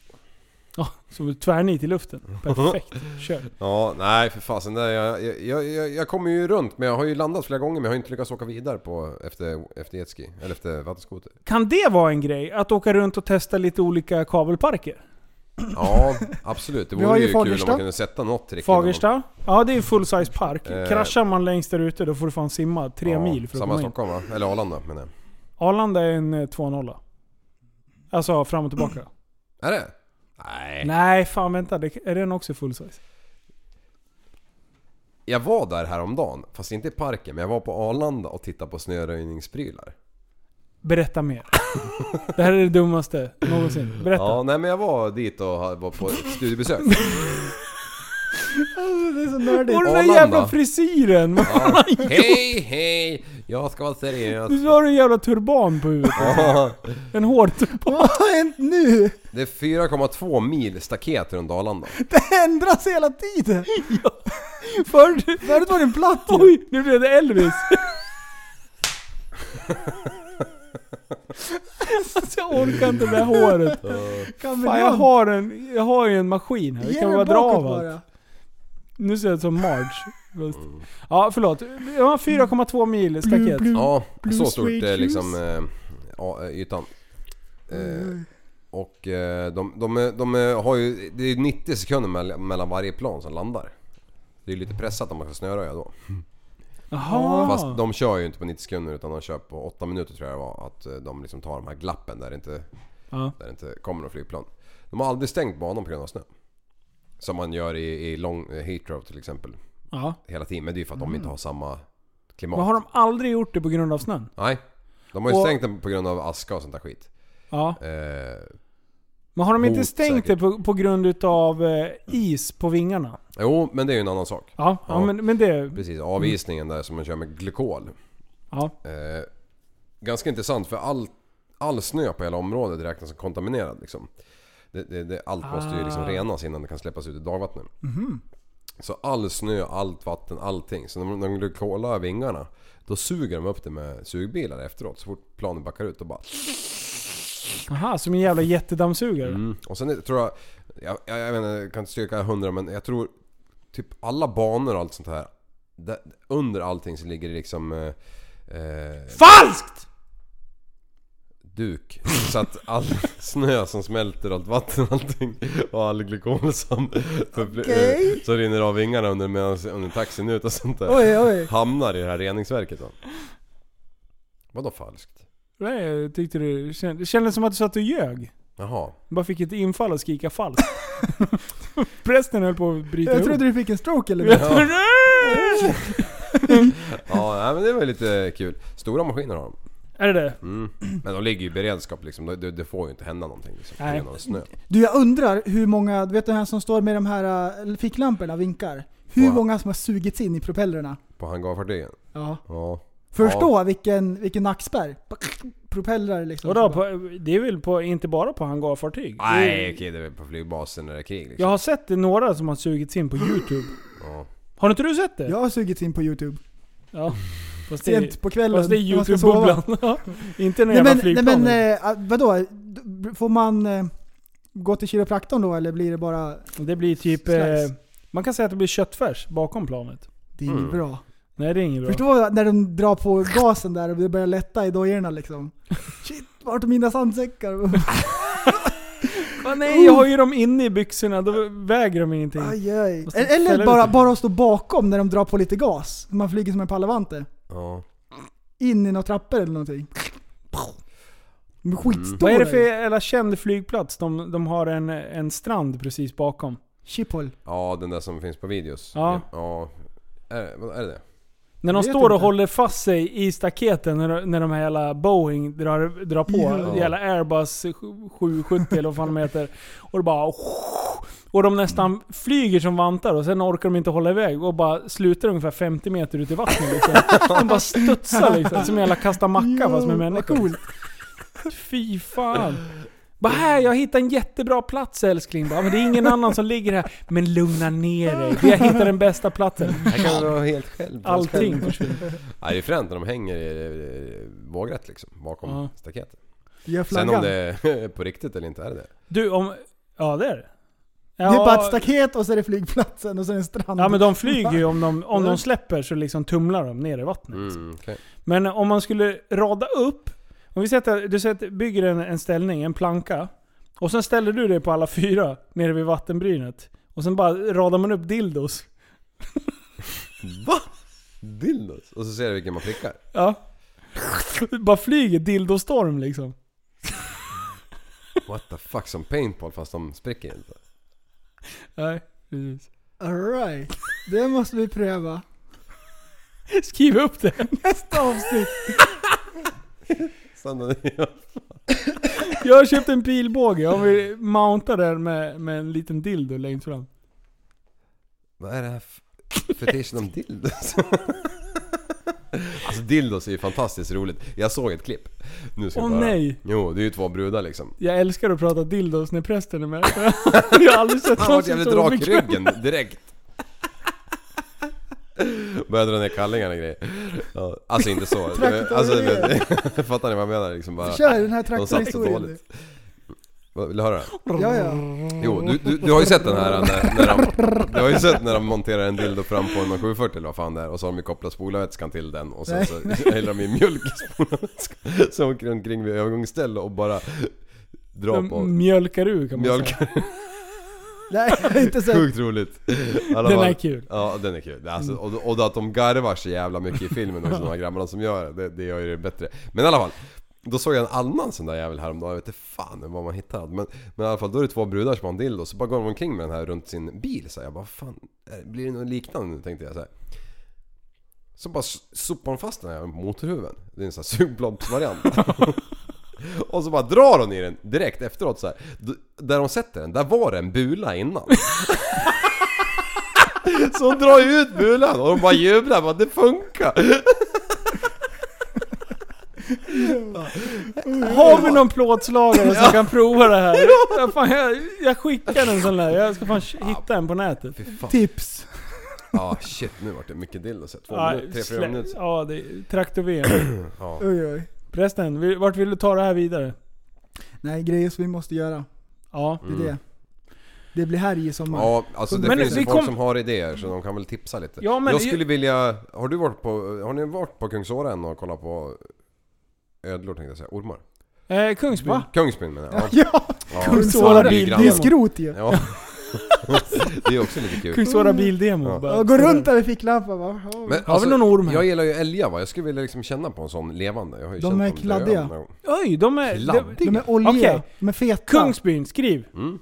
S4: Ja, som ett tvärnit i luften. Perfekt. Kör.
S6: Ja, nej för fasen. där, Jag, jag, jag, jag, jag kommer ju runt men jag har ju landat flera gånger men jag har inte lyckats åka vidare på efter, efter jetski. Eller efter vattenskoter.
S4: Kan det vara en grej? Att åka runt och testa lite olika kabelparker?
S6: Ja, absolut. Det
S5: Vi har
S6: vore
S5: ju
S6: ju kul om
S5: Fagersta.
S6: man kunde sätta något trick.
S4: Fagersta? Ja det är ju full-size park.
S6: Eh.
S4: Kraschar man längst där ute då får du fan simma tre
S6: innan man-
S4: mil för att
S6: Samma i
S4: komma in.
S6: Stockholm va? Eller Arlanda menar jag.
S4: Arlanda är en eh, 2-0. Alltså fram och
S5: Mm.
S4: tillbaka.
S6: Är det? Nej.
S4: Nej fan vänta, det, är den också full-size?
S6: Jag var där häromdagen, fast inte i parken, men jag var på Arlanda och tittade på snöröjningsprylar.
S4: Berätta mer. det här är det dummaste någonsin. Berätta.
S6: Ja, nej men jag var dit och ha- var på ett studiebesök.
S5: Det är så nördigt.
S4: Och den där
S6: Arlanda.
S4: jävla frisyren! Vad fan har han gjort?
S6: hej, hej! Jag ska vara seriös.
S4: Du har en jävla turban på huvudet.
S6: Ja,
S4: En hård turban.
S5: Vad har hänt nu?
S6: det är 4,2 mil staket runt Arlanda.
S5: Det ändras hela tiden!
S4: Förr...
S5: Förut var det en platt ju.
S4: Oj, nu blev det Elvis. alltså jag orkar inte med håret.
S5: Kan vi
S4: Fan, jag har en, jag har ju en maskin här. Jag
S5: Ge
S4: kan
S5: den
S4: bara dra
S5: bakåt
S4: av
S5: bara.
S4: allt. Nu ser jag ut som Marge. Just.
S6: Mm.
S4: Ja, förlåt. Jag har 4,2 mil staket.
S6: Ja,
S5: Mm. Blue
S6: så stort
S5: suede
S6: är
S5: shoes.
S6: liksom eh, ja, eh, ytan.
S5: Mm.
S6: Eh, och eh, de, de, är- de är- har ju... Det är 90 sekunder mell- mellan varje plan som landar. Det är ju lite pressat om man ska snöröja då.
S5: Ah.
S4: Jaha.
S6: Fast de kör ju inte på 90 sekunder utan de kör på 8 minuter tror jag det var. Att eh, de liksom tar de här glappen där det inte,
S4: Ja.
S6: där det inte kommer några flygplan. De har aldrig stängt banan på grund av snö. Som man gör i, i long, eh, Heathrow till exempel.
S4: Ja.
S6: Hela tiden. Men det är ju för att de
S5: Mm.
S6: inte har samma klimat.
S4: Men har de aldrig gjort det på grund av snön?
S6: Nej. De har ju
S4: Och-
S6: stängt den på grund av aska och sånt där skit.
S4: Ja.
S6: Eh,
S4: Men har de inte
S6: Mot
S4: stängt
S6: säkert.
S4: det på, på grund utav eh, is på vingarna?
S6: jo, men det är ju en annan sak.
S4: Ja, ja.
S6: Ja.
S4: men, men det...
S6: Precis, avvisningen där som man kör med glykol.
S4: Ja.
S6: Eh, ganska intressant för all, all snö på hela området räknas som kontaminerad. Liksom. Det, det, det, allt måste ju liksom
S4: Ah. Mhm.
S6: renas innan det kan släppas ut i dagvattnet. Så all snö, allt vatten, allting. Så när de- när de glykolar vingarna då suger de upp det med sugbilar efteråt. Så fort planen backar ut och bara...
S4: Aha, som en jävla jättedammsugare.
S6: Och sen är- tror jag... Jag, jag, jag, vet inte, jag kan inte styrka hundra men jag tror typ alla banor och allt sånt här. Där, under allting så ligger det liksom... Eh, eh,
S4: Falskt!
S6: duk. Så att all snö som smälter, allt vatten och allting och all glykol som förbli-
S5: Okej.
S6: eh, som rinner av vingarna under, medans, under taxin ut och sånt där.
S5: Oj, oj.
S6: Hamnar i det här reningsverket då. Vadå falskt?
S4: Nej, jag tyckte det, känd, det kändes som att du satt och ljög.
S6: Jaha.
S4: Du bara fick ett infall och skrika falskt. Prästen höll på att bryta
S5: Jag
S4: ihop.
S5: trodde du fick en stroke eller
S4: Jag
S5: något.
S4: trodde-
S6: Ja, nej, men det var ju lite kul. Stora maskiner har de.
S4: Är det det?
S6: Mm. Men de ligger ju i beredskap liksom. Det- Det, det får ju inte hända någonting liksom. på
S4: Nej.
S6: grund av snö.
S5: Du jag undrar hur många, du vet den här som står med de här äh, ficklamporna och vinkar? Hur
S6: Wow.
S5: många som har sugits in i propellrarna?
S6: På hangarfartygen.
S5: Ja.
S6: Ja.
S5: Förstå vilken, vilken nackspärr. Propellrar liksom.
S4: Vadå, på, det är väl på, inte bara på hangarfartyg? Det är-
S6: Nej okej, det är väl på flygbasen när det är krig liksom.
S4: Jag har sett det några som har sugits in på youtube.
S6: Ja.
S4: Har inte du sett det?
S5: Jag har sugits in på youtube.
S4: ja. Fast det är,
S5: Sent på kvällen.
S4: fast det är
S5: när man ska sova.
S4: youtube-bubblan. Ja, inte när
S5: Nej
S4: jävla
S5: men, nej,
S4: flygplanen.
S5: men eh, vadå? D- Får man eh, gå till kiropraktorn då eller blir det bara...
S4: Det blir typ...
S5: eh, Slice.
S4: Eh, man kan säga att det blir köttfärs bakom planet.
S5: Det är inget bra.
S4: Nej det är inget Mm. bra.
S5: Förstå när de drar på gasen där och det börjar lätta i dojorna liksom. Shit, vart är mina sandsäckar?
S4: Ah, nej jag har ju dem inne i byxorna, då väger de ingenting.
S5: Oh! Aj, aj.
S4: Måste fälla
S5: Eller
S4: ut
S5: bara,
S4: det.
S5: bara att stå bakom när de drar på lite gas. När man flyger som en palavante.
S6: Ja.
S5: In i några trappor eller någonting. De är skitstora.
S4: Vad är det för jävla känd flygplats? De, de har en, en strand precis bakom.
S5: Chiphol.
S6: Ja, den där som finns på videos.
S4: Ja.
S6: ja. Är, vad är det det?
S4: När de
S5: Vet
S4: står och
S5: inte.
S4: håller fast sig i staketen när, när de här jävla Boeing drar, drar på.
S5: Ja.
S4: Jävla Airbus 770 eller vad fan de heter. Och det bara... Och de nästan flyger som vantar och sen orkar de inte hålla iväg och bara slutar ungefär 50 meter ut i vattnet liksom. De bara studsar liksom. Som en jävla kasta macka fast med
S5: Jo, vad
S4: människor. Fy fan. Bara här, jag hittade en jättebra plats älskling. Bara, men det är ingen annan som ligger här. Men lugna ner dig. Vi har hittat den bästa platsen.
S6: Jag kan vara helt själv.
S4: Allting försvinner.
S6: Nej, det är fränt när de hänger i eh, vågrätt liksom, bakom
S4: Ja.
S6: staketet.
S5: Ge
S6: Sen om
S5: flaggan.
S6: det
S5: Det...
S6: är på riktigt eller inte, är det det?
S4: Du, om... Ja det är det. Ja,
S5: är bara ett staket och så är det flygplatsen och så är det en strand.
S4: Ja men de flyger ju om de, om de släpper så liksom tumlar de ner i vattnet.
S6: Mm, okej.
S4: Men om man skulle rada upp. Om vi sätter, du sätter, bygger en, en ställning, en planka. Och sen ställer du det på alla fyra nere vid vattenbrynet. Och sen bara radar man upp dildos.
S6: Va? Dildos? Och så ser du vilken man prickar.
S4: Ja. bara flyger dildostorm liksom.
S6: What the fuck, som paintball fast de spricker inte.
S4: Nej, precis.
S5: Alright. Det måste vi pröva.
S4: Skriv upp det.
S5: Nästa avsnitt.
S6: Sen, ja.
S4: Jag har köpt en pilbåge. Om vi mountar den med, med en liten dildo längst fram.
S6: Vad är det här f- fetischen om dildos? alltså dildos är ju fantastiskt roligt. Jag såg ett klipp. Nu ska
S4: Åh,
S6: jag bara...
S4: nej.
S6: Jo, det är ju två brudar liksom.
S4: Jag älskar att prata dildos när prästen är med. Jag har aldrig sett
S6: Han
S4: någon
S6: vart
S4: som
S6: jävligt
S4: så
S6: rak i
S4: obekväm.
S6: ryggen direkt. Började dra ner kallingarna och grejer. Ja, alltså inte så. alltså, men, fattar ni vad jag menar? Liksom bara,
S5: Kör den här
S6: de satt så
S5: traktorhistorien. nu.
S6: dåligt. Vad, Vill du höra?
S5: Ja, ja.
S6: Jo, du, du, du har ju sett den här när, när de, Du har ju sett när de monterar en dildo fram på en 740 eller vad fan det är och så har de ju kopplat spolarvätskan till den och sen
S5: Nej,
S6: så häller de i mjölk i spolarvätskan. Så de åker omkring vid övergångsställe och bara drar
S4: De
S6: på
S4: mjölkar ur kan man
S6: mjölk.
S4: säga.
S5: Nej, jag har inte sett.
S6: Sjukt roligt. Alla
S4: Den
S6: bara-
S4: är kul.
S6: Ja, den är kul. Alltså, och, och att de garvar så jävla mycket i filmen också, de här grabbarna som gör det, det, det gör ju det bättre. Men i alla fall. Då såg jag en annan sån där jävel häromdagen, jag vet inte fan vad man hittade. Men, men i alla fall, då är det två brudar som har en dildo, så bara går de omkring med den här runt sin bil. Så jag bara, fan, är- blir det något liknande nu? Tänkte jag så här. Så bara s- sopar de fast den här motorhuven. Det är en sån här sugblobbsvariant. Och så bara drar hon i den direkt efteråt så här. D- Där de sätter den, där var det en bula innan. så hon drar ju ut bulan och de bara jublar, bara, det funkar!
S4: Har vi någon plåtslagare som kan prova det här? Jag, fan, jag, jag skickar en sån där. Jag ska fan hitta en på nätet.
S6: Fy fan.
S5: Tips.
S6: Ja shit, nu vart det mycket dildos här. Två
S4: Ja,
S6: minuter, tre, fyra
S4: slä-
S6: minuter.
S4: Ja, det är traktor-VM.
S6: Ja.
S5: Oj, oj.
S4: Prästen, vi- vart vill du ta det här vidare?
S5: Nej, grejer som vi måste göra.
S4: Ja.
S6: Mm.
S5: Det är det. Det blir här i sommar.
S6: Ja, alltså det
S4: Men
S6: finns
S4: vi
S6: ju folk
S4: kom-
S6: som har idéer så de kan väl tipsa lite.
S4: Ja, men-
S6: jag skulle vilja... Har du varit på... Har ni varit på Kungsåra än och kollat på ödlor tänkte jag säga, ormar?
S4: Eh, Kungsbyn.
S6: Kungsbyn menar jag.
S5: Ja,
S6: Ja,
S5: Kungsåra
S6: det är
S5: bil.
S6: grannar.
S5: Det är skrot ju.
S6: Ja. det är också lite kul.
S4: Kungsåra bildemo.
S6: Mm. Ja.
S4: Bara-
S5: Ja, Gå runt där med ficklampa va. Ja.
S6: Men, alltså,
S4: Har vi någon orm här?
S6: Jag gillar ju älgar va, jag skulle vilja liksom känna på en sån levande. Jag har ju
S5: De
S6: känt
S5: är
S6: dem döda
S5: kladdiga.
S6: någon gång.
S4: Oj, de är...
S6: Kladdiga?
S4: de-
S5: De är oljiga.
S4: Okej.
S5: De är feta.
S4: Kungsbyn, skriv.
S6: Mm.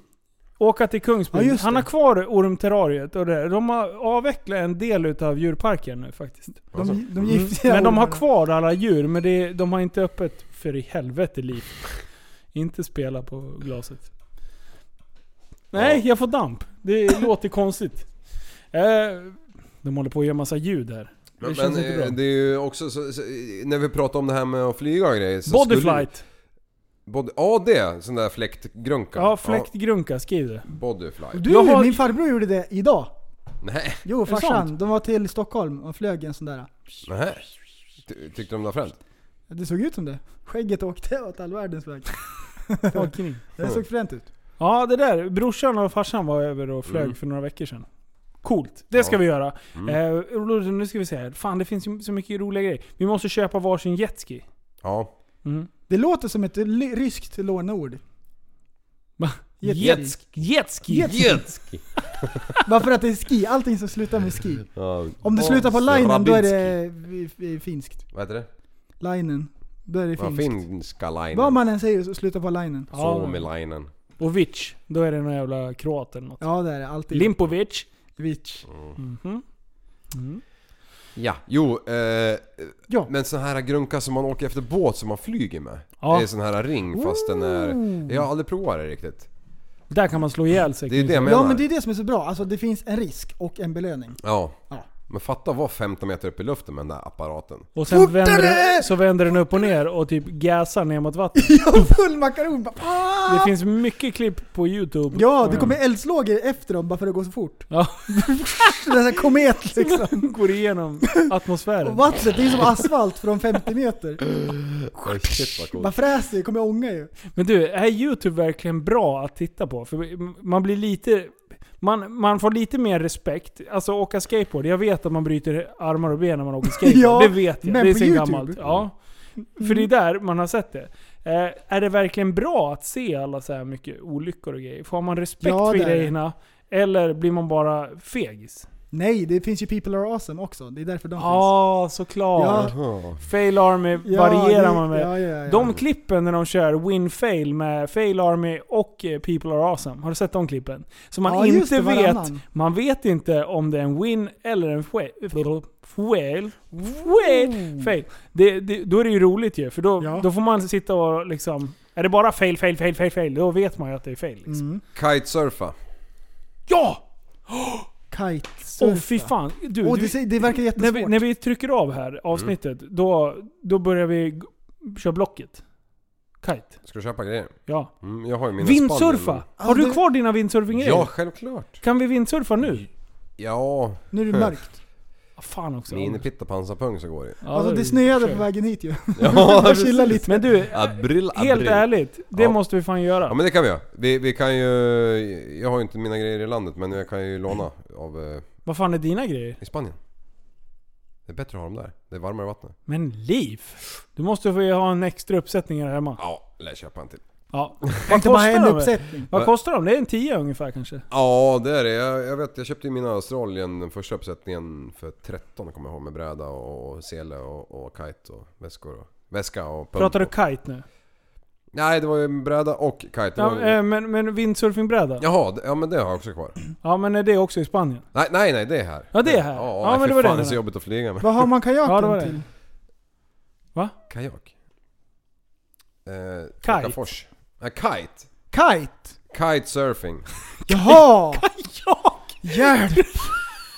S4: Åka till Kungsbyn.
S5: Ja, just
S4: Han
S5: det.
S4: har kvar ormterrariet och det. De har avvecklat en del utav djurparken nu faktiskt.
S5: De, de är
S4: Mm.
S5: giftiga.
S4: Men de har
S5: ormarna.
S4: kvar alla djur, men det, de har inte öppet för i helvete liv. Inte spela på glaset. Nej, jag får damp. Det låter konstigt. Eh, de håller på att göra massa ljud här. Det
S6: Men,
S4: känns
S6: men
S4: inte bra.
S6: eh, det är ju också så, så, när vi pratar om det här med att flyga och grejer. Så
S4: Body
S6: skulle-
S4: flight.
S6: Body, ja det, sån där fläktgrunka.
S4: Ja, fläktgrunka. Skriv det.
S6: Ja, body flight.
S5: Du,
S4: Jag har-
S5: min farbror gjorde det idag.
S6: Nej,
S5: Jo,
S4: det
S5: farsan.
S4: sant?
S5: De var till Stockholm och flög i en sån där.
S6: nej. Ty, tyckte de det var fränt?
S5: Det såg ut som det. Skägget åkte åt all världens väg.
S4: Fan, kring.
S5: Det såg fränt ut.
S4: Ja, det där. Brorsan och farsan var över och flög
S6: Mm.
S4: för några veckor sedan. Coolt. Det ska
S6: Ja.
S4: vi göra.
S6: Mm.
S4: Eh, Ulrik, nu ska vi se här. Fan, det finns ju så mycket roliga grejer. Vi måste köpa varsin jetski.
S6: Ja.
S4: Mm.
S5: Det låter som ett ly- ryskt låneord.
S4: Va?
S5: Jetski.
S4: Jetski. Jetski.
S5: Jetski. Bara för att det är ski. Allting som slutar med ski.
S6: ja.
S5: Om det
S6: Ja,
S5: slutar på
S6: så
S5: linen, då är det eh,
S6: Rabinski.
S5: i- i- finskt.
S6: Vad heter det?
S5: Linen. Då är det
S6: Ja,
S5: finskt.
S6: finska linen.
S5: Vad man än säger så slutar på linen.
S6: Suomi-linen.
S4: Och Vitch. Då är det någon jävla kroat eller något.
S5: Ja det är det. Alltid.
S4: Limpovic.
S5: Vitch.
S4: Mhm. Mm.
S6: Ja, jo. Eh,
S4: Ja.
S6: Men sån här grunka som man åker efter båt som man flyger med.
S4: Ja.
S6: Det är sån här ring fast den är... Jag har aldrig provat det riktigt.
S4: Där kan man slå ihjäl sig.
S6: Det är det jag menar.
S5: Ja men det är det som är så bra, alltså det finns en risk och en belöning.
S6: Ja.
S5: Ja.
S6: Men fatta vad 15 meter upp i luften med den där apparaten.
S4: Och sen vänder, den- så vänder den upp och ner och typ gasar ner mot vattnet.
S5: Ja, full makaron! bara, ah!
S4: Det finns mycket klipp på youtube.
S5: Ja, det kommer eldslågor efter dem bara för att det går så fort.
S4: Mm. Ja.
S5: Det är en komet liksom.
S4: Går igenom
S5: Och
S4: atmosfären.
S5: vattnet, det är som asfalt från 50 meter.
S6: Oh, shit
S5: Bara
S6: vad coolt.
S5: fräser, det kommer ånga ju.
S4: Men du, är youtube verkligen bra att titta på? För man blir lite... Man, man får lite mer respekt. Alltså åka skateboard. Jag vet att man bryter armar och ben när man åker skateboard.
S5: Ja,
S4: det vet jag.
S5: men
S4: det är
S5: på
S4: sen
S5: YouTube? Mm.
S4: gammalt. Ja. För det är där man har sett det. Eh, är det verkligen bra att se alla så här mycket olyckor och grejer? Får man respekt
S5: Ja,
S4: för
S5: det är det.
S4: grejerna? Eller blir man bara fegis?
S5: Nej, det finns ju People Are Awesome också. Det är därför de finns.
S4: Ja, såklart.
S6: Jaha.
S4: Fail Army
S5: Ja,
S4: varierar
S5: det-
S4: man med.
S5: Ja, ja, ja.
S4: De klippen när de kör Win Fail med Fail Army och eh, People Are Awesome. Har du sett de klippen? Så man
S5: Ja, just
S4: inte
S5: det,
S4: vet.
S5: varannan.
S4: Man vet inte om det är en win eller en fail. Fail. fail. fail. Det, det, då är det ju roligt ju. För då,
S5: Ja.
S4: då får man sitta och liksom... Är det bara fail, fail, fail, fail, fail? Då vet man ju att det är fail. Liksom.
S5: Mm.
S6: Kitesurfa.
S4: Ja!
S5: Kite.
S4: Åh fy fan. Du,
S5: Och
S4: du-
S5: det, ser- det verkar
S4: när
S5: jättesvårt.
S4: vi, när vi trycker av här avsnittet, då, då börjar vi g- köra blocket. Kite.
S6: Ska du köpa grejer?
S4: Ja.
S6: Mm, jag har ju mina
S4: Vindsurfa! Har
S5: Ja,
S4: du
S5: det-
S4: kvar dina
S6: spann, men-
S4: windsurfinggrejer?
S6: Ja, självklart.
S4: Kan vi vindsurfa nu?
S6: Ja.
S5: Nu är det mörkt.
S4: Ah, fan också.
S6: Minipitta pansarpung så går det ju.
S4: Ja,
S5: Alltså
S4: då-
S5: det snöade
S4: kör
S5: på
S4: vi.
S5: vägen hit ju.
S6: Ja,
S5: Jag chillar lite.
S4: Men du,
S6: Abril, abril.
S4: helt ärligt. Det
S6: Ja.
S4: måste vi fan göra.
S6: Ja men det kan vi göra. Vi, vi kan ju... Jag har ju inte mina grejer i landet men jag kan ju låna av... eh,
S4: Vad fan är dina grejer?
S6: I Spanien. Det är bättre att ha dem där. Det är varmare vatten.
S4: Men Liv! Du måste få ha en extra uppsättning här hemma.
S6: Ja, lär köpa en till.
S4: Ja.
S5: Kan
S4: Vad
S5: inte bara ha en
S4: kostar de?
S5: uppsättning.
S4: Vad kostar de? Det är en 10 ungefär kanske?
S6: Ja det är det. Jag, jag vet, jag köpte ju mina Australien, den första uppsättningen för 13 kommer jag ihåg med bräda och, och sele och, och kite och väskor och... Väska och pump.
S4: Pratar du
S6: och,
S4: kite nu?
S6: Nej det var ju en bräda och kite. Det
S4: Ja,
S6: var, ju-
S4: eh, men, men windsurfingbräda? Ja.
S6: Jaha, det- ja men det har jag också kvar.
S4: men är det också i Spanien?
S6: Nej, nej, nej det är här.
S4: Ja, det är här.
S6: Ja,
S4: Ja,
S6: nej,
S4: men det
S6: fy
S4: var det
S6: fan,
S4: jag
S6: det är så
S4: menade.
S6: jobbigt att flyga med.
S5: Vad har man kajaken
S4: Ja, det var det.
S5: till?
S6: Kajak? Eh,
S4: Kite.
S6: kite? Fors. Nej, kite.
S5: Kite!
S6: Kitesurfing.
S5: Jaha!
S4: Ja!
S5: Hjälp!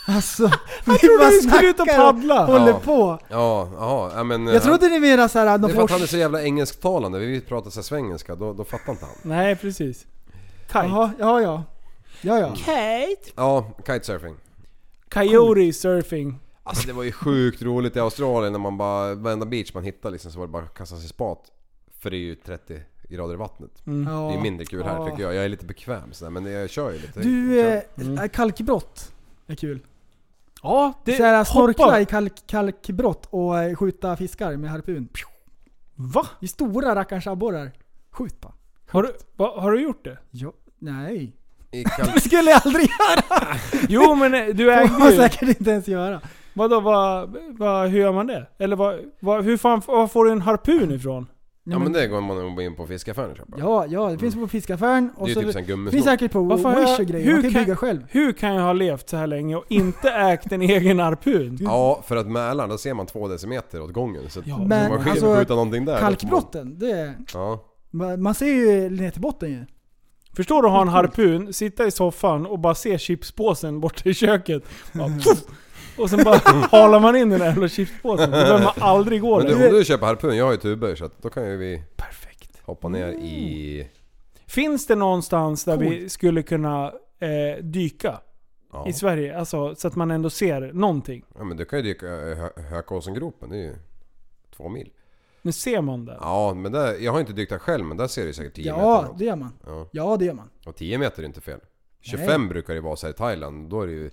S5: Alltså,
S4: Jag trodde vi skulle ut och paddla.
S5: håller
S6: Ja.
S5: på.
S6: Ja, jaha. Ja, men, eh,
S5: Jag trodde ni mera såhär, de
S6: Det är för
S5: får...
S6: att han är så jävla engelsktalande. Vi pratar så här svengelska, då, då fattar inte han.
S4: Nej, precis. Kite.
S5: Jaha, ja ja. Ja ja.
S4: Kite.
S6: Ja, kitesurfing.
S4: Coyote surfing.
S6: Alltså det var ju sjukt roligt i Australien när man bara, varenda beach man hittade liksom så var det bara att kasta sig i spat. För det är ju 30 grader i vattnet. Det är ju mindre kul här
S5: Ja.
S6: tycker jag. Jag är lite bekväm sådär, men jag kör ju lite.
S5: Du,
S6: Jag
S5: eh,
S6: Mm.
S5: kalkbrott är kul.
S4: Ja, det...
S5: Så här, snorkla
S4: hoppa.
S5: i kalk, kalkbrott och eh, skjuta fiskar med harpun.
S4: Va?
S5: I stora rackarns abborrar. Skjut bara.
S4: Har du, va, har du gjort det?
S5: Ja, nej.
S6: I kal-
S5: Det skulle jag aldrig göra!
S4: Jo men eh, du
S5: Det får
S4: ägde
S5: man
S4: ju.
S5: säkert inte ens göra.
S4: Vadå, vad, vad, hur gör man det? Eller vad, vad, hur fan, var får du en harpun ifrån?
S6: ja men det går man in på fiskaffären och köper.
S5: Ja, ja, det finns på fiskaffären
S6: det är
S5: och
S6: ju
S5: så
S6: typ sån
S5: det
S6: gummisnodd.
S5: finns säkert på
S4: Varför har
S5: Wish
S4: jag-
S5: och grejer.
S4: hur
S5: Man kan
S4: kan-
S5: bygga själv.
S4: Hur kan jag ha levt så här länge och inte ägt en egen harpun?
S6: Ja, för att Mälaren, då ser man två decimeter åt gången. Så att
S4: Ja,
S6: får
S5: men
S6: man skit,
S5: alltså,
S6: skjuta någonting där.
S5: Kalkbrotten, det är,
S6: Ja.
S5: man man ser ju ner till botten ju.
S4: Förstår du att ha en harpun, sitta i soffan och bara se chipspåsen borta i köket. Bara, pff, och sen bara halar man in den där jävla chipspåsen. Då behöver man aldrig gå
S6: Men
S4: där.
S6: du, om du köper harpun, jag har ju tuber så att då kan ju vi
S4: Perfekt.
S6: hoppa ner
S5: Mm.
S6: i...
S4: Finns det någonstans där vi skulle kunna eh, dyka
S6: Ja.
S4: i Sverige? Alltså, så att man ändå ser någonting.
S6: Ja men du kan ju dyka i Hö- Hökåsengropen, det är ju två mil.
S4: Nu ser man det.
S6: Ja men där, jag har inte dykt där själv men där ser du säkert 10 meter.
S5: Ja,
S6: något.
S5: det gör man.
S6: Ja.
S5: Ja, det gör man.
S6: Och 10 meter är inte fel. 25 brukar det vara så här i Thailand, då är det ju...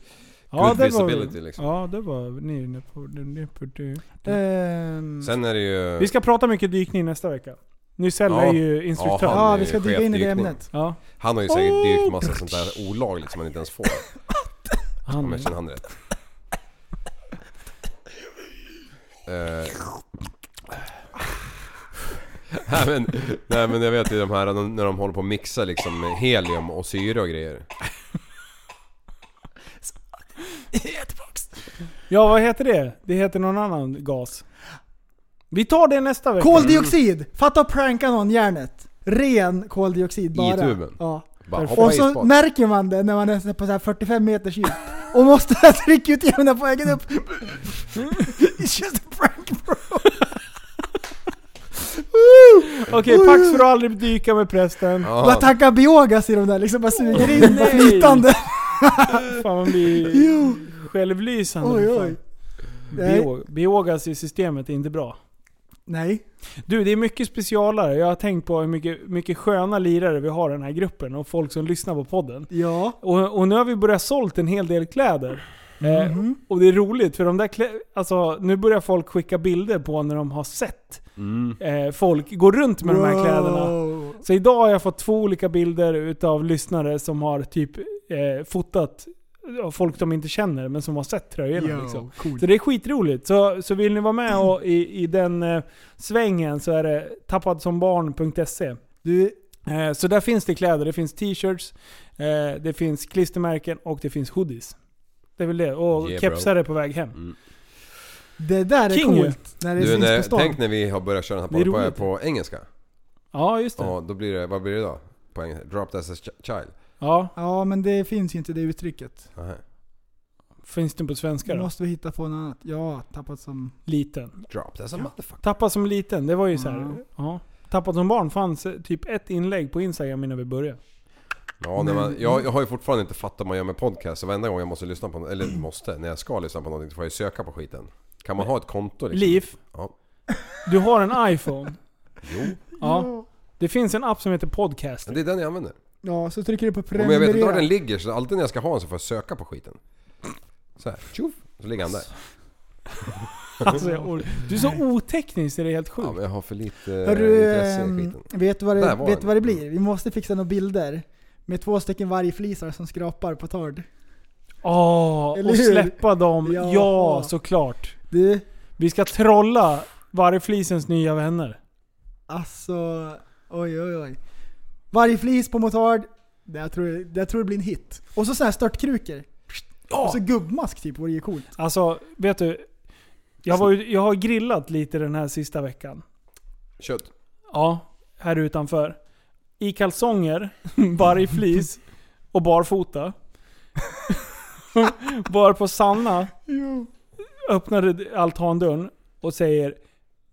S6: Good visibility,
S4: vi,
S6: liksom.
S4: Ja, det var ni inne på. ni inne på det.
S6: Mm.
S5: Ehm,
S6: Sen är det ju...
S4: Vi ska prata mycket dykning nästa vecka. Nysell
S6: Ja.
S4: är ju instruktör.
S6: Ja, han-
S5: ja,
S6: är
S5: vi ska dyka in i det
S6: chefdykning.
S5: ämnet.
S4: Ja,
S6: Han har ju säkert dykt massa sånt där olagligt som man inte ens får. Om
S4: han,
S6: jag känner han rätt. Eh. Nej men, nej men jag vet ju de här när de håller på att mixa liksom helium och syre och grejer.
S4: Ja, vad heter det? Det heter någon annan gas. Vi tar det nästa vecka.
S5: Koldioxid! Fatta att pranka någon hjärnet. Ren koldioxid bara.
S6: tuben?
S5: Ja.
S6: Bara hoppa
S5: Och
S6: i
S5: så
S6: spak.
S5: märker man det när man är på så här 45 meters djup. Och måste trycka ut jämna på vägen upp. It's just a prank bro.
S4: Okej, Pax får aldrig dyka med prästen.
S6: Ja.
S5: Bara tacka biogas i de där liksom, bara suger in på flytande.
S4: Fan man blir
S5: Jo.
S4: självlysande.
S5: Oj
S4: Fan.
S5: oj. Nej.
S4: Bio- Biogas i systemet är inte bra.
S5: Nej.
S4: Du, det är mycket specialare. Jag har tänkt på hur mycket, mycket sköna lirare vi har i den här gruppen och folk som lyssnar på podden.
S5: Ja.
S4: Och, och nu har vi börjat sålt en hel del kläder. Eh, och det är roligt för de där klä- alltså, nu börjar folk skicka bilder på när de har sett eh, folk gå runt med de här kläderna.
S5: Wow.
S4: Så idag har jag fått två olika bilder utav lyssnare som har typ eh, fotat av folk de inte känner men som har sett tröjorna.
S5: Yo,
S4: liksom.
S5: coolt.
S4: Så det är skitroligt. Så, så vill ni vara med och, i, i den eh, svängen så är det tappadsombarn.se.
S5: Du,
S4: Eh, så där finns det kläder. Det finns t-shirts, eh, det finns klistermärken och det finns hoodies. Det är väl det. Och
S6: Yeah,
S4: kepsar är på väg hem.
S6: Mm.
S5: det där är
S4: King ju.
S5: coolt. När det är
S6: Du, när,
S5: sist på stan.
S6: tänk när vi har börjat köra den
S4: Det är
S6: här podden
S4: roligt.
S6: på, på engelska.
S4: Ja, just det.
S6: Ja, då blir det, vad blir det då? På engelska? Dropped as a ch- child?
S4: Ja,
S5: Ja men det finns ju inte det uttrycket.
S6: Aha.
S4: finns det på svenska
S5: Nu
S4: då?
S5: måste vi hitta på något annat. Ja, tappat som...
S4: Liten.
S6: Dropped as a motherfucker.
S4: Tappa som liten, det var ju så här.
S5: Ja.
S4: Ja. Tappa som barn fanns eh, typ ett inlägg på Instagram innan vi började.
S6: Ja, när man, jag, jag har ju fortfarande inte fattat vad man gör med podcast. Så varenda gång jag måste lyssna på eller måste, när jag ska lyssna på någonting så får jag ju söka på skiten. Kan man ha ett konto liksom?
S4: Liv,
S6: Ja.
S4: du har en iPhone.
S6: Jo.
S4: Ja. Det finns en app som heter Podcast.
S6: Men det är den jag använder.
S5: Ja, så trycker du på
S6: Och men jag vet inte var den
S5: prenumerera.
S6: ligger så alltid när jag ska ha den så får jag söka på skiten. Så här, tjoff, så ligger han där.
S4: Alltså, jag or- du är så oteknisk, det är helt
S6: Ja,
S4: sjukt.
S6: men jag har för lite
S5: Hör
S6: Hörru,
S5: du,
S6: eh, intresse i
S5: ehm,
S6: skiten.
S5: vet du vad
S6: Där
S5: det,
S6: var
S5: vet
S6: den.
S5: du vad det blir? Vi måste fixa några bilder. Med två stycken vargflisar som skrapar på tord.
S4: Åh,
S5: Eller
S4: och
S5: hur?
S4: släppa dem. Ja.
S5: Ja.
S4: såklart.
S5: Du,
S4: Vi ska trolla vargflisens nya vänner.
S5: alltså... Oj oj oj. Vargflis på motard. Det jag, tror, det jag tror det blir en hit. Och så sådana här störtkrukor. Och
S4: Ah.
S5: så gubbmask typ, vore ju coolt.
S4: Alltså, vet du? Jag, var, ju- jag har grillat lite den här sista veckan.
S6: Kött.
S4: Ja, här utanför. I kalsonger, vargflis och barfota. Var på Sanna öppnade altandörren och säger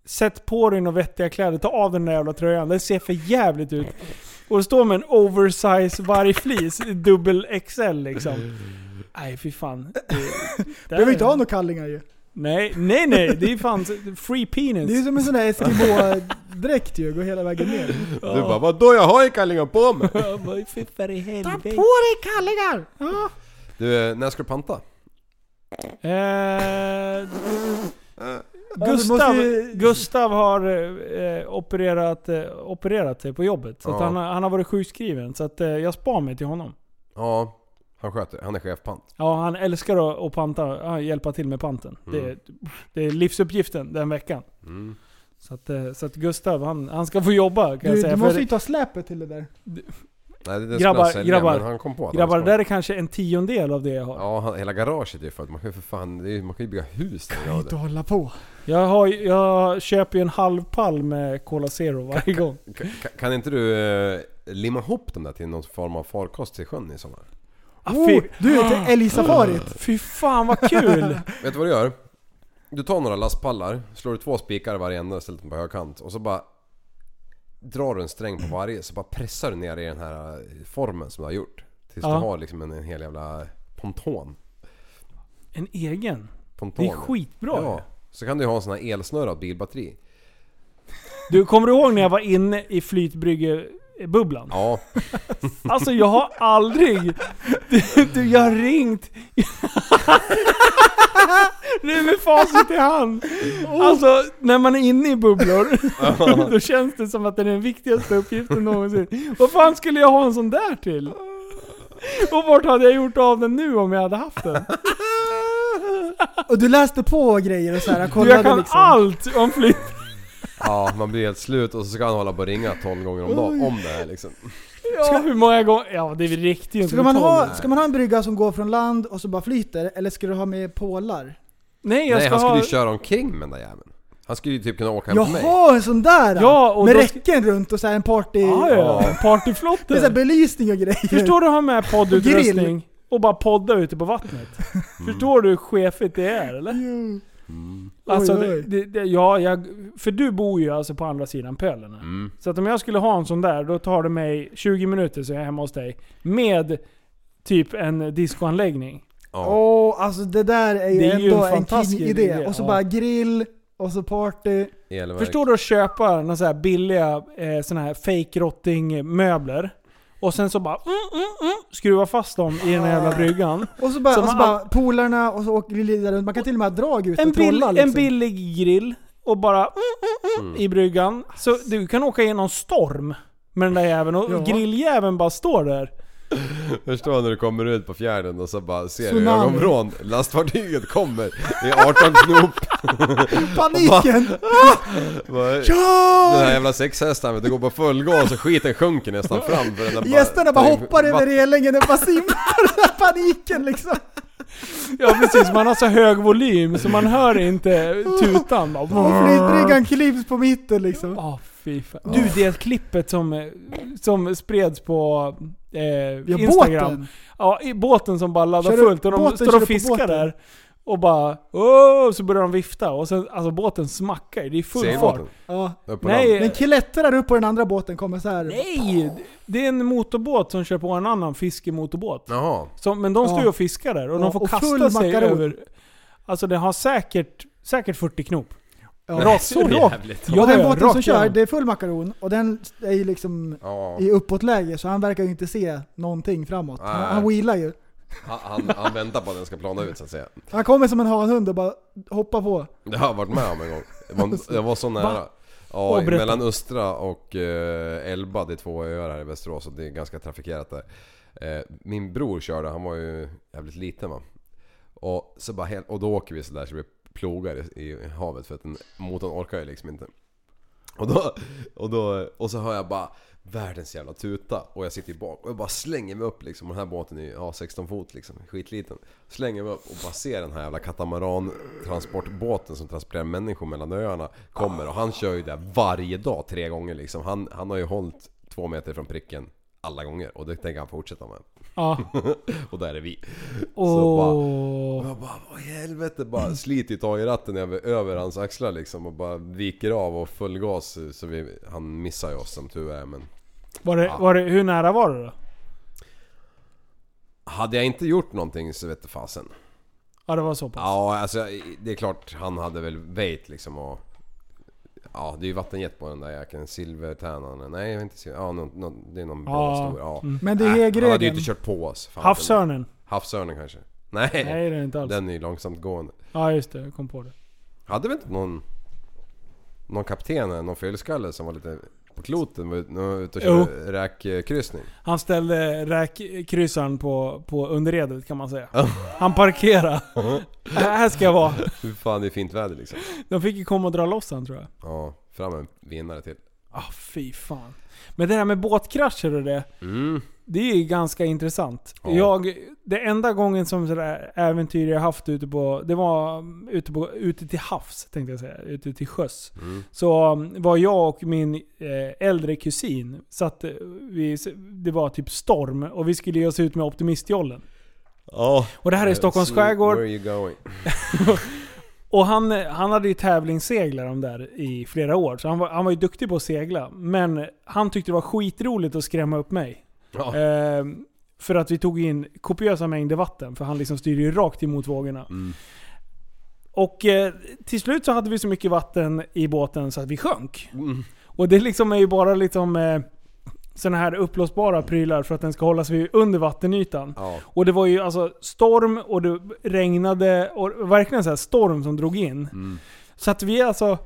S4: Sätt på dig några vettiga kläder, ta av den där jävla tröjan, den ser för jävligt ut. Och det står med en oversize vargflis, dubbel XL liksom. Nej fy fan. Det, där-
S5: Behöver inte ha några kallingar ju.
S4: Nej, nej nej, det är fan free penis.
S5: Det är som en sån där Eskimo-dräkt ju, går hela vägen ner.
S6: Du bara, vadå jag har ju kallingar på mig?
S4: Ja, vad fy fan i helvete.
S6: Du, eh, när ska du panta?
S4: Eh,
S5: Ja,
S4: Gustav,
S5: vi måste ju-
S4: Gustav har eh, opererat, eh, operat sig på jobbet. Så att
S6: Ja.
S4: han, har- han har varit sjukskriven. Så att, eh, jag spar mig till honom.
S6: Ja, han sköter Han är chefpant.
S4: Ja, han älskar att, att panta, ja, hjälpa till med panten. Det,
S5: Mm.
S4: är- det är livsuppgiften den veckan.
S6: Mm.
S4: Så, att, eh, så att Gustav, han, han ska få jobba kan jag
S5: Du,
S4: säga.
S5: du
S4: för-
S5: måste ju ta släpet till det där.
S6: Nej, det skulle
S4: Grabbar,
S6: han sälja,
S4: grabbar.
S6: men han kom på att han
S4: grabbar, det
S6: skulle-
S4: där är kanske en tiondel av det jag har.
S6: Ja, han, hela garaget är ju fullt. Man kan ju för fan, det är, ju- man kan ju bygga hus där.
S5: Kan ju inte hålla på.
S4: Jag, har, ju- jag köper ju en halv pall med Cola Zero varje gång.
S6: Kan, kan- kan inte du eh, limma ihop dem där till någon form av farkost till sjön i sommar?
S4: Ah,
S5: Oh,
S4: fy,
S5: du är inte älgsafarit.
S4: fy fan vad kul!
S6: Vet du vad du gör? Du tar några lastpallar, slår du två spikar i varje ände och ställer dem på högkant och så bara drar du en sträng på varje så bara pressar du ner i den här eh, formen som du har gjort. Tills
S4: Ja.
S6: du har liksom en, en hel jävla ponton.
S4: En egen?
S6: ponton.
S4: Det är skitbra
S6: Ja. Så kan du ju ha en sån här elsnurrad bilbatteri.
S4: Du, kommer du ihåg när jag var inne i flytbryggebubblan?
S6: Ja,
S4: Alltså jag har aldrig... Du, du jag har ringt... Nu med facit i hand. Alltså, när man är inne i bubblor, då känns det som att det är den viktigaste uppgiften någonsin. Vad fan skulle jag ha en sån där till? Och vart hade jag gjort av den nu om jag hade haft den?
S5: Och du läste på grejer och så här,
S4: Du,
S5: kollade
S4: jag kan
S5: liksom.
S4: allt om flyt...
S6: ja, man blir helt slut och så ska han hålla på och ringa 12 gånger om dagen om det här liksom.
S4: Ja, hur många gånger... Ja, det räckte ju inte
S5: Ska
S4: med
S5: man,
S4: tolv.
S5: ha, ska man ha en brygga som går från land och så bara flyter, eller ska du ha med pålar?
S4: Nej, jag
S6: Nej,
S4: ska
S6: han skulle
S4: ha...
S6: ju köra omkring med den där jäveln. Han skulle ju typ kunna åka hem till mig.
S5: Jaha, en sån där!
S4: Ja, och
S5: med
S4: då- Ah,
S5: räcken runt och så här en party...
S4: Ja, ja.
S5: Det är så här
S4: Partyflotte.
S5: belysning och grejer.
S4: Förstår du att ha med
S5: Och
S4: poddutrustning
S5: grill.
S4: och bara podda ute på vattnet? Förstår du hur chefigt det är eller? Alltså,
S5: Oj, oj.
S4: Det, det, ja, jag, för du bor ju alltså på andra sidan pölen. här. Så att om jag skulle ha en sån där, då tar det mig 20 minuter så är jag hemma hos dig. Med typ en discoanläggning.
S6: Ja.
S5: Åh, alltså det där är ju
S4: Det är ju
S5: ändå
S4: en
S5: en
S4: fantastisk
S5: king idé.
S4: idé,
S5: Och så
S4: ja.
S5: bara grill, och så party.
S6: Elverk.
S4: Förstår du att köpa några så här billiga eh, såna här fake rotting möbler och sen så bara mm, mm, mm, skruva fast dem i den här jävla bryggan.
S5: Och så bara,
S4: Som
S5: och så
S4: all-
S5: bara polarna och så åker vi vidare runt. Man kan till och med ha drag ut
S4: En,
S5: och liksom. trolla
S4: bill, en billig grill och bara mm, mm, mm, i bryggan. Så du kan åka igenom storm med den där jäveln och
S5: Ja.
S4: grilljäveln bara står där.
S6: Förstår när du kommer ut på fjärden och så bara ser du i
S5: Tsunami.
S6: ögonvrån, lastfartyget kommer i 18 knop.
S5: Paniken!
S6: Bara, Den här jävla sexhästaren det går på full gas och skiten sjunker nästan fram för den där bara-
S5: Gästerna bara hoppar över
S6: Vatten-
S5: relingen och bara simmar. Paniken liksom.
S4: Ja precis, man har så hög volym så man hör inte tutan. Bara,
S5: Och flytbryggan klipps på mitten liksom.
S4: Ah, fy fan. Du, det klippet som, eh, som spreds på eh,
S5: Ja,
S4: Instagram.
S5: båten.
S4: Ja, i båten som bara laddar
S5: Kör du-
S4: fullt och de
S5: båten
S4: står
S5: kör
S4: och
S5: du på
S4: fiskar
S5: båten?
S4: där. Och bara åh, så börjar de vifta och sen, alltså båten smackar ju. Det är full
S6: Ser
S4: fart.
S6: båten?
S5: Ja.
S6: Upp på
S4: Nej.
S6: land.
S5: Den klättrar upp på den andra båten, kommer så här.
S4: Nej! Det är en motorbåt som kör på en annan fiskemotorbåt.
S6: Jaha.
S4: Som, men de står ju
S5: Ja.
S4: och fiskar där och de
S5: Ja,
S4: får
S5: och
S4: kasta
S5: full
S4: sig
S5: makaron.
S4: över. Alltså den har säkert, säkert 40 knop.
S5: Ja.
S4: Rakt så rakt. Ja,
S5: och den
S4: ja,
S5: båten
S4: rakt
S5: som kör,
S4: igenom.
S5: det är full makaron och den är ju liksom
S6: Ja.
S5: i uppåtläge så han verkar ju inte se någonting framåt.
S6: Nej.
S5: Han, han wheelar ju.
S6: Han, han, han väntar på att den ska plana ut så att säga.
S5: Han kommer som en hanhund och bara hoppar på.
S6: Det har jag varit med om en gång. Jag var, jag var så nära. Ja,
S4: Åh,
S6: i-
S4: berätta.
S6: mellan Östra och eh, Elba, det är två öar här i Västerås och det är ganska trafikerat där. Eh, min bror körde, han var ju jävligt liten va. Och, så bara, hel- och då åker vi sådär så vi plogar i, i havet för att den, motorn orkar ju liksom inte. Och då, och då, och så hör jag bara världens jävla tuta och jag sitter ju bak och jag bara slänger mig upp liksom och den här båten är ju ja, 16 fot liksom, skitliten. Slänger mig upp och bara ser den här jävla katamaran-transportbåten som transporterar människor mellan öarna kommer och han kör ju där varje dag tre gånger liksom. Han, han har ju hållit två meter från pricken alla gånger och det tänker han fortsätta med.
S4: Ja.
S6: och där är vi. Så bara-
S4: Åh.
S6: Och jag bara, vad i helvete? Bara sliter ju tag i ratten över, över hans axlar liksom och bara viker av och full gas eh, så vi, han missar ju oss som tur är men...
S4: Var det, var det, hur nära var det då?
S6: Hade jag inte gjort någonting så vete fasen.
S4: Ja det var så pass.
S6: Ja alltså jag- det är klart han hade väl vejt liksom och... Ja det är ju vattenjet på den där jäkeln, silvertärnan, nej jag vet inte silver, ja nå- nå- det är någon bra
S4: Ja,
S6: stor. Ja.
S5: Mm. Men det är
S6: Äh, han hade ju
S5: gröden.
S6: inte kört på oss. fan.
S4: Havsörnen?
S6: Havsörnen kanske? Nej,
S4: Nej det är det inte alls.
S6: den är ju långsamt gående.
S4: Ja just det, jag kom på det.
S6: Hade vi inte någon Någon kapten, eller någon fyllskalle som var lite på kloten var ut- när var ute och körde räkkryssning?
S4: Han ställde räkkryssaren på, på underredet kan man säga. Han parkerade. här ska jag vara.
S6: Hur fan det är fint väder liksom.
S4: De fick ju komma och dra loss han tror jag.
S6: Ja, fram en vinnare till.
S4: Ah fy fan. Men det där med båtkrascher och det.
S6: Mm.
S4: Det är ju ganska intressant.
S6: Ja.
S4: Jag, det enda gången som sådär äventyr jag haft ute på, det var mm, ute, på, ute till havs tänkte jag säga, ute till sjöss. Så mm, var jag och min eh, äldre kusin, satt, eh, vi, det var typ storm och vi skulle ge oss ut med optimistjollen.
S6: Ja. Eh,
S4: Och det här är Stockholms skärgård.
S6: Where are you going?
S4: Och han, han hade ju tävlingsseglat de där i flera år, så han var, han var ju duktig på att segla. Men han tyckte det var skitroligt att skrämma upp mig.
S6: Ja.
S4: Ehm, för att vi tog in kopiösa mängder vatten, för han liksom styrde ju rakt emot vågorna. Och eh, till slut så hade vi så mycket vatten i båten så att vi sjönk. Och det liksom är ju bara liksom eh, sådana här uppblåsbara prylar för att den ska hålla sig under vattenytan.
S6: Ja.
S4: Och det var ju alltså storm och det regnade och verkligen så här storm som drog in. Så att vi är alltså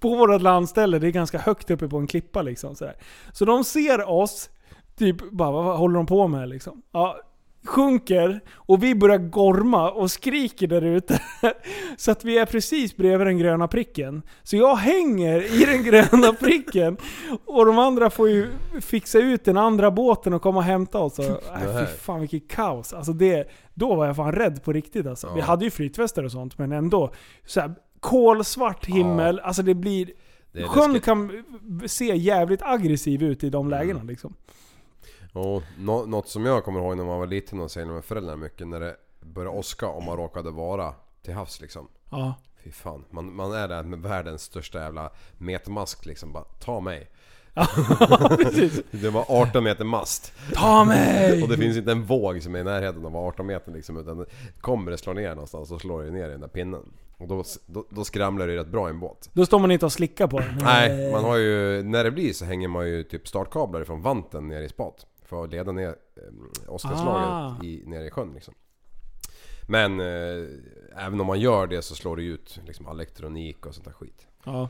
S4: på vårt landställe, det är ganska högt uppe på en klippa liksom. Så, där. så de ser oss, typ bara vad håller de på med liksom? Ja, sjunker och vi börjar gorma och skriker där ute. Så att vi är precis bredvid den gröna pricken. Så jag hänger i den gröna pricken och de andra får ju fixa ut den andra båten och komma och hämta oss. Och, äh, fy fan vilket kaos. Alltså det, då var jag fan rädd på riktigt alltså. Vi hade ju flytvästar och sånt men ändå. Så här, kolsvart himmel, alltså det blir...
S6: Det är
S4: Sjön
S6: läskigt.
S4: kan se jävligt aggressiv ut i de
S6: Mm.
S4: lägena liksom.
S6: Och nå- något som jag kommer ihåg när man var liten och säger med föräldrarna mycket när det började åska om man råkade vara till havs liksom.
S4: Ja.
S6: Fy fan, man, man är där med världens största jävla metmask liksom. Bara, ta mig.
S4: Precis.
S6: Det var 18 meter mast.
S4: Ta mig!
S6: Och det finns inte en våg som är i närheten av 18 meter liksom. Utan det kommer det slå ner någonstans så slår det ner i den där pinnen. Och då, då, då skramlar det ju rätt bra i en båt.
S4: Då står man inte och slickar på den.
S6: Nej, man har ju, när det blir så hänger man ju typ startkablar från vanten ner i spat. För att leda ner eh,
S4: Ah.
S6: åskaslaget i, ner i sjön liksom. Men eh, även om man gör det så slår det ju ut liksom all elektronik och sånt där skit.
S4: Ja.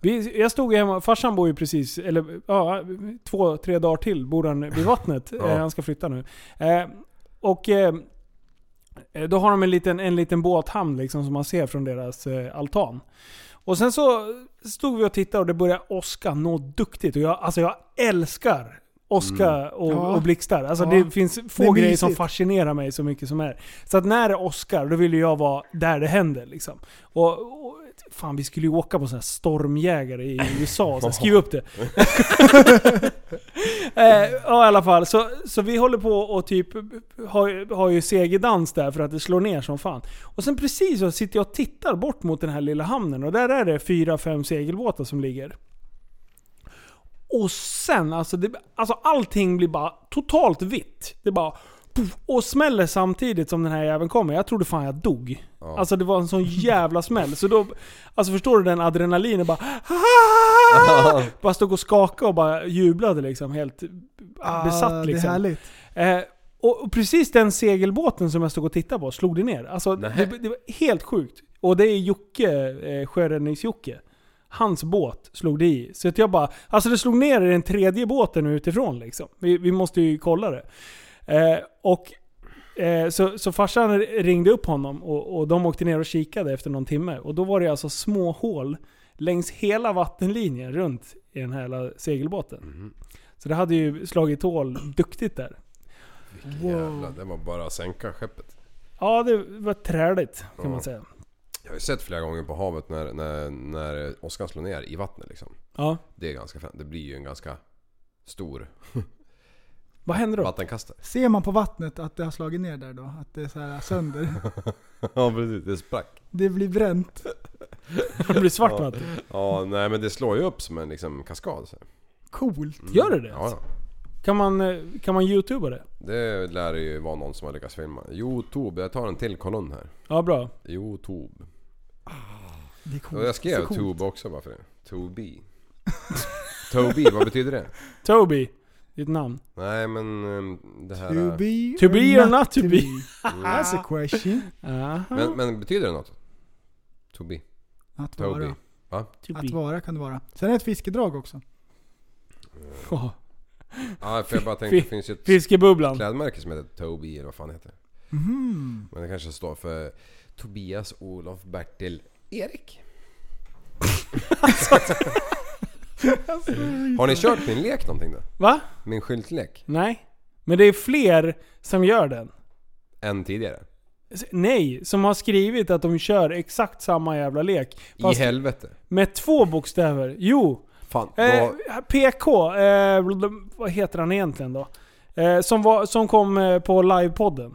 S4: Vi, jag stod hemma, farsan bor ju precis, eller ja, två, tre dagar till bor han vid vattnet.
S6: Ja.
S4: Eh, Han ska flytta nu. Eh, och eh, då har de en liten, en liten båthamn liksom som man ser från deras eh, altan. Och sen så stod vi och tittade och det började åska något duktigt. Och jag, alltså jag älskar åska och,
S5: Mm. Ja.
S4: och blixtar. Alltså
S5: Ja.
S4: det finns få
S5: Det är
S4: grejer som
S5: mysigt.
S4: fascinerar mig så mycket som är. Så att när det åskar, då vill ju jag vara där det händer liksom. Och, och fan vi skulle ju åka på sån här stormjägare i USA. Så här, skriv upp det. eh, ja i alla fall. Så, så vi håller på och typ har, har ju segerdans där för att det slår ner som fan. Och sen precis så sitter jag och tittar bort mot den här lilla hamnen och där är det fyra, fem segelbåtar som ligger. Och sen, alltså, det, alltså allting blir bara totalt vitt. Det bara... Puff, och smäller samtidigt som den här jäveln kommer. Jag trodde fan jag dog. Alltså det var en sån jävla smäll. Så då, alltså förstår du den adrenalinen bara... "Ah!" bara stod och skakade och bara jublade liksom. Helt
S5: Ah,
S4: besatt
S5: Det är
S4: liksom.
S5: härligt.
S4: Eh, och och precis den segelbåten som jag stod och tittade på slog det ner. Alltså,
S6: Nej.
S4: det, det var helt sjukt. Och det är Jocke, eh, Sjöräddnings-Jocke. Hans båt slog det i. Så att jag bara... Alltså det slog ner i den tredje båten utifrån liksom. Vi, vi måste ju kolla det. Eh, och eh, så, så farsan ringde upp honom och, och de åkte ner och kikade efter någon timme. Och då var det alltså små hål längs hela vattenlinjen runt i den här jävla segelbåten.
S6: Mhm.
S4: Så det hade ju slagit hål duktigt där.
S6: Jävlar, det var bara att sänka skeppet.
S4: Ja, det var träligt kan man säga.
S6: Jag har ju sett flera gånger på havet när, när, när åskan slår ner i vattnet liksom.
S4: Ja.
S6: Det är ganska fränt. Det blir ju en ganska stor
S4: Vad hände då?
S6: vattenkastare.
S5: Ser man på vattnet att det har slagit ner där då? Att det är så här sönder?
S6: ja precis, det sprack.
S5: Det blir bränt.
S4: Det blir svart vatten.
S6: Ja, nej men det slår ju upp som en liksom kaskad. Så. här. Mm.
S5: Coolt.
S4: Gör det det?
S6: Ja, ja.
S4: Kan, man, eh, kan man youtuba det?
S6: Det lär det ju vara någon som har lyckats filma. Youtube, jag tar en till kolumn här.
S4: Ja, bra.
S6: Youtube.
S5: Det är coolt.
S6: Och jag
S5: Så
S6: skrev
S5: coolt.
S6: Tube också bara för det. Tobi. Tobi, vad betyder det?
S4: Toby, ditt namn.
S6: Nej men ehm, det här... mm.
S5: To be,
S4: To be or not to be.
S5: That's a question.
S4: Aha.
S6: Men, men betyder det något? Tobi.
S5: Att
S6: Tobi.
S5: vara.
S6: Va?
S4: To
S5: Att
S4: be.
S5: vara kan det vara. Sen är det ett fiskedrag också.
S4: Ja.
S6: Ja, för jag bara tänkte, det
S4: fi-
S6: finns ju ett
S4: Fiskebubblan.
S6: klädmärke som heter Tobi eller vad fan det heter.
S5: Mhm.
S6: Men det kanske står för Tobias Olof Bertil Erik. Har ni kört min lek någonting då?
S4: Va?
S6: Min skyltlek?
S4: Nej. Men det är fler som gör den.
S6: Än tidigare?
S4: S- Nej, som har skrivit att de kör exakt samma jävla lek. Fast
S6: I helvete.
S4: med två bokstäver. Jo.
S6: Fan, då,
S4: Eh, PK, eh, blub- vad heter han egentligen då? Eh, som, var, som kom eh, på livepodden.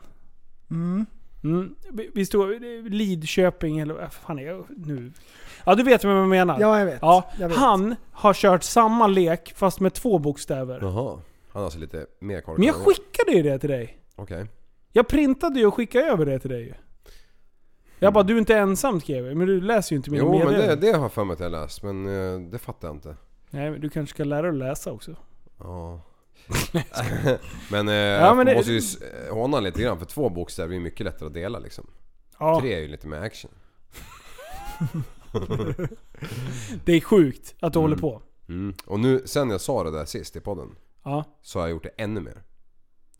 S5: Mm.
S4: Mm. Vi- Vi stod eh, Lidköping eller vad fan är jag nu? Ja du vet vem jag menar.
S5: Ja, jag vet.
S4: Ja,
S5: jag vet.
S4: han har kört samma lek fast med två bokstäver.
S6: Jaha. Han har alltså lite mer koll.
S4: Men jag
S6: än
S4: skickade ju det till dig.
S6: Okej.
S4: Jag printade ju och skickade över det till dig ju. Jag bara, du är inte ensam skrev jag. Men du läser ju inte mina
S6: Mm. Jo men det,
S4: meddelanden.
S6: det har jag för mig att jag läst men eh, det fattar jag inte.
S4: Nej, men du kanske ska lära dig att läsa också.
S6: Ja. men eh,
S4: men
S6: man
S4: det-
S6: måste ju s- eh, håna lite grann för två bokstäver är ju mycket lättare att dela liksom.
S4: Ja,
S6: Tre är ju lite mer action.
S4: det är sjukt att du håller på.
S6: Mm. Och nu, sen jag sa det där sist i podden
S4: Ja,
S6: så har jag gjort det ännu mer.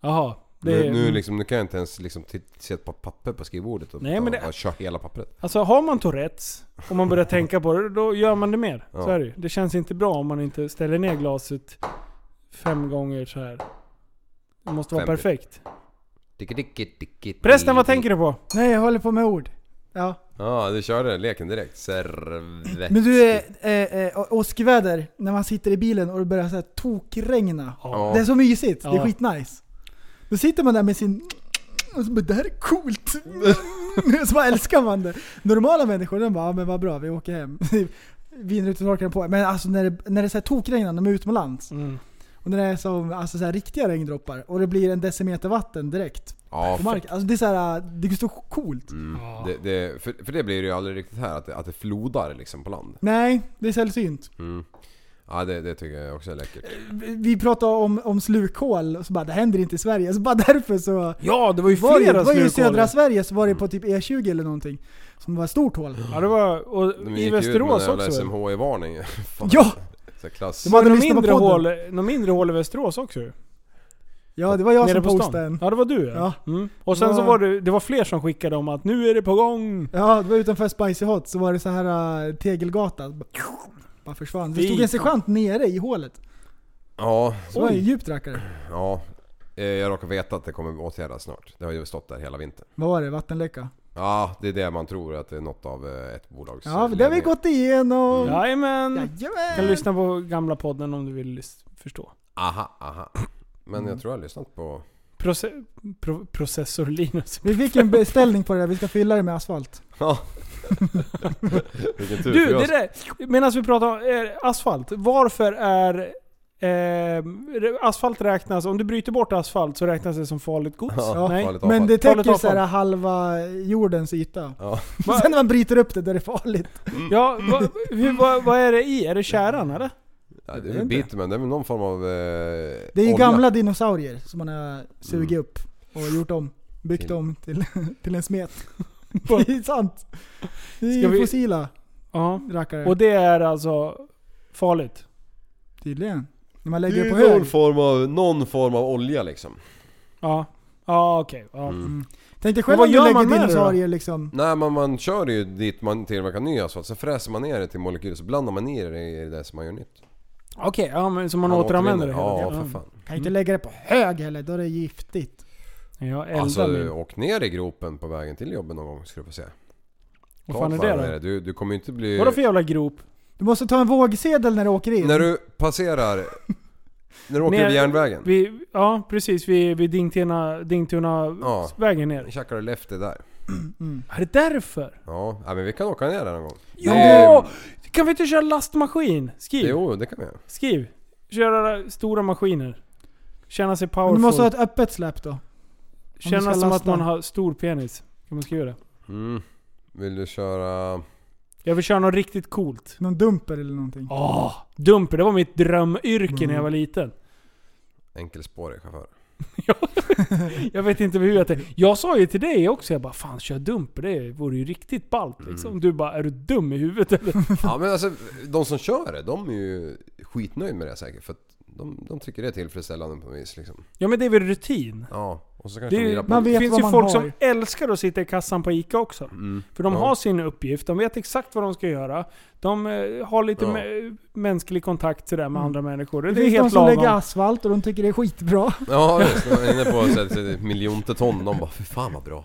S4: jaha. Det
S6: nu,
S4: är, mm.
S6: nu, liksom, nu kan jag inte ens liksom, t- se ett par papper på skrivbordet och
S4: Nej,
S6: ta-
S4: men det-
S6: bara köra hela pappret.
S4: Alltså har man Tourettes och man börjar tänka på det, då gör man det mer. Så
S6: Ja.
S4: är det ju. Det känns inte bra om man inte ställer ner glaset fem gånger så här. Det måste vara
S6: Fem. Mm.
S4: perfekt.
S6: Dicki, dicki, dicki,
S4: Prästen, vad tänker du på?
S5: Nej, jag håller på med ord. Ja.
S6: Ja, du körde leken direkt. Servett.
S5: Men du, eh, eh, eh, åskväder, när man sitter i bilen och det börjar så här tokregna.
S6: Ja.
S5: Det är så mysigt, det är
S4: Ja.
S5: skitnice. Då sitter man där med sin... Och så bara, det här är coolt! så bara älskar man det. Normala människor, de bara, ja, men vad bra, vi åker hem. Vindrutetorkaren på. Men alltså när det, när det är så här tokregnar, de är utomlands.
S4: Mm.
S5: Och när det är som, alltså så här riktiga regndroppar och det blir en decimeter vatten direkt
S6: Ja, mm.
S5: på marken. Alltså det är så här, det är så coolt.
S4: Ja.
S6: Det, det, för, för det blir det ju aldrig riktigt här, att det, att det flodar liksom på land. Mm.
S5: Nej, det är sällsynt.
S6: Ja, det, det tycker jag också är läckert.
S5: Vi pratade om, om slukhål, och så bara det händer inte i Sverige. Så bara därför så...
S4: Ja, det var ju
S5: Var det,
S4: flera
S5: det var ju i
S4: slukhål.
S5: södra Sverige så var det på typ E20 eller någonting. Som var ett stort hål.
S4: Ja, det var... Och
S6: De
S4: i
S6: gick ju ut med
S4: Västerås
S6: den jävla
S4: också. väl?
S6: SMHI-varning Fan.
S5: Ja!
S6: Så klass.
S5: Det
S4: Det var
S5: hade
S4: några
S5: lyssnat på
S4: mindre, hål,
S5: podden.
S4: några mindre hål i Västerås också ju.
S5: Ja, det var jag
S4: Nere
S5: som
S4: på
S5: postade
S4: stan.
S5: en.
S4: Ja, det var du ja. Mm. Och sen så
S5: Ja.
S4: var det, det var fler som skickade om att nu är det på gång.
S5: Ja, det var utanför Spicy Hot så var det så här äh, tegelgata. Bara- Bara försvann. Det stod en sergeant nere i hålet.
S6: Ja,
S5: Så var det en djupt rackare.
S6: ja. Eh, Jag råkar veta att det kommer åtgärdas snart. Det har ju stått där hela vintern.
S5: Vad var det? Vattenläcka?
S6: Ja, det är det man tror att det är något av eh, ett bolags
S5: Ja, det har vi
S6: ledning.
S5: gått igenom.
S4: Jajamän. Du kan
S5: Jajamän!
S4: lyssna på gamla podden om du vill lys- förstå.
S6: Aha, aha. Men jag tror jag har lyssnat på...
S4: Proce- pro- processor Linus.
S5: Vi fick en beställning på det där, vi ska fylla det med asfalt.
S6: Ja. Vilken tur
S4: Du,
S6: för
S4: det
S6: oss.
S4: där, medan vi pratar om eh, asfalt. Varför är eh, asfalt räknas, om du bryter bort asfalt så räknas det som farligt gods?
S6: Ja,
S4: Nej.
S6: farligt avfall.
S5: Men det
S4: Farligt
S5: täcker så här
S4: avfall.
S5: halva jordens yta.
S6: Ja.
S5: Sen när man bryter upp det, då är det farligt.
S4: Ja, vad, hur, vad, vad är det i? Är det
S6: Mm.
S4: tjäran eller?
S6: Ja, det är väl bitumen, det är väl någon form av... Eh,
S5: Det är ju
S6: olja.
S5: gamla dinosaurier som man har sugit
S4: Mm.
S5: upp och gjort om. Byggt om till, till en smet. Det är sant. Det är
S4: Ska
S5: ju
S4: vi-
S5: fossila
S4: Ja.
S5: rackare.
S4: Och det är alltså farligt?
S5: Tydligen. När man
S6: Det
S5: lägger
S6: är
S5: det
S6: ju
S5: på
S6: någon
S5: hög.
S6: form, av, någon form av olja liksom.
S4: Ja. Ja okej. Ja.
S6: Mm.
S5: Mm. Tänk dig
S4: Men
S5: själv
S4: vad
S5: om
S4: gör
S5: du lägger
S4: man med det
S5: dinosaurier liksom.
S6: Nej men man kör ju dit man tillverkar ny asfalt, sen fräser man ner det till molekyler så blandar man i det i det som man gör nytt.
S4: Okej, ja, men så man, återanvänder det? hela
S6: Ja,
S4: tiden.
S6: för fan.
S5: Kan
S4: Mm.
S5: inte lägga det på hög heller, då är det giftigt.
S4: Ja, Jag eldar
S6: Alltså
S4: min.
S6: åk ner i gropen på vägen till jobbet någon gång ska du få se.
S4: Vad
S6: Ta
S4: fan är
S6: fan
S4: det
S6: med
S4: då?
S6: Du, du kommer ju inte bli...
S4: Vadå för jävla grop?
S5: Du måste ta en vågsedel när du åker in.
S6: När du passerar... när du åker
S4: Ner-
S6: över järnvägen.
S4: Vi, ja precis, vid, vid Dingtuna, Dingtuna
S6: Ja.
S4: vägen ner.
S6: Tjackar du lefty där.
S4: Är det därför?
S6: Ja, ja, men vi kan åka ner där någon gång.
S4: Ja! Kan vi inte köra lastmaskin? Skriv.
S6: Jo, det kan vi göra.
S4: Skriv. Köra stora maskiner. Känna sig
S5: Men
S4: powerful.
S5: du måste ha ett öppet släp då.
S4: Känna
S5: ska
S4: som att
S5: lasta.
S4: man har stor penis. Kan man skriva det?
S6: Mm. Vill du köra...
S4: Jag vill köra något riktigt coolt.
S5: Någon dumper eller någonting.
S4: Åh! dumper, det var mitt drömyrke när jag var liten.
S6: Enkelspårig chaufför.
S4: Jag vet inte hur jag tänkte. Jag sa ju till dig också, jag bara fan kör dumper, det vore ju riktigt ballt liksom. Du bara, är du dum i huvudet eller?
S6: Ja men alltså de som kör det, de är ju skitnöjda med det säkert för att de, de tycker det är tillfredsställande på något vis liksom.
S4: Ja men det är väl rutin?
S6: Ja, och så
S4: Det,
S6: kanske
S4: är,
S6: de
S4: ju-
S6: lirar på
S5: man
S4: det
S5: vet
S4: finns
S5: vad
S4: ju
S5: man
S4: folk
S5: har.
S4: som älskar att sitta i kassan på ICA också. För de
S6: Mm. Ja.
S4: har sin uppgift, de vet exakt vad de ska göra. De eh, har lite
S6: Ja.
S4: mä- mänsklig kontakt sådär med andra människor. Det,
S5: Mm. Det,
S4: är
S5: finns de
S4: helt
S5: som
S4: lagom.
S5: lägger asfalt och de tycker det är skitbra.
S6: Ja just de är inne på så här, så här, miljonte ton, de bara för fan vad bra.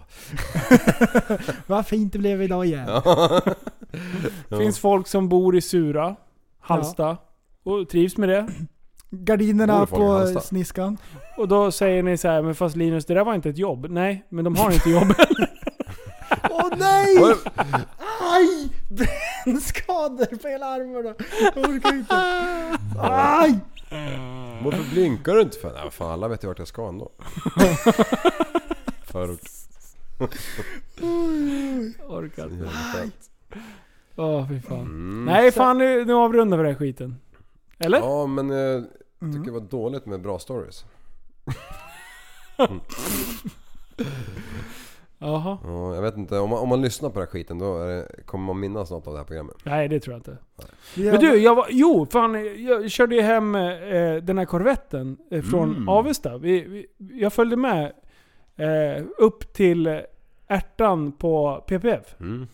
S5: Vad fint det blev idag igen.
S4: Det finns folk som bor i Sura, Halsta, och trivs med det.
S5: Gardinerna
S6: Bor folk i
S5: på
S6: Halmstad?
S5: sniskan.
S4: Och då säger ni så här, men fast Linus det där var inte ett jobb. Nej, men de har inte jobb.
S5: Åh nej!
S6: Var,
S5: Aj! Brännskador på hela armarna. Jag orkar inte. Aj!
S6: varför blinkar du inte för? Nej, fan alla vet ju vart jag ska ändå. Förort.
S4: Orkar inte.
S6: Jävla skönt.
S4: Åh fy fan.
S6: Mm.
S4: Nej fan nu, nu avrundar vi den här skiten. Eller? Mm.
S6: Ja men jag tycker det var dåligt med bra stories.
S4: Jaha.
S6: Ja, jag vet inte, om man, om man lyssnar på den här skiten då är det, kommer man minnas något av det här programmet.
S4: Nej det tror jag inte.
S5: Vi
S4: Men
S5: har-
S4: du, jag var, jo fan jag körde ju hem eh, den här korvetten eh, från Avesta. Vi, vi, jag följde med Eh, upp till ärtan på PPF.
S6: Mm.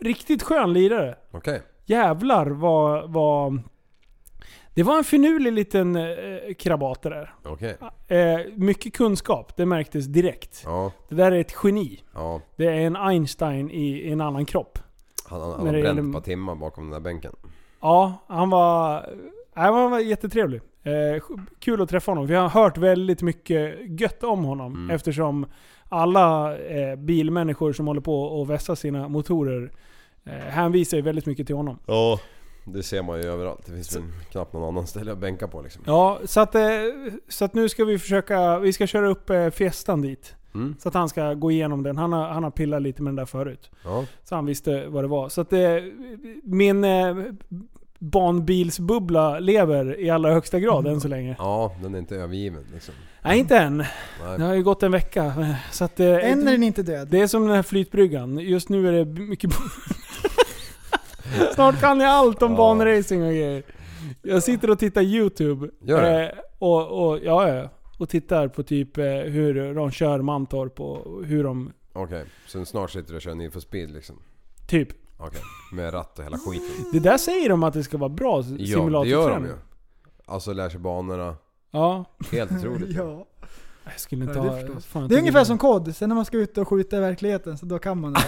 S4: Riktigt skön lirare.
S6: Okej.
S4: Jävlar vad... vad det var en finurlig liten eh, krabat det där.
S6: Okej.
S4: Eh, mycket kunskap, det märktes direkt.
S6: Ja.
S4: Det där är ett geni.
S6: Ja.
S4: Det är en Einstein i, i en annan kropp.
S6: Han, han, han
S4: Men
S6: har
S4: det
S6: bränt
S4: gäller-
S6: ett par timmar bakom den där bänken.
S4: Ja, han var, nej, han var jättetrevlig. Eh, kul att träffa honom. Vi har hört väldigt mycket gött om honom.
S6: Mm.
S4: Eftersom alla eh, bilmänniskor som håller på och vässa sina motorer eh, hänvisar ju väldigt mycket till honom.
S6: Ja. Det ser man ju överallt. Det finns väl knappt någon annan ställe att bänka på liksom.
S4: Ja, så att, eh, så att nu ska vi försöka, vi ska köra upp eh, festan dit.
S6: Mm.
S4: Så att han ska gå igenom den. Han har, han har pillat lite med den där förut.
S6: Ja.
S4: Så han visste vad det var. Så att eh, min eh, barnbilsbubbla lever i allra högsta grad än så länge.
S6: Ja, den är inte övergiven liksom.
S4: Nej, inte än. Det
S6: Nej.
S4: har ju gått en vecka. Så att, eh,
S5: Än är den inte död.
S4: det är som den här flytbryggan. Just nu är det b- mycket... Snart kan jag allt om
S6: Ja.
S4: banracing och grejer. Jag sitter och tittar YouTube.
S6: Gör det?
S4: Eh, och, och, ja, ja. och tittar på typ eh, hur de kör Mantorp och hur de...
S6: Okej. Så snart sitter du och kör Need for speed liksom.
S4: Typ.
S6: Okej. Med ratt och hela skiten.
S4: Det där säger de att det ska vara bra,
S6: Ja,
S4: Simulator
S6: det gör
S4: 5.
S6: de ju. Alltså lär sig banorna.
S4: Ja.
S6: Helt otroligt.
S5: Ja.
S4: Jag skulle inte
S5: Ja, det
S4: ha...
S5: förstås.
S4: fan,
S5: Det är
S4: jag
S5: ungefär
S4: tycker-
S5: som kod. sen när man ska ut och skjuta i verkligheten så då kan man det.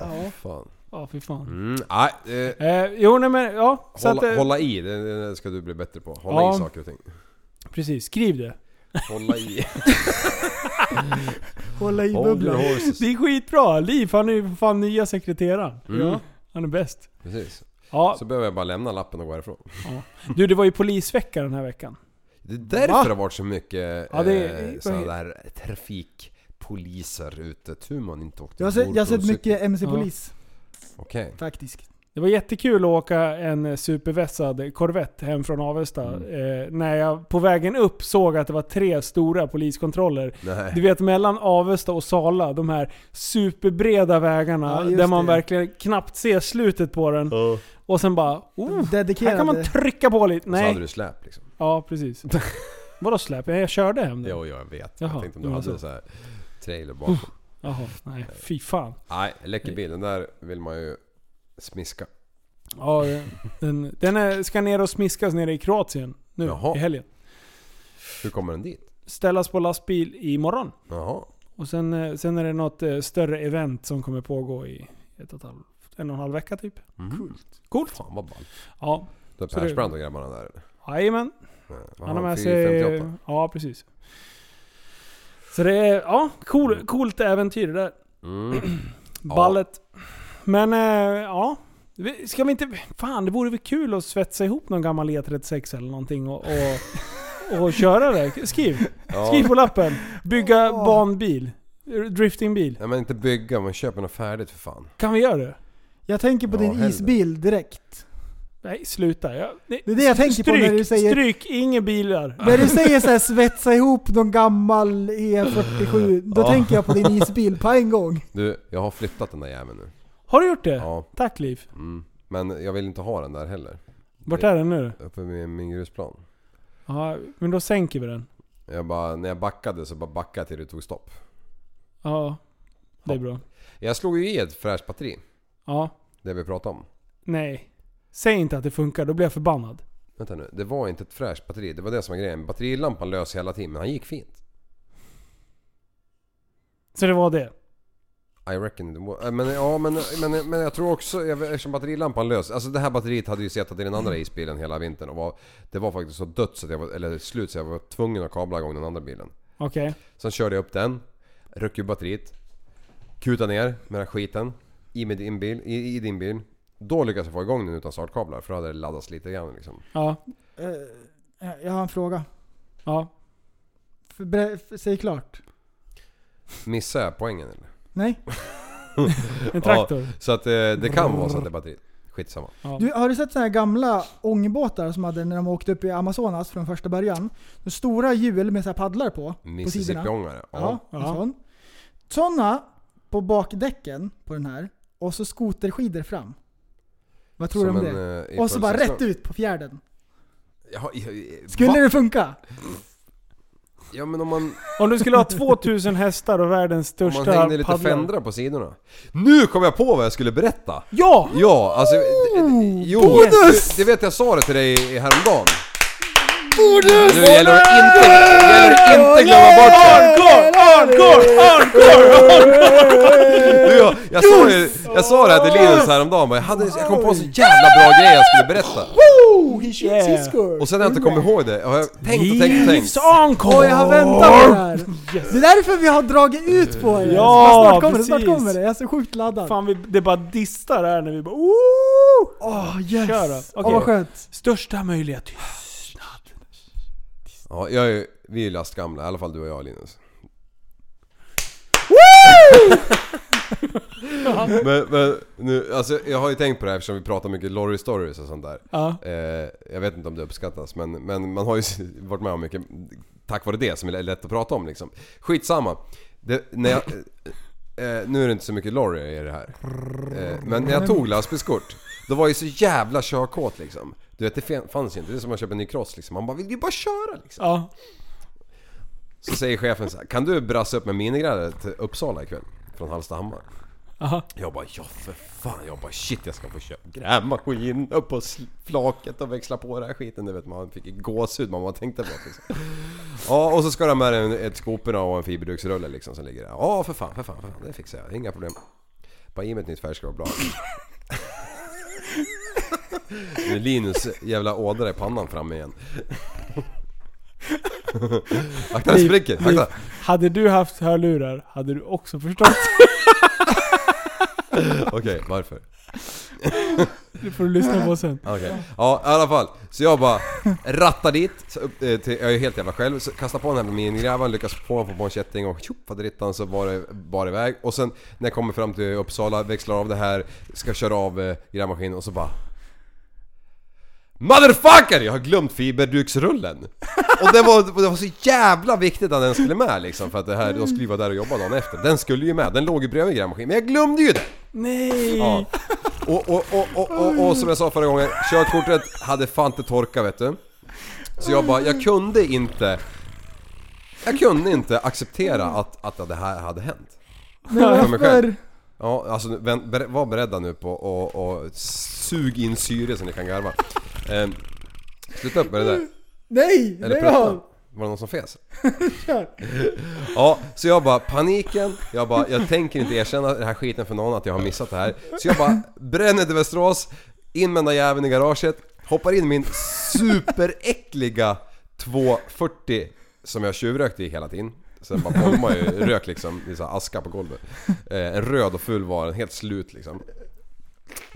S6: Ja, fan.
S4: Ja, fy fan.
S6: Mm, nej, eh,
S4: Eh, jo, nej men ja. Så
S6: hålla,
S4: att, eh,
S6: hålla i, det, det ska du bli bättre på. Hålla
S4: Ja.
S6: i saker och ting.
S4: Precis, skriv det.
S6: Hålla i.
S5: Hålla i
S6: Hold your
S5: bubblan.
S6: horses.
S4: Det är skitbra. Liv, han är ju för fan nya sekreteraren.
S6: Mm.
S4: Ja. Han är bäst.
S6: Precis.
S4: Ja,
S6: Så behöver jag bara lämna lappen och gå härifrån.
S4: du det var ju polisvecka den här veckan.
S6: Det är därför
S4: Va?
S6: det har varit så mycket
S4: Ja, det är-
S6: eh, sådana där trafikpoliser ute. Tur man inte åkte
S5: Jag har sett,
S6: ombord
S5: jag har
S6: på
S5: sett
S6: cykel.
S5: mycket MC-polis
S6: Okej.
S5: faktiskt.
S4: Det var jättekul att åka en eh, supervässad Corvette hem från Avesta. Eh, när jag på vägen upp såg att det var tre stora poliskontroller. Du
S6: Nej.
S4: vet mellan Avesta och Sala, de här superbreda vägarna
S5: Ja, just
S4: där man
S5: det.
S4: verkligen knappt ser slutet på den. Och sen bara oh, Här
S5: Dedikerade.
S4: kan man trycka på lite.
S6: Nej. Så hade
S4: Nej.
S6: du släp liksom.
S4: Ja, precis. Vadå släp? Jag körde hem den.
S6: Jo, jag vet.
S4: Mm. Jaha, Mm.
S6: Jag tänkte om du
S4: det var
S6: hade
S4: så.
S6: så här trailer bakom.
S4: Jaha, nej. Fy fan.
S6: Nej, läcker bil. Den där vill man ju smiska.
S4: Ja, det- den, den är, ska ner och smiskas nere i Kroatien nu
S6: Jaha.
S4: i helgen.
S6: Hur kommer den dit?
S4: Ställas på lastbil imorgon.
S6: Jaha.
S4: Och sen, eh, sen är det något eh, större event som kommer pågå i ett och ett halv, en och en halv vecka typ.
S6: Coolt.
S4: Coolt.
S6: Mhm. Fan vad ball.
S4: Ja.
S6: Då är
S4: Så det-
S6: Persbrandt och grabbarna där eller?
S4: Jajamän.
S6: Nej, vad
S4: Han
S6: har
S4: har med
S6: 458?
S4: sig... Ja, precis. Så det är, ja, cool, coolt äventyr det där.
S6: Mm. Ja.
S4: Ballet. Men eh, ja. Vi- Ska vi inte... Fan, det vore väl kul att svetsa ihop någon gammal E36 eller någonting och, och, och köra det. Skriv. Skriv
S6: Ja.
S4: på lappen. Bygga banbil. Driftingbil.
S6: Nej men inte bygga, men köp något färdigt för fan.
S4: Kan vi göra det?
S5: Jag tänker på
S6: Ja,
S5: din
S6: helvete.
S5: isbil direkt.
S4: Nej, sluta. Jag, nej.
S5: Det är det jag tänker på
S4: Stryk,
S5: när du säger...
S4: stryk, inga bilar.
S5: När du säger så här, svetsa ihop någon gammal E47, då
S6: Ja.
S5: tänker jag på din isbil på en gång.
S6: Du, jag har flyttat den där jäveln nu.
S4: Har du gjort det?
S6: Ja.
S4: Tack Liv.
S6: Mm. Men jag vill inte ha den där heller.
S4: Vart är den nu?
S6: Uppe med min grusplan.
S4: Ja, men då sänker vi den.
S6: Jag bara, när jag backade så bara backade jag till det tog stopp.
S4: Ja, det är bra.
S6: Jag slog ju i ett fräscht batteri.
S4: Ja,
S6: Det vi pratade om.
S4: nej. Säg inte att det funkar, då blir jag förbannad.
S6: Vänta nu, det var inte ett fräscht batteri. Det var det som var grejen. Batterilampan lös hela tiden, men han gick fint.
S4: Så det var det.
S6: I reckon it was. Men ja, men, men, men jag tror också, jag vet- eftersom batterilampan lös. Alltså det här batteriet hade ju suttit i den andra isbilen hela vintern och var, det var faktiskt så dött så att jag var, eller slut så jag var tvungen att kabla igång den andra bilen.
S4: Okej.
S6: Sen körde jag upp den, ryckte ur batteriet, kutade ner med den här skiten i, med din bil, i, i din bil. Då lyckades jag få igång den utan startkablar för då hade det laddats lite grann liksom.
S4: Ja,
S5: Eh, Jag har en fråga.
S4: ja.
S5: För- ber- för- Säg klart.
S6: Missade jag poängen eller?
S5: Nej?
S4: En traktor.
S6: Så att eh, det kan vara så att det är batteriet. Skitsamma.
S5: Du, har du sett sådana här gamla ångbåtar som hade när de åkte upp i Amazonas från första början? De stora hjul med så här paddlar på. på sidorna.
S6: Mississippi-ångare.
S5: Ja,
S6: Ja.
S5: en
S4: Ja.
S5: sån. Sådana på bakdäcken på den här och så skoterskidor fram. Vad tror du om det?
S6: en, eh, i
S5: och så bara
S6: Pulsar-
S5: rätt ut på fjärden.
S6: Ja, i- i-
S5: Skulle
S6: va?
S5: det funka?
S6: Ja men om man,
S4: Om du skulle ha 2000 hästar och världens
S6: om
S4: största
S6: man hängde lite
S4: paddlar.
S6: fendrar på sidorna. Nu kom jag på vad jag skulle berätta!
S4: Ja!
S6: Ja, alltså... Jo,
S4: bonus!
S6: Du, det vet jag sa det till dig häromdagen. Bonus! Nu gäller det att inte, gäller det att inte glömma bort det. Du, jag, jag, sa ju, jag sa det här till Linus häromdagen bara, jag, hade, jag kom på en så jävla bra grej jag skulle berätta.
S5: Woo! He shoots
S4: Yeah.
S5: his score!
S6: Och sen har jag inte kommit ihåg det. Och jag har tänkt och tänkt och tänkt.
S4: Livs encore!
S5: Åh, jag har väntat på det här! Det är därför vi har dragit ut på det!
S4: Ja,
S5: snart kommer det, snart
S4: precis.
S5: kommer det. Jag är så sjukt laddad.
S4: Fan, vi, det bara distar här när vi bara Ooh!
S5: Åh yes!
S4: Kör då.
S5: Åh
S4: Okej.
S5: vad skönt.
S4: Största möjliga tystnad.
S6: Ja, jag är, ju- vi är ju lastgamla, i alla fall du och jag Linus. men, men nu, alltså, jag har ju tänkt på det här eftersom vi pratar mycket lorry stories och sånt där.
S4: Ja.
S6: Eh, jag vet inte om det uppskattas men, men man har ju varit med om mycket tack vare det som är lätt att prata om liksom. Skitsamma. Det, när jag, eh, nu är det inte så mycket lorry i det här. Eh, men när jag tog lastbilskort, då var jag ju så jävla körkåt liksom. Du vet det fin- fanns ju inte, det är som att köpa en ny cross liksom. Man bara vill ju bara köra liksom.
S4: Ja.
S6: Så säger chefen så här, kan du brassa upp med minigrädde till Uppsala ikväll? Från Hallstahammar.
S4: Aha.
S6: Jag bara ja för fan, jag bara shit jag ska få köpa grävmaskin upp på sl- flaket och växla på den här skiten. Du vet man fick ju gåshud man bara tänkte på det, liksom. Ja och så ska de med en, ett skoporna och en fiberduksrulle liksom som ligger där. Ja för fan, för fan, för fan det fixar jag, inga problem. Bara ge mig ett nytt färskvarublad. Nu är Linus jävla ådra i pannan framme igen. Akta den spricker, akta!
S4: Hade du haft hörlurar hade du också förstått.
S6: Okej, varför?
S4: Det får du lyssna på sen.
S6: Okej. Ja, i alla fall. Så jag bara rattar dit. Så upp, eh, till, jag är helt jävla själv. Så kastar på den här minigrävaren, lyckas få på, på en kätting och tjopp faderittan så var det bara iväg. Och sen när jag kommer fram till Uppsala, växlar av det här, ska köra av eh, grävmaskinen och så bara... Motherfucker! Jag har glömt fiberduksrullen! Och det var, det var så jävla viktigt att den skulle med liksom för att det här, de skulle ju vara där och jobba dagen efter. Den skulle ju med, den låg ju bredvid grävmaskinen men jag glömde ju den!
S4: Nej!
S6: Ja. Och, och, och, och, och, och som jag sa förra gången, körkortet hade fan inte torkat vet du. Så jag bara, jag kunde inte... Jag kunde inte acceptera att, att det här hade hänt.
S5: Men
S6: För mig själv.
S5: varför?
S6: Ja, alltså vän- ber- var beredda nu på att och, och sug in syre så ni kan garva. Ehm, sluta upp med det där.
S5: Nej!
S6: Eller
S5: Lägg
S6: pruttan.
S5: av!
S6: Var det någon som fes? ja, så jag bara paniken, jag bara jag tänker inte erkänna den här skiten för någon att jag har missat det här. Så jag bara bränner till Västerås, in med den där jäveln i garaget, hoppar in i min superäckliga 240 som jag tjuvrökte i hela tiden. Så den bara bolmar ju rök liksom i så här aska på golvet. Eh, en röd och full var den, helt slut liksom.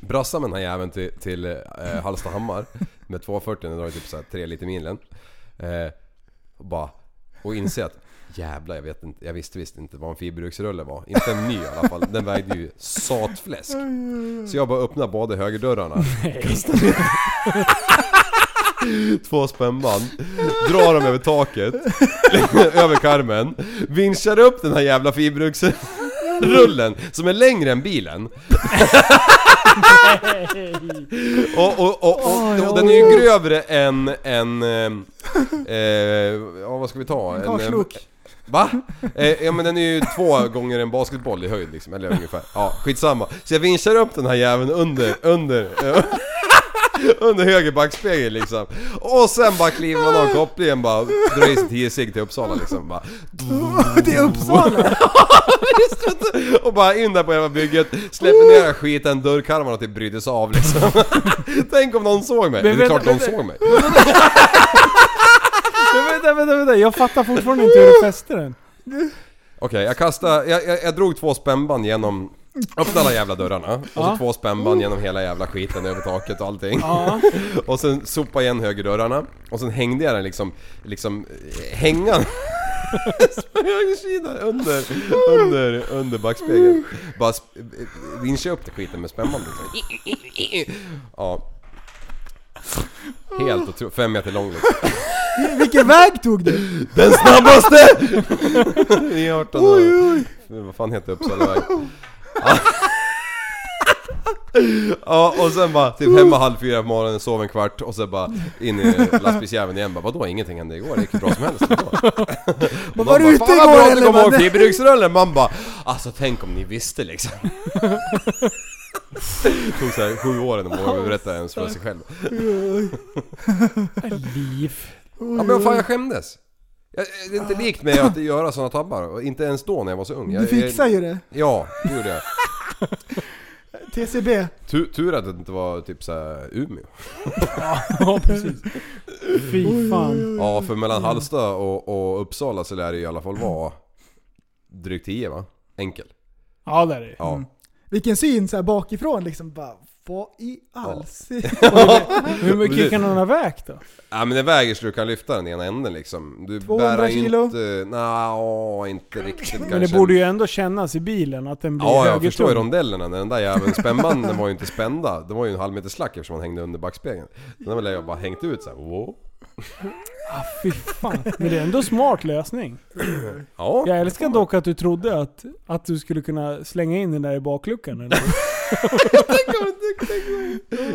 S6: Brassar med den här jäveln till, till eh, Hallstahammar med 240, den drar ju typ såhär 3 liter milen. Eh, och bara... Och inse att jävlar jag vet inte, jag visste visst inte vad en fiberduksrulle var. Inte en ny i alla fall. Den vägde ju satfläsk. Så jag bara öppnade båda högerdörrarna. kastade ner Två spännband, drar dem över taket, över karmen, vinschar upp den här jävla fiberduksrullen som är längre än bilen. Och, och, och, och, och den är ju grövre än... än ehm, eh, ja, vad ska vi ta? En,
S5: Gaslok.
S6: Va? Eh, ja men den är ju två gånger en basketboll i höjd liksom, eller ungefär. Ja, skitsamma. Så jag vinschar upp den här jäveln under, under, eh, under höger backspegel liksom. Och sen bara kliver man av kopplingen bara, drar i sig 10 cigg till Uppsala liksom. Bara,
S5: Det är Uppsala!
S6: och bara in där på jävla bygget, släpper ner den här skiten, dörrkarmarna och typ bryter sig av liksom. Tänk om någon såg
S4: Men
S6: mig. det är
S4: vänta,
S6: klart någon
S4: vänta.
S6: såg mig.
S4: Men Vänta, vänta, vänta. Jag fattar fortfarande inte hur du fäste den.
S6: Okej, jag kastade... Jag, jag, jag drog två spännband genom... Öppnade alla jävla dörrarna. Och så två spännband genom hela jävla skiten över taket och allting. och sen sopa igen högerdörrarna. Och sen hängde jag den liksom... Liksom eh, hängan... på höger sida under, under, under backspegeln. Bara sp- eh, vinschade upp det skiten med spännband liksom. Ja. Helt otroligt. Fem meter lång liksom.
S5: Vilken väg tog du?
S6: Den snabbaste! E18 oj, oj. Vad fan heter Uppsala väg? Ja. Ja, och sen bara typ hemma halv fyra på morgonen, sov en kvart och sen bara in i lastbilsjäveln igen. Bara, vadå ingenting hände igår? Det gick hur bra som helst.
S5: Men var du ute
S6: Fan vad bra
S5: igår
S6: att du
S5: eller?
S6: kom ihåg
S5: vad?
S6: fiberryggsrullen! Man bara alltså tänk om ni visste liksom. Det tog såhär sju år innan man berättade ens för sig själv.
S4: Liv.
S6: Ja men vad
S5: Mm.
S6: fan jag skämdes. Jag, eh, det är inte likt mig att göra sådana tabbar. Och Inte ens då när jag var så ung. Jag,
S5: Du fixar
S6: jag,
S5: ju det.
S6: Ja, det gjorde jag.
S5: TCB.
S6: Tur, tur att det inte var typ såhär Umeå.
S4: Ja, precis. Fy fan.
S5: Mm.
S6: Ja, för mellan Halmstad och, och Uppsala så lär det i alla fall vara drygt 10 va? Enkel.
S4: Ja, det är det ju.
S6: Ja.
S5: Mm. Vilken syn så här bakifrån liksom. Bara, vad i all
S4: Hur mycket
S6: Precis.
S4: kan han ha vägt då?
S6: Ja men det väger så du kan lyfta den ena änden liksom. Du
S5: 200
S6: bär
S5: kilo?
S6: inte... Nja, inte riktigt kanske.
S4: Men det borde ju ändå kännas i bilen att den blir
S6: Ja, jag
S4: högertung.
S6: förstår ju rondellerna. Den där jäveln, spännbanden var ju inte spända. Det var ju en halv meter slack eftersom man hängde under backspegeln. Den där lär jag bara hängt ut såhär. Wow.
S4: Fy fan. Men det är ändå smart lösning.
S6: Ja.
S4: Jag älskar dock att du trodde att, att du skulle kunna slänga in den där i bakluckan. Eller?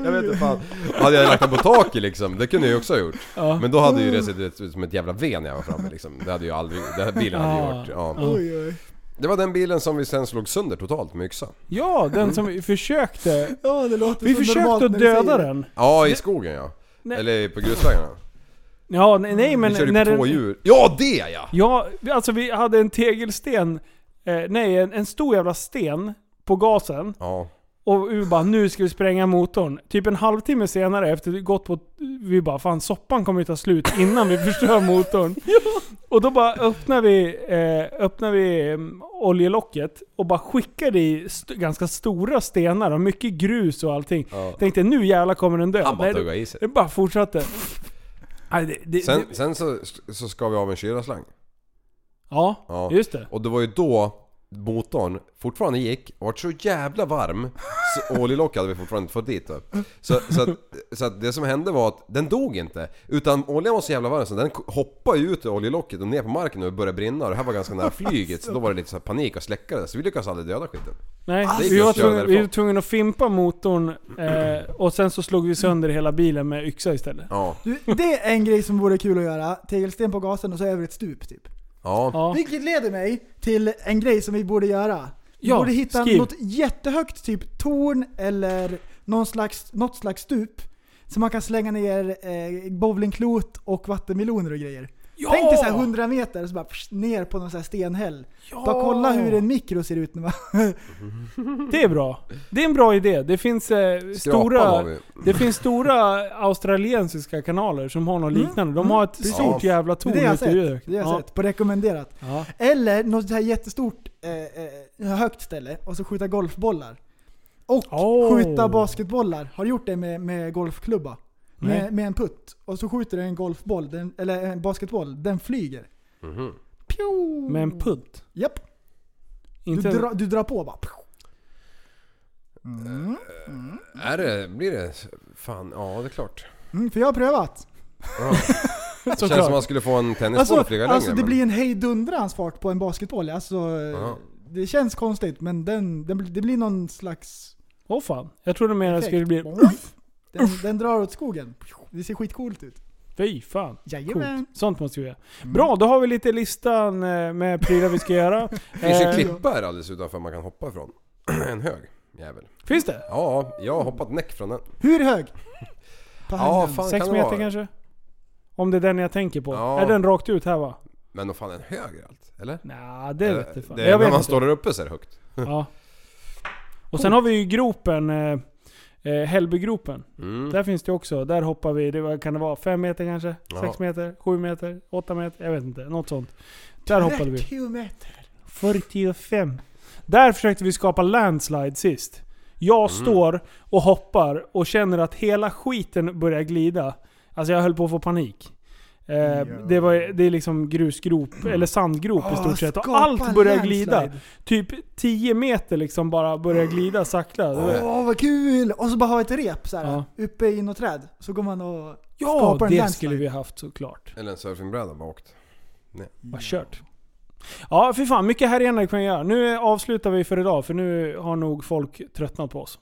S6: Jag vet inte fan. Hade jag lagt den på taket liksom, det kunde jag ju också ha gjort.
S4: Ja.
S6: Men då hade ju det sett ut som ett jävla ven när jag var framme liksom. Det hade ju aldrig, den här bilen hade
S4: Ah.
S6: ju varit, ja.
S5: Oj, oj.
S6: Det var den bilen som vi sen slog sönder totalt med yxa.
S4: Ja, den som vi försökte.
S5: Ja, det låter
S4: Vi
S5: så normalt
S4: försökte att
S5: när du säger
S4: döda
S5: det.
S4: den.
S6: Ja, i skogen ja.
S4: Nej.
S6: Eller på grusvägarna.
S4: Ja, nej, nej men...
S6: Mm. vi körde
S4: när
S6: ju på två
S4: den,
S6: djur. Ja, det ja!
S4: Ja, vi- alltså vi hade en tegelsten, eh, nej en, en stor jävla sten på gasen.
S6: Ja,
S4: Och vi bara nu ska vi spränga motorn. Typ en halvtimme senare efter vi gått på... Vi bara fan soppan kommer ju ta slut innan vi förstör motorn. Och då bara öppnar vi, eh, öppnar vi mm, oljelocket och bara skickar i st- ganska stora stenar och mycket grus och allting.
S6: Ja.
S4: Tänkte nu jävlar kommer den dö.
S6: han bara
S4: Nej,
S6: tuggade i sig.
S4: det bara fortsatte. Nej, det, det,
S6: Sen,
S4: det,
S6: sen så, så ska vi av en kylarslang.
S4: ja,
S6: Ja.
S4: just det.
S6: Och det var ju då motorn fortfarande gick och vart så jävla varm så, och oljelocket hade vi fortfarande inte fått dit då. Så, så, att, så att det som hände var att den dog inte. Utan oljan var så jävla varm så den hoppade ju ut ur oljelocket och ner på marken och började brinna och det här var ganska nära flyget så då var det lite så här panik att släcka det så vi lyckades aldrig döda skiten.
S4: Nej,
S6: Ah. Det gick
S4: vi,
S6: ju
S4: var
S6: att köra
S4: tvungna, vi
S6: därifrån.
S4: var tvungna att fimpa motorn eh, och sen så slog vi sönder hela bilen med yxa istället.
S6: Ja,
S5: Du, det är en grej som vore kul att göra. Tegelsten på gasen och så över ett stup typ.
S6: ja.
S4: Ja.
S5: Vilket leder mig till en grej som vi borde göra. Vi
S4: Ja,
S5: borde hitta
S4: skriv.
S5: något jättehögt, typ torn eller någon slags, något slags stup. Så man kan slänga ner eh, bowlingklot och vattenmeloner och grejer. Tänk dig så här 100 meter så bara psh, ner på någon så här stenhäll. Bara kolla hur en mikro ser ut. när man-
S4: Det är bra. Det är en bra idé. Det finns, eh, stora,
S6: har vi.
S4: det finns stora australiensiska kanaler som har något liknande. De har ett stort jävla torn
S5: Mm. Det har jag
S4: ute i
S5: sett.
S4: öknen.
S5: Det har jag
S4: Ja.
S5: sett på rekommenderat.
S4: Ja.
S5: Eller något så här jättestort eh, eh, högt ställe och så skjuta golfbollar. Och
S4: Oh.
S5: skjuta basketbollar. Har du gjort det med, med golfklubba?
S4: Nej.
S5: Med, med en putt. Och så skjuter du en golfboll, den, eller en basketboll, den flyger. Pju!
S4: Med en putt.
S5: Japp. Du,
S4: Inte en-
S5: dra, du drar på bara. Pju!
S6: Är det, blir det, fan, ja det är klart.
S5: Mm, för jag har prövat.
S6: Ja. Det känns
S4: Såklart.
S6: som man skulle få en tennisboll
S5: Alltså,
S6: att flyga längre.
S5: alltså det
S6: men-
S5: blir en hejdundrans fart på en basketboll. Alltså, Det känns konstigt men den, den, det blir någon slags
S4: Åh fan. Jag trodde mer att det skulle bli...
S5: Den, den drar åt skogen. Det ser skitcoolt ut.
S4: Fy fan.
S5: Jajamän.
S4: Coolt. Sånt måste vi göra.
S6: Mm.
S4: Bra, då har vi lite listan eh, med prylar vi ska göra.
S6: Det finns ju
S4: Eh,
S6: klippa här alldeles utanför man kan hoppa ifrån. En hög jävel.
S4: Finns det?
S6: Ja, jag har hoppat näck från den.
S5: Hur hög? På
S6: Ja,
S5: handen.
S6: fan
S4: Sex
S6: kan det
S4: meter
S6: vara?
S4: kanske? Om det är den jag tänker på.
S6: Ja.
S4: Är den rakt ut här va?
S6: Men vad fan är den högre allt? Eller? Eh,
S4: Nej, det vet jag fan.
S6: det
S4: jag
S6: är när
S4: vet
S6: man
S4: inte.
S6: står där uppe så är det högt.
S4: Ja. Och sen har vi ju gropen, eh, eh, Hällbygropen.
S6: Mm.
S4: Där finns det också. Där hoppar vi, det, var- kan det vara fem meter kanske?
S6: Ja.
S4: Sex meter? Sju meter? Åtta meter? Jag vet inte. Något sånt. Där hoppade vi.
S5: 30 meter.
S4: 45. Där försökte vi skapa landslide sist. Jag
S5: Mhm.
S4: står och hoppar och känner att hela skiten börjar glida. Alltså jag höll på att få panik. Eh, det, var, det är liksom grusgrop, eller sandgrop i stort sett. Och
S5: skapa
S4: allt börjar glida.
S5: landslide.
S4: Typ 10 meter liksom bara börjar glida sakta.
S5: Åh vad kul! Och så bara ha ett rep så här,
S4: Ja.
S5: uppe i något träd. Så går man och
S4: Ja,
S5: skapar en
S4: det
S5: landslide.
S4: skulle vi haft såklart.
S6: Eller en surfingbräda bara åkt.
S5: Mm.
S4: Vad kört. Ja, för fan. Mycket här igen kan jag göra. Nu avslutar vi för idag, för nu har nog folk tröttnat på oss.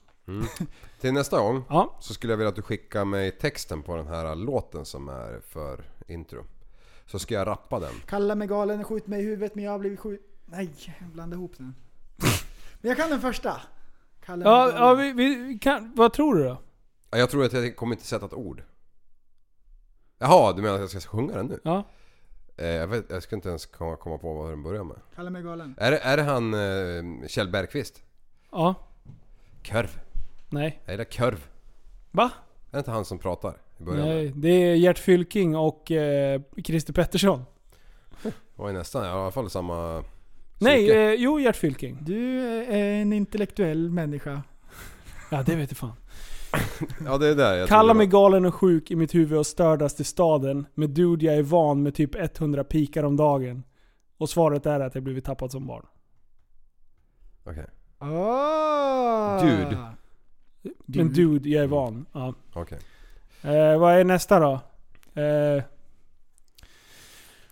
S6: Till nästa gång
S4: Ja.
S6: så skulle jag vilja att du skickar mig texten på den här låten som är för intro. Så ska jag rappa den.
S5: Kalla mig galen, skjut mig i huvudet men jag har blivit skjut... Nej, jag blandade ihop den. Men jag kan den första. Kalla mig
S4: Ja,
S5: galen.
S4: ja vi, vi kan, vad tror du då?
S6: Ja, Jag tror att jag kommer inte sätta ett ord. Jaha, du menar att jag ska sjunga den nu?
S4: Ja.
S6: Eh, jag, vet, jag ska inte ens komma komma på vad den börjar med.
S5: Kalla mig galen.
S6: Är, det- är det han eh, Kjell Bergqvist?
S4: Ja.
S6: Körv.
S4: Nej.
S6: Jag gillar körv.
S4: Va?
S6: Är det inte han som pratar i början? Nej.
S4: Nej, det är Gert Fylking och eh, Christer Pettersson.
S6: Det var ju nästan, i alla fall samma...
S4: Nej,
S6: psyke.
S4: eh, jo Gert Fylking.
S5: Du är en intellektuell människa.
S4: Ja, det vet jag fan.
S6: Ja det är där jag
S4: Kalla
S6: trodde
S4: mig
S6: det
S4: galen och sjuk i mitt huvud och stördas i staden. Med dude jag är van med typ 100 pikar om dagen. Och svaret är att jag blivit tappad som barn.
S6: var- Okej,
S5: Oh.
S6: Dude.
S4: Men dude jag är van. Ja.
S6: okej.
S4: Eh, vad är nästa då? Eh,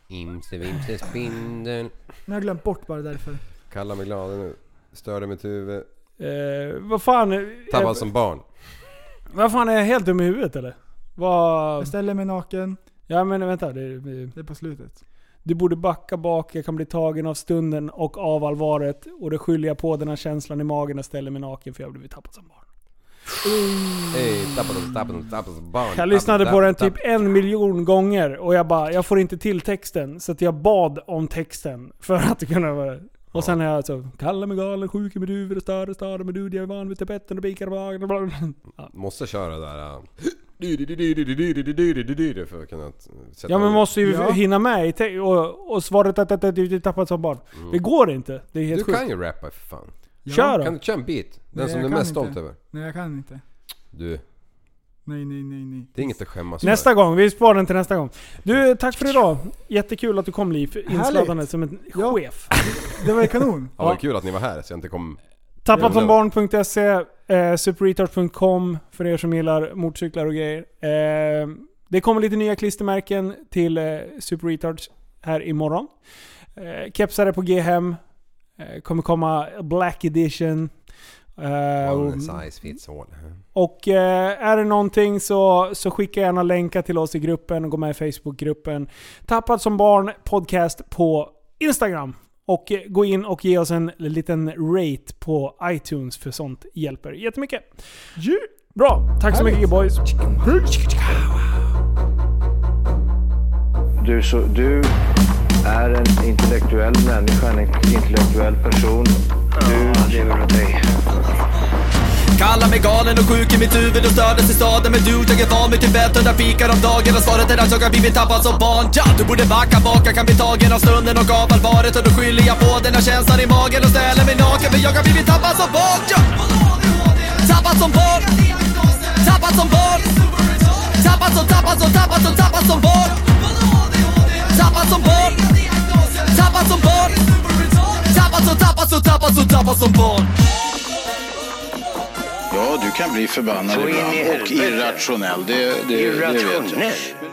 S6: Imse vimse spindel.
S5: Nu har jag glömt bort bara därför.
S6: Kalla mig glad nu. Störde mitt huvud.
S4: eh, vad fan? Eh,
S6: Tappad som barn.
S4: vad fan är jag helt dum i huvudet eller? Vad...
S5: Jag ställer mig naken.
S4: Ja men vänta. Det, det,
S5: Det är på slutet.
S4: Du borde backa bak, jag kan bli tagen av stunden och av allvaret. Och det skyller jag på den här känslan i magen och ställer mig naken för jag har blivit tappad som barn.
S6: Ey, tappad som, tappad som, tappad som barn.
S4: Jag lyssnade
S6: Tappad,
S4: på den
S6: tappad,
S4: typ en miljon gånger och jag bara, jag får inte till texten. Så att jag bad om texten för att kunna vara... Och sen är jag så, kallar mig galen, sjuk i mitt huvud och stör och stör med du, jag är van vid tapetten och pikar och magen och bla bla bla.
S6: tappad. Måste köra det där... äh, du-du-du-du-du-du-du-du-du-du-du-du För att kunna sätta
S4: Ja men
S6: ord.
S4: måste ju
S5: Ja.
S4: hinna med i te- och, och svaret att att- att du är tappad som barn. Det går inte. Det är
S6: Du
S4: helt sjukt.
S6: kan ju rappa för fan.
S4: Kör
S6: Kan
S4: då!
S6: du köra en beat? Den
S5: Nej,
S6: som
S5: jag
S6: du är
S5: kan
S6: mest stolt
S5: inte.
S6: över.
S5: Nej, jag kan inte.
S6: Du,
S5: Nej, nej, nej, nej.
S6: det är inget att skämmas
S4: Nästa gång, vi sparar den till nästa gång. Du, tack för idag. Jättekul att du kom Liv, insladande som en
S5: Ja.
S4: chef.
S5: Det var ju kanon.
S6: Ja, det var kul att ni var här så jag inte kom...
S4: Tappatfrånbarn.se, eh, superretard.com för er som gillar motorcyklar och grejer. Eh, det kommer lite nya klistermärken till eh, Superretards här imorgon. Eh, kepsar är på G hem. Eh, kommer komma Black Edition. Eh,
S6: One
S4: och-
S6: size fits all.
S4: Och eh, är det någonting så, så skicka gärna länkar till oss i gruppen och gå med i Facebookgruppen. Tappad som barn podcast på Instagram. Och eh, gå in och ge oss en liten rate på iTunes för sånt hjälper jättemycket. Bra, tack så mycket boys.
S1: Du, så, du är en intellektuell människa, en intellektuell person. Du lever av dig.
S2: Kallar mig galen och sjuk i mitt huvud och stördes i staden Men du, jag är van vid Tibet och där fikar om dagen Och svaret är att jag har blivit tappad som barn ja, Du borde backa bak, jag kan bli tagen av stunden och av allvaret Och då skyller jag på den här känslan i magen och ställer mig naken För jag har blivit tappad som barn ja. Tappad som barn Tappad som barn Tappad som, tappad som, tappad som, tappad som barn Tappad som barn Tappad som barn Tappad som, tappad som, tappad som, tappad som barn
S3: Ja, du kan bli förbannad
S1: Så in i
S3: ibland och
S1: helvete.
S3: irrationell. Det, det, det vet jag.
S1: Irrationell.